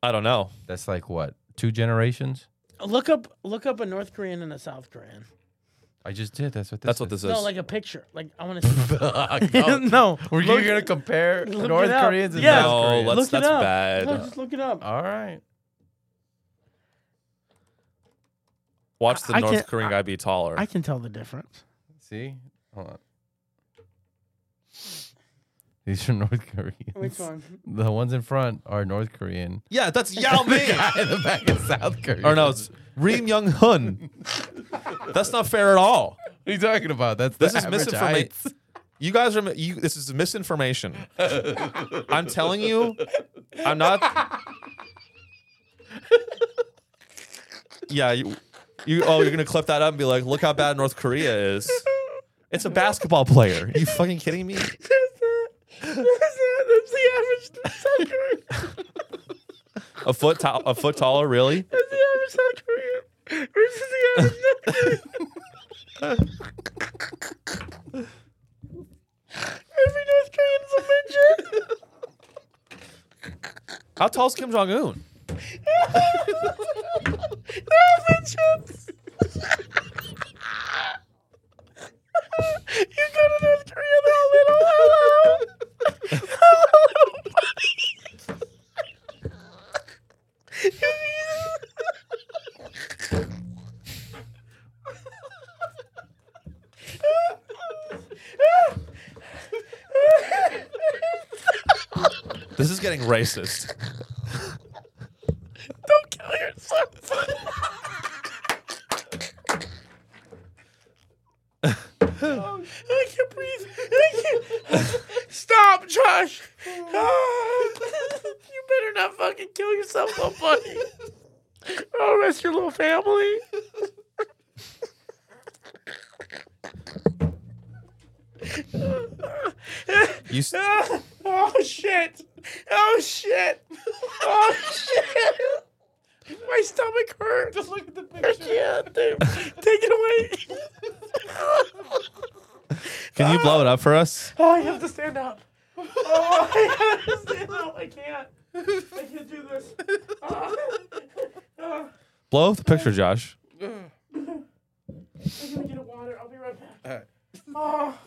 A: I don't know.
C: That's like what two generations?
B: Look up, look up a North Korean and a South Korean.
C: I just did. That's what. This
A: That's what this is.
B: No, like a picture. Like I want to see.
C: <laughs>
A: <laughs>
B: <laughs>
C: no.
B: no,
C: Oh, Were you
B: look-
C: gonna compare
B: look it
C: North
B: up.
C: Koreans and
B: Yeah.
C: South
A: No,
C: Koreans?
A: let's-
B: look
A: that's
B: it up.
A: bad.
B: No, just look it up.
C: All right.
A: Watch the
B: I- I
A: North
B: can't-
A: Korean guy be taller.
B: I can tell the difference.
C: See, hold on. These are <laughs> North Koreans.
B: Which one? <laughs>
C: The ones in front are North Korean.
A: yeah, that's Yao Ming.
C: And the back is South Korean.
A: or no, it's Reem Young Hun. that's not fair at all.
C: What are you talking about? That's
A: This
C: the
A: is
C: average
A: misinformation.
C: height.
A: You guys are mi- you. This is misinformation. I'm telling you, I'm not. Yeah, you, you. Oh, you're gonna clip that up and be like, "Look how bad North Korea is." It's a basketball player. Are you fucking kidding me?
B: That's the average South Korean.
A: A foot, ta- a foot taller, really?
B: That's the average South Korean versus the average North Korean. Every North Korean's a midget.
A: How tall's Kim Jong Un?
B: You go to North Korea, they're little. Hello. Hello, little buddy.
A: This is getting racist.
B: Don't kill yourself. I can't breathe. I can't. Stop, Josh. Ah, you better not fucking kill yourself, little buddy. Oh, rest your little family.
A: You, s-
B: Oh shit! Oh shit! Oh shit! My stomach hurts. Just look at the picture. Yeah, dude. Take it away.
A: can you blow it up for us?
B: Oh, I have to stand up. Oh, I have to stand up. I can't. I can't do this. Oh,
A: Blow up the picture, Josh.
B: I'm gonna get a water. I'll be right back. Oh,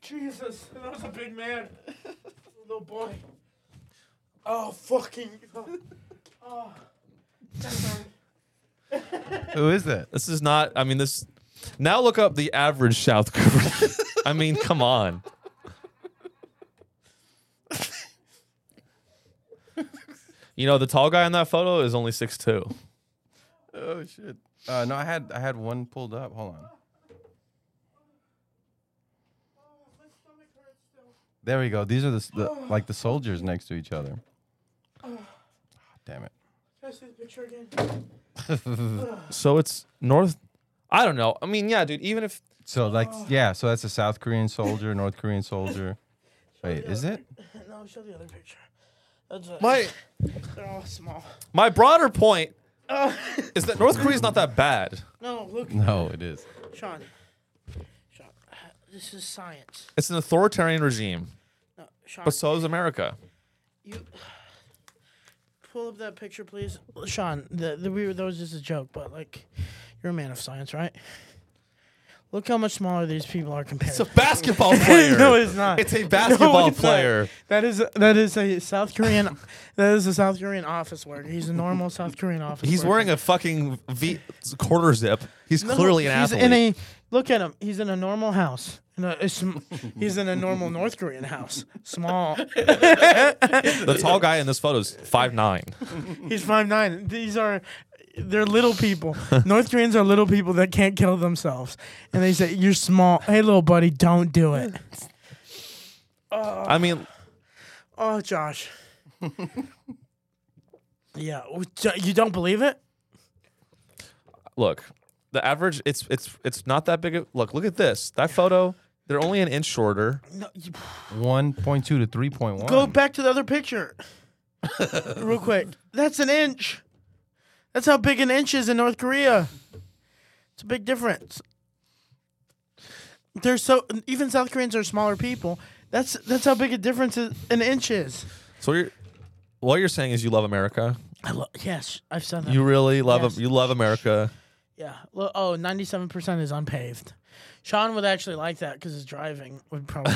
B: Jesus! That was a big man. Little boy. Oh, fucking. Oh.
C: Who is that?
A: This is not. I mean, this. Now look up the average South Korean. I mean, come on. You know, the tall guy in that photo is only six two.
C: Oh shit. Uh, no, I had I had one pulled up. Hold on. There we go. These are the, s- the like the soldiers next to each other. Damn it.
B: Can I see the picture again?
A: So it's North. I don't know. I mean, yeah, dude. Even if
C: <laughs> So like yeah, so that's a South Korean soldier, North Korean soldier. Wait, is it?
B: No, show the other picture. That's it.
A: my
B: They're all small.
A: my broader point is that North Korea's not that bad.
B: No, look,
C: No, it is.
B: Sean. Sean, uh, this is science.
A: It's an authoritarian regime,
B: No, Sean,
A: but so is America.
B: you pull up that picture, please. Sean, the, the we were that was just a joke, but like, you're a man of science, right? Look how much smaller these people are compared. <laughs>
A: It's a basketball player.
B: no, it's not.
A: It's a
B: <laughs> No,
A: basketball
B: it's not.
A: player.
B: That is that is a South Korean. that is a South Korean office worker. He's a normal South Korean office.
A: He's
B: worker.
A: wearing a fucking v- quarter zip. He's
B: No,
A: clearly an
B: he's
A: athlete.
B: In a, look at him. He's in a normal house. In a- a sm- <laughs> he's in a normal North Korean house. Small.
A: The tall guy in this photo is five nine.
B: He's five nine. These are they're little
A: <laughs>
B: people. North Koreans are little people that can't kill themselves. And they say, You're small. Hey little buddy, don't do it.
A: I mean, <laughs>
B: Oh Josh. yeah. w- Jo- Oh, You don't believe it?
A: look, the average it's it's it's not that big. Of, look, look at this. That photo. They're only an inch shorter.
B: No, you-
C: One point two to three point one.
B: go back to the other
A: <laughs>
B: picture, real quick. That's an inch. That's how big an inch is in North Korea. It's a big difference. They're so even South Koreans are smaller people. That's that's how big a difference is, an inch is.
A: So you're, what you're saying is you love America.
B: I lo- yes, I've said that.
A: You really love
B: Yes.
A: you love America.
B: Yeah. Lo- Oh, 97% is unpaved. Sean would actually like that because his driving would
A: <laughs>
B: probably.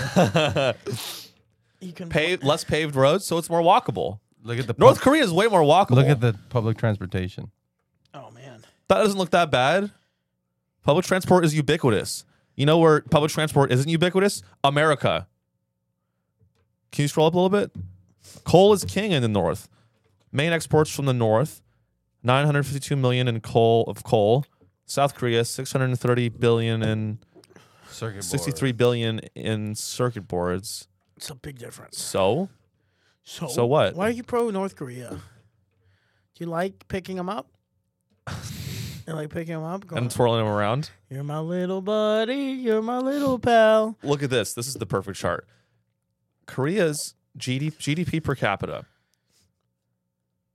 B: you can
A: Paved, less paved roads, so it's more walkable.
C: Look at the
A: North
C: pub-
A: Korea is way more walkable.
C: Look at the public transportation.
B: Oh man.
A: that doesn't look that bad. Public transport is ubiquitous. You know where public transport isn't ubiquitous? America. Can you scroll up a little bit? Coal is king in the north. Main exports from the north, 952 million in coal of coal. South Korea, 630 billion in
C: Circuit
A: 63 billion in circuit boards.
B: It's a big difference.
A: So,
B: So,
A: So what?
B: Why are you pro North Korea? Do you like picking them up? you like picking them up? Going,
A: and twirling them around.
B: you're my little buddy. You're my little pal.
A: Look at this. This is the perfect chart. Korea's GD, GDP per capita.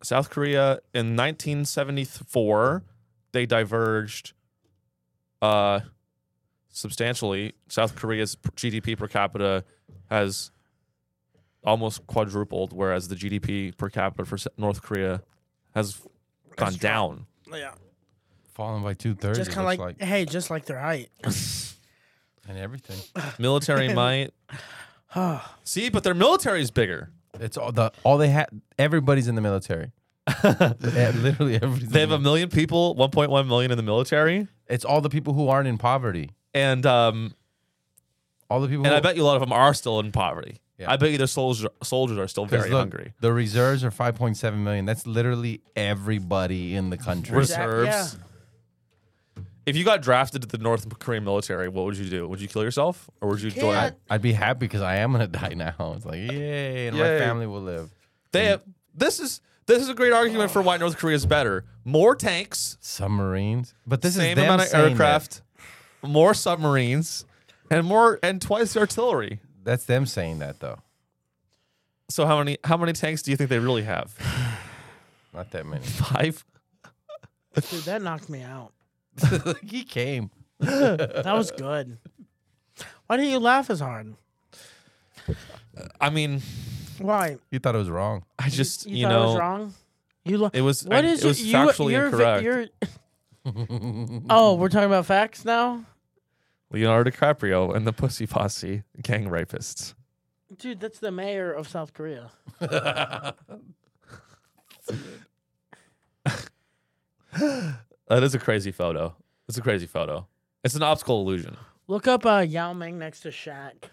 A: South Korea in 1974, they diverged uh, substantially. South Korea's p- GDP per capita has almost quadrupled, whereas the GDP per capita for S- North Korea has gone down.
B: Yeah.
C: Falling by two thirds.
B: Just kind of like, hey, just like their height.
C: and everything.
A: Military might. See, but their military is bigger.
C: It's all the all they had. Everybody's in the military.
A: <laughs>
C: Yeah, Literally everything.
A: They have a million people, 1.1 million in the military,
C: it's all the people who aren't in poverty.
A: and um,
C: All the people.
A: and
C: who,
A: I bet you a lot of them are still in poverty.
C: Yeah.
A: I bet you their soldiers soldiers are still
C: 'cause
A: very
C: look,
A: hungry.
C: The reserves are 5.7 million. That's literally everybody in the country.
A: Reserves.
B: Exact-
A: If you got drafted to the North Korean military, what would you do? Would you kill yourself, or would you join?
B: Can't.
C: I'd be happy because I am gonna <laughs> die now. It's like yay, and
A: Yay.
C: my family will live.
A: They have, this is this is a great argument for why North Korea is better. More tanks,
C: Submarines, but this
A: same
C: is them
A: amount of
C: saying that.
A: aircraft, more submarines, and more and twice the artillery.
C: That's them saying that though.
A: So how many how many tanks do you think they really
C: <laughs>
A: have?
C: Not
A: <laughs>
C: that many. <laughs>
A: Five.
B: Dude, that knocked me out.
C: he came.
B: That was good. Why didn't you laugh as hard?
A: I mean,
B: Why?
C: He thought it was wrong.
A: I just
B: You,
A: you,
B: thought
A: know
B: I was wrong. You lo-
A: It was-
B: What
A: I-
B: is
A: it was
B: you-
A: factually
B: you're, vi-
A: incorrect. <laughs>
B: You're, oh, we're talking about facts now,
A: Leonardo DiCaprio and the Pussy Posse gang rapists.
B: dude. That's the mayor of South Korea.
A: That is a crazy photo. It's a crazy photo. It's an optical illusion.
B: Look up uh, Yao Ming next to Shaq.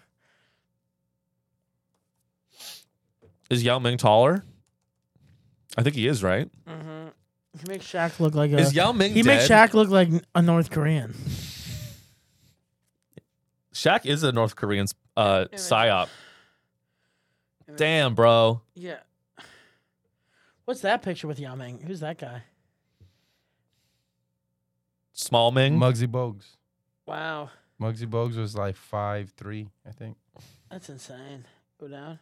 A: Is Yao Ming taller? I think he is, right?
B: He makes Shaq look like a.
A: Is Yao Ming
B: he makes
A: dead?
B: Shaq look like a North Korean.
A: Shaq is a North Korean uh, psyop. Damn, bro.
B: Yeah. What's that picture with Yao Ming? Who's that guy?
A: Small Ming.
C: Muggsy Bogues.
B: Wow,
C: Muggsy Bogues was like five three, I think.
B: that's insane. Go down.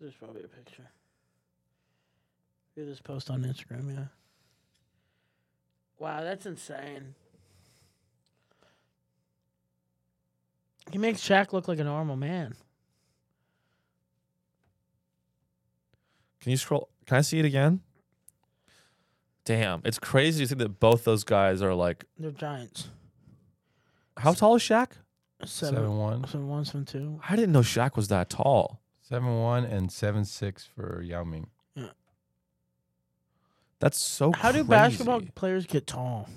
B: There's probably a picture. Do this post on Instagram, yeah. Wow, that's insane. He makes Shaq look like a normal man.
A: Can you scroll? Can I see it again? Damn, it's crazy to think that both those guys are like.
B: They're giants.
A: How tall is Shaq?
B: Seven,
C: Seven one.
B: seven one, seven two.
A: I didn't know Shaq was that tall.
C: Seven one and seven six for Yao Ming.
A: That's so.
B: How do
A: crazy.
B: basketball players get tall?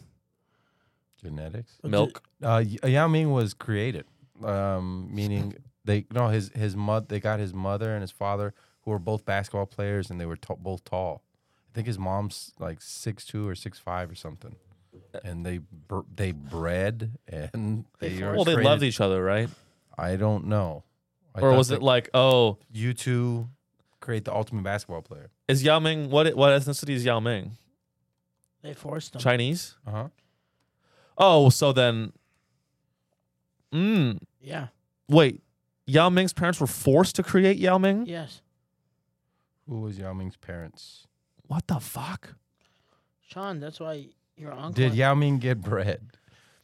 C: Genetics.
A: milk?
C: Uh, Y- Yao Ming was created, um,
A: <laughs>
C: meaning they no his his mother they got his mother and his father who were both basketball players and they were t- both tall. I think his mom's like six two or six five or something, and they br- they bred and they are
A: Well, Uh, <laughs> they loved each other, right?
C: I don't know, I
A: or
C: thought
A: was
C: they-
A: it like, oh,
C: you two create the ultimate basketball player?
A: is Yao Ming what? What ethnicity is Yao Ming?
B: They forced him.
A: Chinese?
C: Uh huh.
A: Oh, so then. Mm,
B: Yeah.
A: wait. Yao Ming's parents were forced to create Yao Ming?
B: Yes.
C: Who was Yao Ming's parents?
A: What the fuck?
B: Sean, that's why your uncle.
C: Did Yao Ming get bred?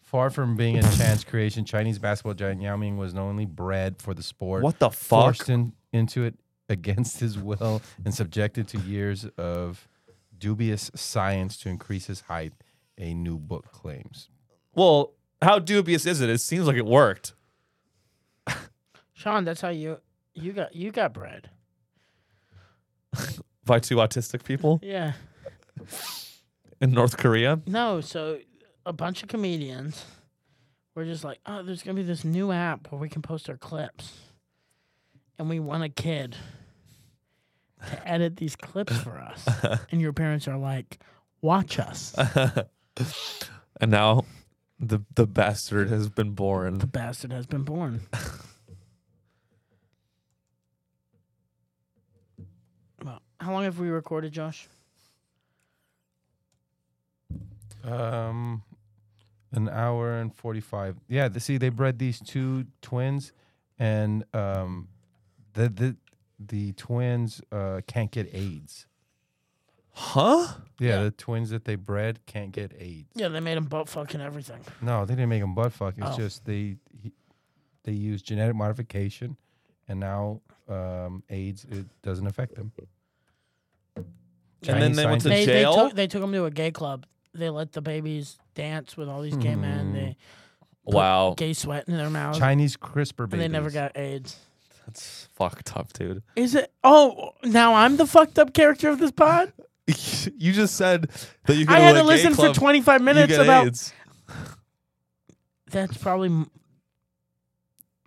C: Far from being a chance creation, Chinese basketball giant Yao Ming was knowingly bred for the sport.
A: What the fuck?
C: Forced in, into it against his will and subjected to years of dubious science to increase his height, a new book claims.
A: Well, how dubious is it? It seems like it worked.
B: Sean, that's how you you got you got bred.
A: By two autistic <laughs> people
B: Yeah.
A: in North Korea.
B: No, so a bunch of comedians were just like, oh, there's gonna be this new app where we can post our clips, and we want a kid to edit these clips for us. and your parents are like, watch us.
A: And now the the bastard has been <laughs>
B: the
A: born.
B: bastard has been born. well, how long have we recorded, Josh?
C: Um, an hour and forty-five. Yeah, the, see, they bred these two twins, and um, the the the twins uh, can't get AIDS.
A: Huh?
C: Yeah, the twins that they bred can't get AIDS.
B: Yeah, they made him butt fucking everything.
C: No, they didn't make them butt fuck. It's
B: Oh.
C: just they he, they use genetic modification, and now um, AIDS it doesn't affect them.
A: And then
C: Chinese
A: they went to
C: scientists-
B: they,
A: jail?
B: They took, they took him to a gay club. They let the babies dance with all these gay men. They put
A: Wow.
B: gay sweat in their mouths,
C: Chinese CRISPR
B: and
C: babies.
B: they never got AIDS.
A: That's fucked up, dude.
B: Is it? Oh, now I'm the fucked up character of this pod.
A: <laughs> you just said that you.
B: I had to listen for 25 minutes about.
A: AIDS.
B: That's probably. m-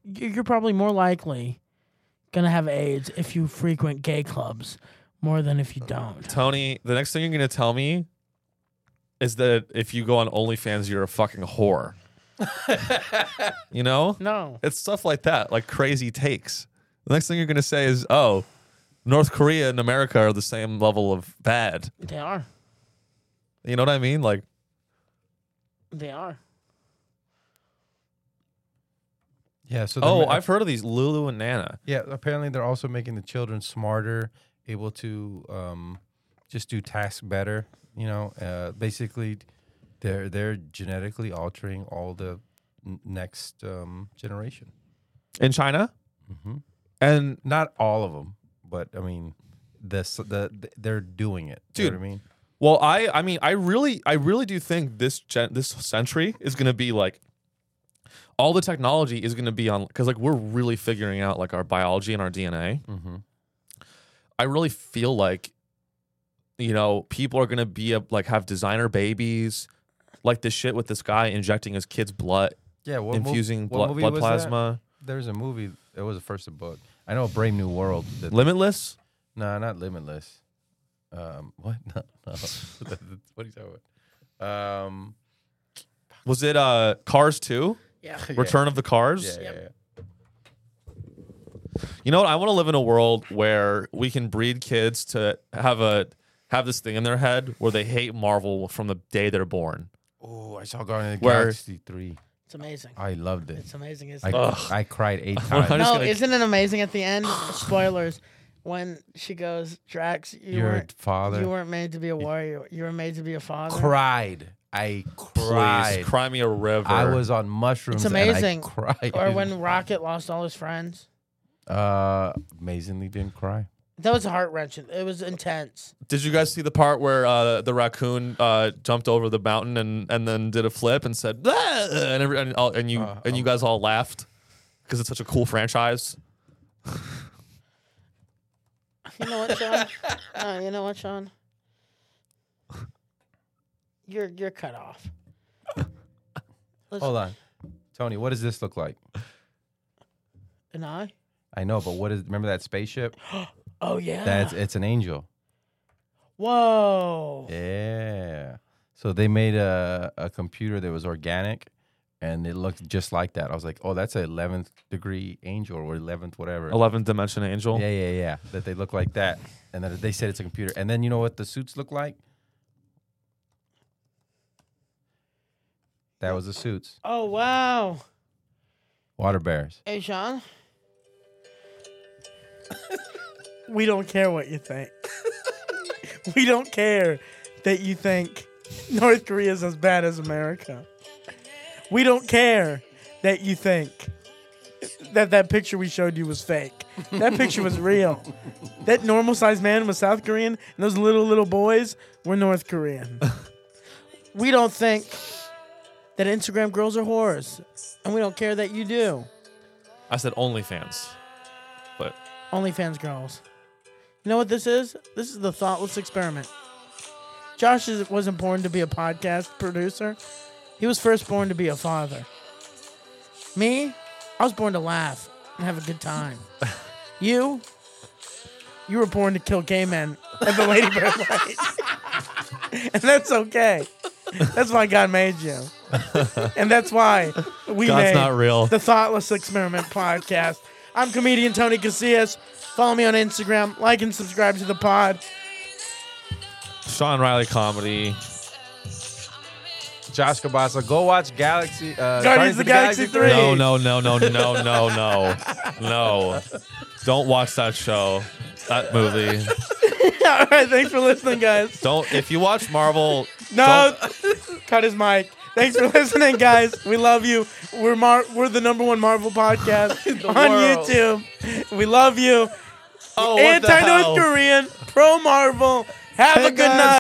B: you- You're probably more likely gonna have AIDS if you frequent gay clubs more than if you don't.
A: Tony. The next thing you're gonna tell me is that if you go on OnlyFans, you're a fucking <laughs> whore. you know,
B: No.
A: it's stuff like that, like crazy takes. The next thing you're gonna say is, "Oh, North Korea and America are the same level of bad."
B: They are.
A: You know what I mean? Like,
B: They are.
C: Yeah. So they're
A: oh,
C: ma-
A: I've heard of these Lulu and Nana.
C: Yeah, apparently they're also making the children smarter, able to um, just do tasks better. You know, uh, basically, they're they're genetically altering all the n- next um, generation.
A: in China, Mm-hmm.
C: Mhm.
A: and
C: Not all of them, but I mean, this the th- they're doing it. you know
A: Dude.
C: what I mean,
A: Well, I I mean I really I really do think this gen, this century is going to be like all the technology is going to be on cuz like we're really figuring out like our biology and our DNA.
C: Mm-hmm.
A: I really feel like you know, people are going to be a, like have designer babies like this shit with this guy injecting his kid's blood,
C: yeah, what mov-
A: infusing
C: what
A: blood,
C: movie
A: blood
C: was that?
A: plasma.
C: There was a movie. It was the first book. I know a Brave New World. That,
A: Limitless?
C: nah, not Limitless. Um, <laughs> what? No, no. what are you talking about? Um,
A: Was it uh Cars 2?
C: <laughs>
B: Yeah.
A: Return of the Cars?
C: yeah, yeah,
B: Yep.
C: yeah.
A: You know what? I want to live in a world where we can breed kids to have a have this thing in their head where they hate Marvel from the day they're born.
C: Oh, I saw Guardians of the
A: Where-
C: Galaxy three.
B: It's amazing.
C: I loved it.
B: It's amazing. Isn't
C: I,
B: it?
C: I cried
A: <laughs>
C: eight
A: I'm
C: times.
A: just
B: no,
A: gonna-
B: isn't it amazing at the <sighs> end? Spoilers. When she goes, Drax, you
C: Your
B: weren't
C: father
B: you weren't made to be a warrior. You were made to be a father.
C: cried. I
A: Please
C: cried.
A: cry me a river.
C: I was on
B: It's
C: mushrooms.
B: amazing.
C: And I cried.
B: Or when Rocket lost all his friends.
C: uh, amazingly didn't cry.
B: That was heart wrenching. It was <laughs> intense.
A: Did you guys see the part where uh, the raccoon uh, jumped over the mountain and, and then did a flip and said "Ah!" and every, and, all, and you
C: Uh,
A: and you guys all laughed because it's such a cool franchise.
B: You know what, Sean? no, Oh, you know what, Sean? You're you're cut off. Let's-
C: Hold on, Tony. What does this look like?
B: An eye?
C: I know, but what is? Remember that spaceship?
B: Oh yeah.
C: <gasps> That's it's an angel.
B: Whoa.
C: Yeah. So they made a, a computer that was organic and it looked just like that. I was like, oh, that's an 11th degree angel or 11th whatever.
A: Eleventh Dimension Angel.
C: Yeah, yeah, yeah. That they look like that. And then they said it's a computer. And then you know what the suits look like? That was the suits.
B: Oh wow.
C: Water bears.
B: Hey, Sean. we don't care what you think. we don't care that you think North Korea is as bad as America. We don't care that you think that that picture we showed you was fake. That picture was real. That normal sized man was South Korean, and those little, little boys were North Korean. we don't think that Instagram girls are whores, and we don't care that you do.
A: I said OnlyFans, but
B: OnlyFans girls. You know what this is? This is the thoughtless experiment. Josh is, wasn't born to be a podcast producer. He was first born to be a father. Me, I was born to laugh and have a good <laughs> time. you, you were born to kill gay men at the Lady Bird <laughs> Lights. and that's okay. That's why God made you. and that's why we
A: God's
B: made
A: not real.
B: the Thoughtless Experiment podcast. I'm comedian Tony Casillas. Follow me on Instagram. Like and subscribe to the pod.
A: Sean Riley comedy.
C: Josh Cabasa, go watch Galaxy. Uh,
B: Guardians of the Galaxy 3.
A: No, no, no, no, no, no, no, no. Don't watch that show, that movie.
B: <laughs> All right, thanks for listening, guys.
A: Don't if you watch Marvel.
B: No,
A: don't-
B: <laughs> cut his mic. Thanks for listening, guys. We love you. We're Mar- we're the number one
A: <laughs>
B: Marvel podcast on
C: world.
B: YouTube. We love you.
A: oh, what the
B: Anti
A: hell?
B: North Korean, pro Marvel. Have
C: Hey,
B: a good
C: guys.
B: night.